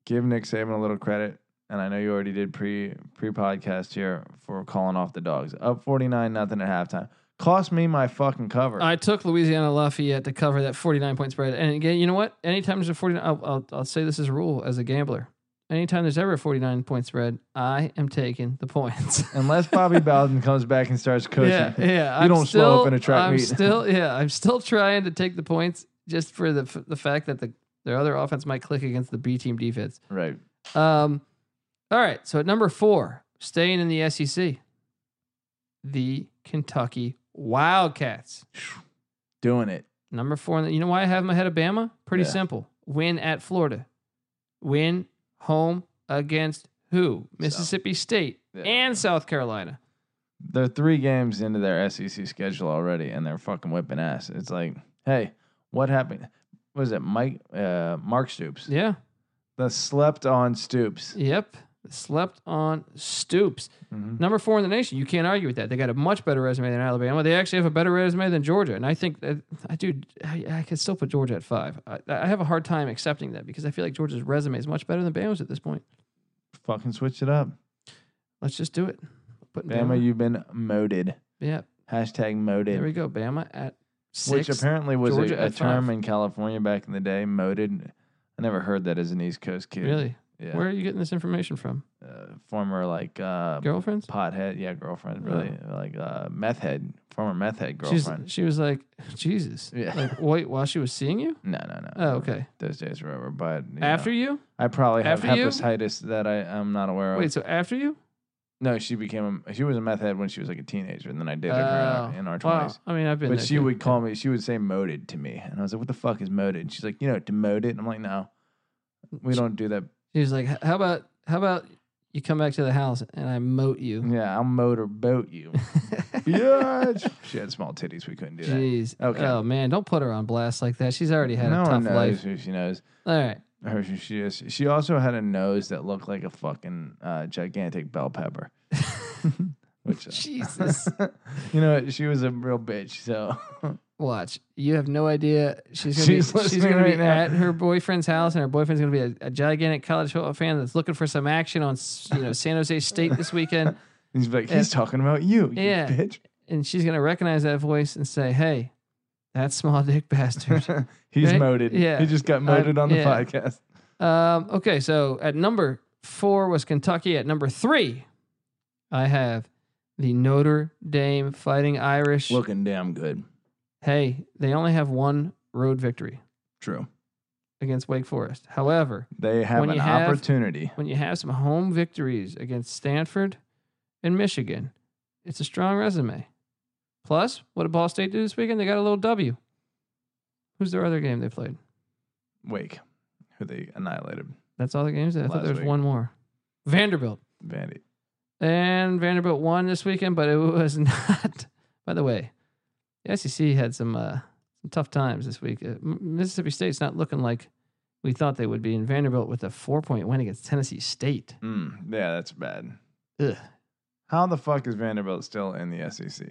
[SPEAKER 2] Give Nick Saban a little credit. and I know you already did pre pre podcast here for calling off the dogs. Up forty nine nothing at halftime. Cost me my fucking cover.
[SPEAKER 1] I took Louisiana Lafayette to cover that 49 point spread. And again, you know what? Anytime there's a 49, I'll, I'll, I'll say this as a rule as a gambler. Anytime there's ever a 49 point spread, I am taking the points.
[SPEAKER 2] Unless Bobby Bowden comes back and starts coaching.
[SPEAKER 1] yeah, yeah.
[SPEAKER 2] You don't slow up in a track
[SPEAKER 1] I'm
[SPEAKER 2] meet.
[SPEAKER 1] still, yeah, I'm still trying to take the points just for the f- the fact that the their other offense might click against the B team defense.
[SPEAKER 2] Right.
[SPEAKER 1] Um, all right. So at number four, staying in the SEC, the Kentucky Wildcats.
[SPEAKER 2] Doing it.
[SPEAKER 1] Number four. in the- You know why I have my head of Bama? Pretty
[SPEAKER 2] Yeah.
[SPEAKER 1] simple. Win at Florida. Win home against who? Mississippi State
[SPEAKER 2] Yeah.
[SPEAKER 1] and South Carolina.
[SPEAKER 2] They're three games into their SEC schedule already, and they're fucking whipping ass. It's like, hey, what happened? Was it Mike uh, Mark Stoops?
[SPEAKER 1] Yeah.
[SPEAKER 2] The slept on Stoops.
[SPEAKER 1] Yep. Slept on Stoops.
[SPEAKER 2] Mhm.
[SPEAKER 1] Number four in the nation. You can't argue with that. They got a much better resume than Alabama. They actually have a better resume than Georgia. And I think that, I dude, I, I could still put Georgia at five. I, I have a hard time accepting that because I feel like Georgia's resume is much better than Bama's at this point.
[SPEAKER 2] Fucking switch it up.
[SPEAKER 1] Let's just do it. Put
[SPEAKER 2] Bama, you've been moted.
[SPEAKER 1] yeah.
[SPEAKER 2] Hashtag
[SPEAKER 1] There we
[SPEAKER 2] moted.
[SPEAKER 1] go. Bama at six.
[SPEAKER 2] Which apparently was a,
[SPEAKER 1] Georgia
[SPEAKER 2] a
[SPEAKER 1] at
[SPEAKER 2] term
[SPEAKER 1] five.
[SPEAKER 2] in California back in the day, moted. I never heard that as an East Coast kid.
[SPEAKER 1] Really?
[SPEAKER 2] Yeah.
[SPEAKER 1] Where are you getting this information from?
[SPEAKER 2] uh, former like uh,
[SPEAKER 1] Girlfriends?
[SPEAKER 2] pothead, yeah, girlfriend,
[SPEAKER 1] Oh.
[SPEAKER 2] really like uh, meth head, former meth head
[SPEAKER 1] She's,
[SPEAKER 2] girlfriend.
[SPEAKER 1] she was like, Jesus.
[SPEAKER 2] Yeah.
[SPEAKER 1] Like, wait, while she was seeing you?
[SPEAKER 2] no, no, no.
[SPEAKER 1] Oh, okay.
[SPEAKER 2] Those days were over. But you
[SPEAKER 1] After
[SPEAKER 2] know,
[SPEAKER 1] you?
[SPEAKER 2] I probably have
[SPEAKER 1] after you?
[SPEAKER 2] hepatitis that I am not aware of.
[SPEAKER 1] Wait, so after you?
[SPEAKER 2] no, she became a, she was a meth head when she was like a teenager, and then I dated
[SPEAKER 1] Oh,
[SPEAKER 2] her uh, in our
[SPEAKER 1] wow.
[SPEAKER 2] twenties.
[SPEAKER 1] I mean, I've been
[SPEAKER 2] But
[SPEAKER 1] there,
[SPEAKER 2] she
[SPEAKER 1] too.
[SPEAKER 2] would call me. She would say "moted" to me, and I was like, "What the fuck is moted?" And she's like, "You know, demoted." And I'm like, "No, we don't do that."
[SPEAKER 1] She was like, "H- "How about how about you come back to the house and I moat you?"
[SPEAKER 2] Yeah, I'll motor boat you. yeah, she had small titties. We couldn't do that.
[SPEAKER 1] Jeez.
[SPEAKER 2] Okay.
[SPEAKER 1] Oh man, don't put her on blast like that. She's already had
[SPEAKER 2] no
[SPEAKER 1] a
[SPEAKER 2] one
[SPEAKER 1] tough
[SPEAKER 2] knows
[SPEAKER 1] life.
[SPEAKER 2] who she knows.
[SPEAKER 1] All right.
[SPEAKER 2] Her, she, she is. She also had a nose that looked like a fucking uh, gigantic bell pepper. Which, uh,
[SPEAKER 1] Jesus.
[SPEAKER 2] you know, she was a real bitch. So
[SPEAKER 1] Watch. You have no idea. She's gonna
[SPEAKER 2] She's
[SPEAKER 1] be, she's
[SPEAKER 2] listening
[SPEAKER 1] gonna be
[SPEAKER 2] right now.
[SPEAKER 1] at her boyfriend's house, and her boyfriend's gonna be a, a gigantic college football fan that's looking for some action on s- you know San Jose State this weekend,
[SPEAKER 2] he's like, he's talking about you, you
[SPEAKER 1] Yeah.
[SPEAKER 2] bitch.
[SPEAKER 1] and she's gonna recognize that voice and say, "Hey, that small dick bastard."
[SPEAKER 2] he's
[SPEAKER 1] Right?
[SPEAKER 2] moted.
[SPEAKER 1] Yeah. Uh,
[SPEAKER 2] He just got moted on the
[SPEAKER 1] yeah.
[SPEAKER 2] podcast.
[SPEAKER 1] Um, okay, so at number four was Kentucky. At number three, I have the Notre Dame Fighting Irish.
[SPEAKER 2] Looking damn good.
[SPEAKER 1] Hey, they only have one road victory
[SPEAKER 2] True.
[SPEAKER 1] against Wake Forest. However,
[SPEAKER 2] They have
[SPEAKER 1] When
[SPEAKER 2] an
[SPEAKER 1] you have-
[SPEAKER 2] opportunity.
[SPEAKER 1] when you have some home victories against Stanford and Michigan, it's a strong resume. Plus, what did Ball State do this weekend? They got a little W. Who's their other game they played?
[SPEAKER 2] Wake, who they annihilated.
[SPEAKER 1] That's all the games. I thought
[SPEAKER 2] Last
[SPEAKER 1] there was
[SPEAKER 2] week.
[SPEAKER 1] one more. Vanderbilt.
[SPEAKER 2] Vandy.
[SPEAKER 1] And Vanderbilt won this weekend, but it was not. By the way, the SEC had some uh, some tough times this week. Uh, M- Mississippi State's not looking like we thought they would be, and Vanderbilt with a four point win against Tennessee State.
[SPEAKER 2] Mm, yeah, that's bad.
[SPEAKER 1] Ugh.
[SPEAKER 2] How the fuck is Vanderbilt still in the E SEC?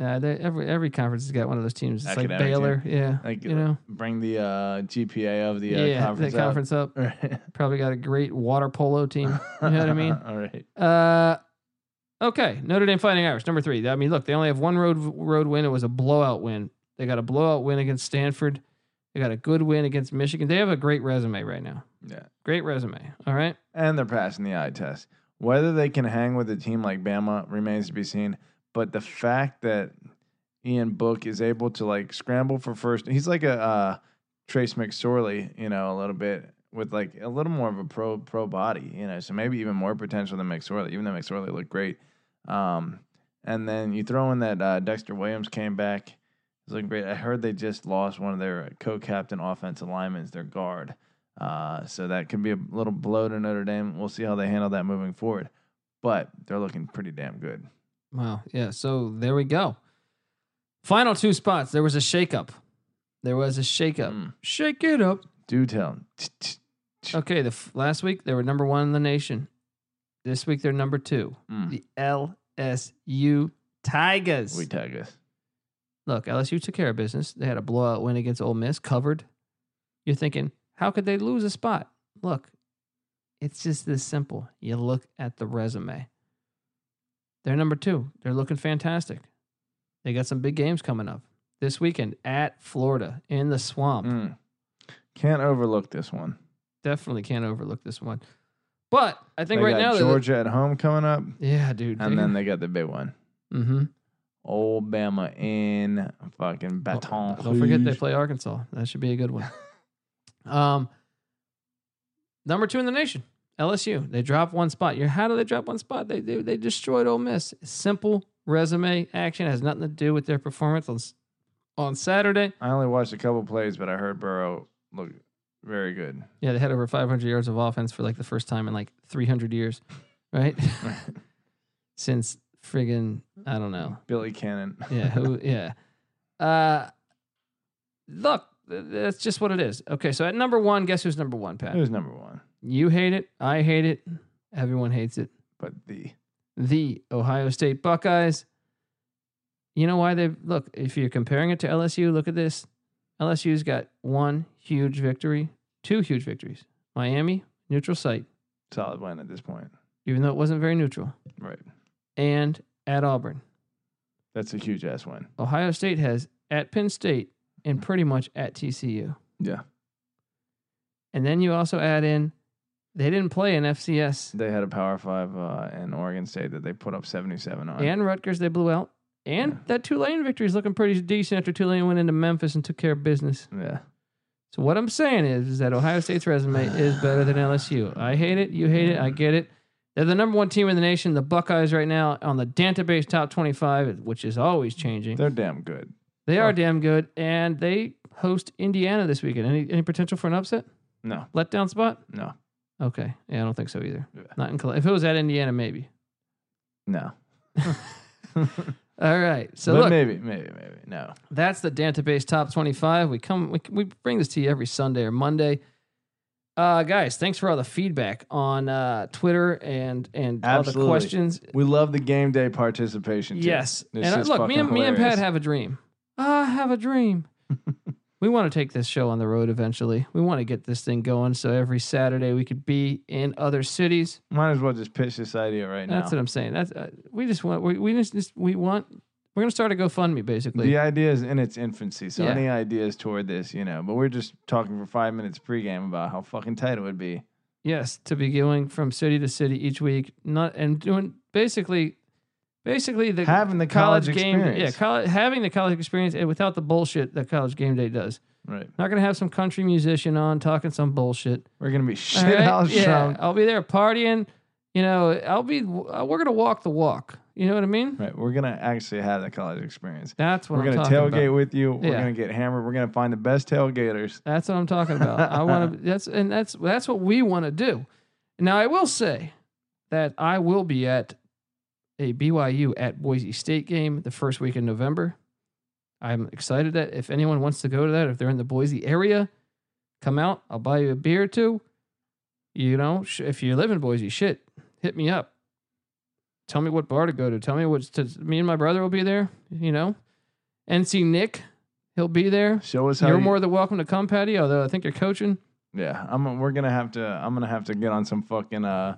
[SPEAKER 1] Uh, they, every every conference has got one of those teams. It's like
[SPEAKER 2] Academic
[SPEAKER 1] Baylor, yeah,
[SPEAKER 2] Like,
[SPEAKER 1] you know,
[SPEAKER 2] Bring the uh, GPA of the uh,
[SPEAKER 1] yeah,
[SPEAKER 2] conference.
[SPEAKER 1] the
[SPEAKER 2] up.
[SPEAKER 1] conference up. Probably got a great water polo team. You know what I mean?
[SPEAKER 2] All right.
[SPEAKER 1] Uh, okay, Notre Dame Fighting Irish, number three. I mean, look, they only have one road road win. It was a blowout win. They got a blowout win against Stanford. They got a good win against Michigan. They have a great resume right now.
[SPEAKER 2] Yeah.
[SPEAKER 1] Great resume. All right.
[SPEAKER 2] And they're passing the eye test. Whether they can hang with a team like Bama remains to be seen. But the fact that Ian Book is able to like scramble for first, he's like a uh, Trace McSorley, you know, a little bit with like a little more of a pro pro body, you know, so maybe even more potential than McSorley, even though McSorley looked great. Um, and then you throw in that uh, Dexter Williams came back. He's looking great. I heard they just lost one of their co-captain offensive linemen, their guard. Uh, so that could be a little blow to Notre Dame. We'll see how they handle that moving forward. But they're looking pretty damn good.
[SPEAKER 1] Wow. Yeah. So there we go. Final two spots. There was a shakeup. There was a shakeup.
[SPEAKER 2] Mm.
[SPEAKER 1] Shake it up.
[SPEAKER 2] Do tell.
[SPEAKER 1] Okay. The f- last week they were number one in the nation. This week they're number two.
[SPEAKER 2] Mm.
[SPEAKER 1] The LSU Tigers.
[SPEAKER 2] We tag us.
[SPEAKER 1] Look, LSU took care of business. They had a blowout win against Ole Miss, covered. You're thinking, how could they lose a spot? Look, It's just this simple. You look at the resume. They're number two. They're looking fantastic. They got some big games coming up this weekend at Florida in the swamp.
[SPEAKER 2] Mm. Can't overlook this one.
[SPEAKER 1] Definitely can't overlook this one. But I think
[SPEAKER 2] They
[SPEAKER 1] right
[SPEAKER 2] got
[SPEAKER 1] now, they're-
[SPEAKER 2] Georgia at home coming up,
[SPEAKER 1] yeah, dude.
[SPEAKER 2] and then they got the big one,
[SPEAKER 1] mm-hmm.
[SPEAKER 2] Old Bama in fucking Baton.
[SPEAKER 1] Oh, Uh, Don't forget they
[SPEAKER 2] Rouge.
[SPEAKER 1] play Arkansas. That should be a good one. um, number two in the nation, LSU. They drop one spot. You're, how do they drop one spot? They they, they destroyed Ole Miss. Simple resume action has nothing to do with their performance on, s- on Saturday.
[SPEAKER 2] I only watched a couple plays, but I heard Burrow look very good.
[SPEAKER 1] Yeah, they had over 500 yards of offense for like the first time in like 300 years, right? Since friggin' I don't know.
[SPEAKER 2] Billy Cannon.
[SPEAKER 1] yeah who yeah uh look th- that's just what it is okay so at number one guess who's number one pat
[SPEAKER 2] Who's number one?
[SPEAKER 1] you hate it i hate it everyone hates it
[SPEAKER 2] But the
[SPEAKER 1] the ohio state buckeyes you know why they look if you're comparing it to lsu look at this lsu's got one huge victory two huge victories miami neutral site
[SPEAKER 2] solid win at this point.
[SPEAKER 1] even though it wasn't very neutral
[SPEAKER 2] Right.
[SPEAKER 1] and at auburn
[SPEAKER 2] That's a huge ass win.
[SPEAKER 1] ohio state has at penn state and pretty much at tcu
[SPEAKER 2] Yeah.
[SPEAKER 1] And then you also add in they didn't play in FCS
[SPEAKER 2] They had a power five uh, in Oregon State that they put up 77 on.
[SPEAKER 1] and Rutgers they blew out. And
[SPEAKER 2] Yeah.
[SPEAKER 1] that Tulane victory is looking pretty decent after Tulane went into Memphis and took care of business.
[SPEAKER 2] yeah.
[SPEAKER 1] So what I'm saying is, is that Ohio State's resume is better than LSU. I hate it. You hate it. I get it. They're the number one team in the nation. The Buckeyes right now on the database top 25, which is always changing.
[SPEAKER 2] They're damn good.
[SPEAKER 1] They are damn good, and they host Indiana this weekend. Any any potential for an upset?
[SPEAKER 2] No,
[SPEAKER 1] Letdown spot?
[SPEAKER 2] no,
[SPEAKER 1] Okay. Yeah, I don't think so either.
[SPEAKER 2] Yeah.
[SPEAKER 1] Not in. Col- If it was at Indiana, maybe.
[SPEAKER 2] no.
[SPEAKER 1] All right. So
[SPEAKER 2] but
[SPEAKER 1] look,
[SPEAKER 2] maybe, maybe, maybe. No.
[SPEAKER 1] that's the database top 25. We come we, we bring this to you every Sunday or Monday. Uh guys, thanks for all the feedback on uh Twitter and and all
[SPEAKER 2] Absolutely.
[SPEAKER 1] the questions.
[SPEAKER 2] We love the game day participation. too.
[SPEAKER 1] Yes.
[SPEAKER 2] This
[SPEAKER 1] and I-
[SPEAKER 2] is
[SPEAKER 1] look, me
[SPEAKER 2] fucking
[SPEAKER 1] and me and Pat
[SPEAKER 2] hilarious.
[SPEAKER 1] have a dream. I have a dream. we want to take this show on the road eventually. We want to get this thing going so every Saturday we could be in other cities.
[SPEAKER 2] Might as well just pitch this idea right
[SPEAKER 1] That's what
[SPEAKER 2] now.
[SPEAKER 1] I'm saying. That's uh, we just want we, we just, just we want we're going to start a GoFundMe basically.
[SPEAKER 2] the idea is in its infancy, so
[SPEAKER 1] Yeah.
[SPEAKER 2] any ideas toward this, you know. But we're just talking for five minutes pregame about how fucking tight it would be.
[SPEAKER 1] Yes, to be going from city to city each week, not and doing basically, basically the
[SPEAKER 2] Having the college
[SPEAKER 1] game, yeah,
[SPEAKER 2] experience.
[SPEAKER 1] college, having the college experience and without the bullshit that college game day does.
[SPEAKER 2] Right?
[SPEAKER 1] Not gonna have some country musician on talking some bullshit.
[SPEAKER 2] We're gonna be
[SPEAKER 1] All
[SPEAKER 2] shit
[SPEAKER 1] right?
[SPEAKER 2] house
[SPEAKER 1] yeah,
[SPEAKER 2] drunk.
[SPEAKER 1] I'll be there partying. You know, I'll be. uh, We're gonna walk the walk. You know what I mean?
[SPEAKER 2] Right? We're gonna actually have the college experience.
[SPEAKER 1] That's what
[SPEAKER 2] We're
[SPEAKER 1] I'm
[SPEAKER 2] gonna
[SPEAKER 1] talking
[SPEAKER 2] tailgate
[SPEAKER 1] about.
[SPEAKER 2] with you. We're
[SPEAKER 1] Yeah.
[SPEAKER 2] gonna get hammered. We're gonna find the best tailgaters.
[SPEAKER 1] That's what I'm talking about. I want to. That's and that's that's what we want to do. Now I will say that I will be at a BYU at Boise State game the first week in November. I'm excited that if anyone wants to go to that, if they're in the Boise area, come out. I'll buy you a beer or two. You know, sh- if you live in Boise, shit, hit me up. Tell me what bar to go to. Tell me what's to. Me and my brother will be there. You know, NC Nick, he'll be there.
[SPEAKER 2] Show us how
[SPEAKER 1] You're
[SPEAKER 2] you-
[SPEAKER 1] more than welcome to come, Patty. Although I think you're coaching.
[SPEAKER 2] Yeah, I'm. We're gonna have to. I'm gonna have to get on some fucking uh,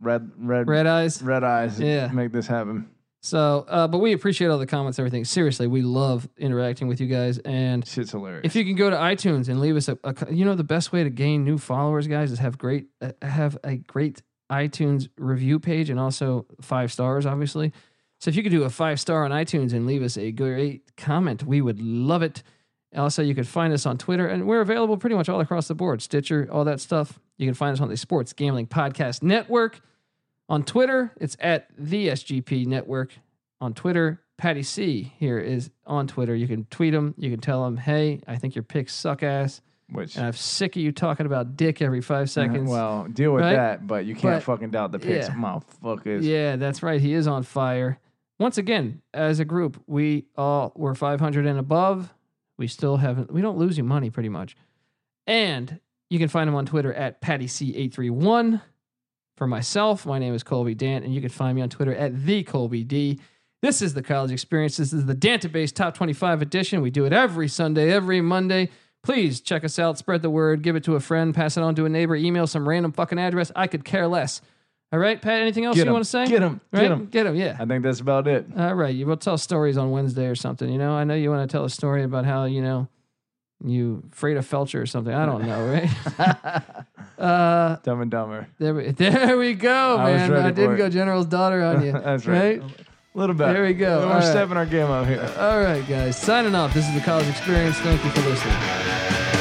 [SPEAKER 2] red red
[SPEAKER 1] Red
[SPEAKER 2] red,
[SPEAKER 1] eyes.
[SPEAKER 2] eyes. and
[SPEAKER 1] Yeah.
[SPEAKER 2] make this happen.
[SPEAKER 1] So, uh, but we appreciate all the comments, everything. Seriously, we love interacting with you guys. And
[SPEAKER 2] Shit's hilarious.
[SPEAKER 1] if you can go to iTunes and leave us a, a co- you know, the best way to gain new followers, guys, is have great, uh, have a great iTunes review page and also five stars, obviously. So if you could do a five star on iTunes and leave us a great comment, we would love it. Also, you can find us on Twitter, and we're available pretty much all across the board Stitcher, all that stuff. You can find us on the Sports Gambling Podcast Network. On Twitter, it's at the SGP Network. On Twitter, Patty C here is on Twitter. You can tweet him. You can tell him, hey, I think your picks suck ass,
[SPEAKER 2] Which uh,
[SPEAKER 1] and I'm sick of you talking about dick every five uh, seconds.
[SPEAKER 2] well, deal with
[SPEAKER 1] right?
[SPEAKER 2] that. But you can't
[SPEAKER 1] But-
[SPEAKER 2] fucking doubt the picks,
[SPEAKER 1] yeah.
[SPEAKER 2] motherfuckers.
[SPEAKER 1] Yeah, that's right. He is on fire. Once again, as a group, we all were 500 and above. We still haven't, we don't lose you money pretty much. And you can find him on Twitter at PattyC831. For myself, my name is Colby Dant, and you can find me on Twitter at the Colby D. This is the college experience. This is the Dantabase Top 25 edition. We do it every Sunday, every Monday. Please check us out, spread the word, give it to a friend, pass it on to a neighbor, email some random fucking address. I could care less. All right, Pat, anything else
[SPEAKER 2] Get
[SPEAKER 1] you
[SPEAKER 2] 'em.
[SPEAKER 1] want to say?
[SPEAKER 2] Get 'em.
[SPEAKER 1] Right?
[SPEAKER 2] Get 'em.
[SPEAKER 1] Get 'em, yeah.
[SPEAKER 2] I think that's about it.
[SPEAKER 1] All right, you will tell stories on Wednesday or something. You know, I know you want to tell a story about how you know you freight a felcher or something. I don't know, right? uh,
[SPEAKER 2] Dumb and Dumber.
[SPEAKER 1] there we there we go,
[SPEAKER 2] I was
[SPEAKER 1] man.
[SPEAKER 2] ready
[SPEAKER 1] I
[SPEAKER 2] for
[SPEAKER 1] did
[SPEAKER 2] it.
[SPEAKER 1] go General's daughter on you.
[SPEAKER 2] That's right. A little bit.
[SPEAKER 1] There we go.
[SPEAKER 2] We're
[SPEAKER 1] All right.
[SPEAKER 2] stepping our game up here.
[SPEAKER 1] All right, guys. Signing off. This is the College Experience. Thank you for listening.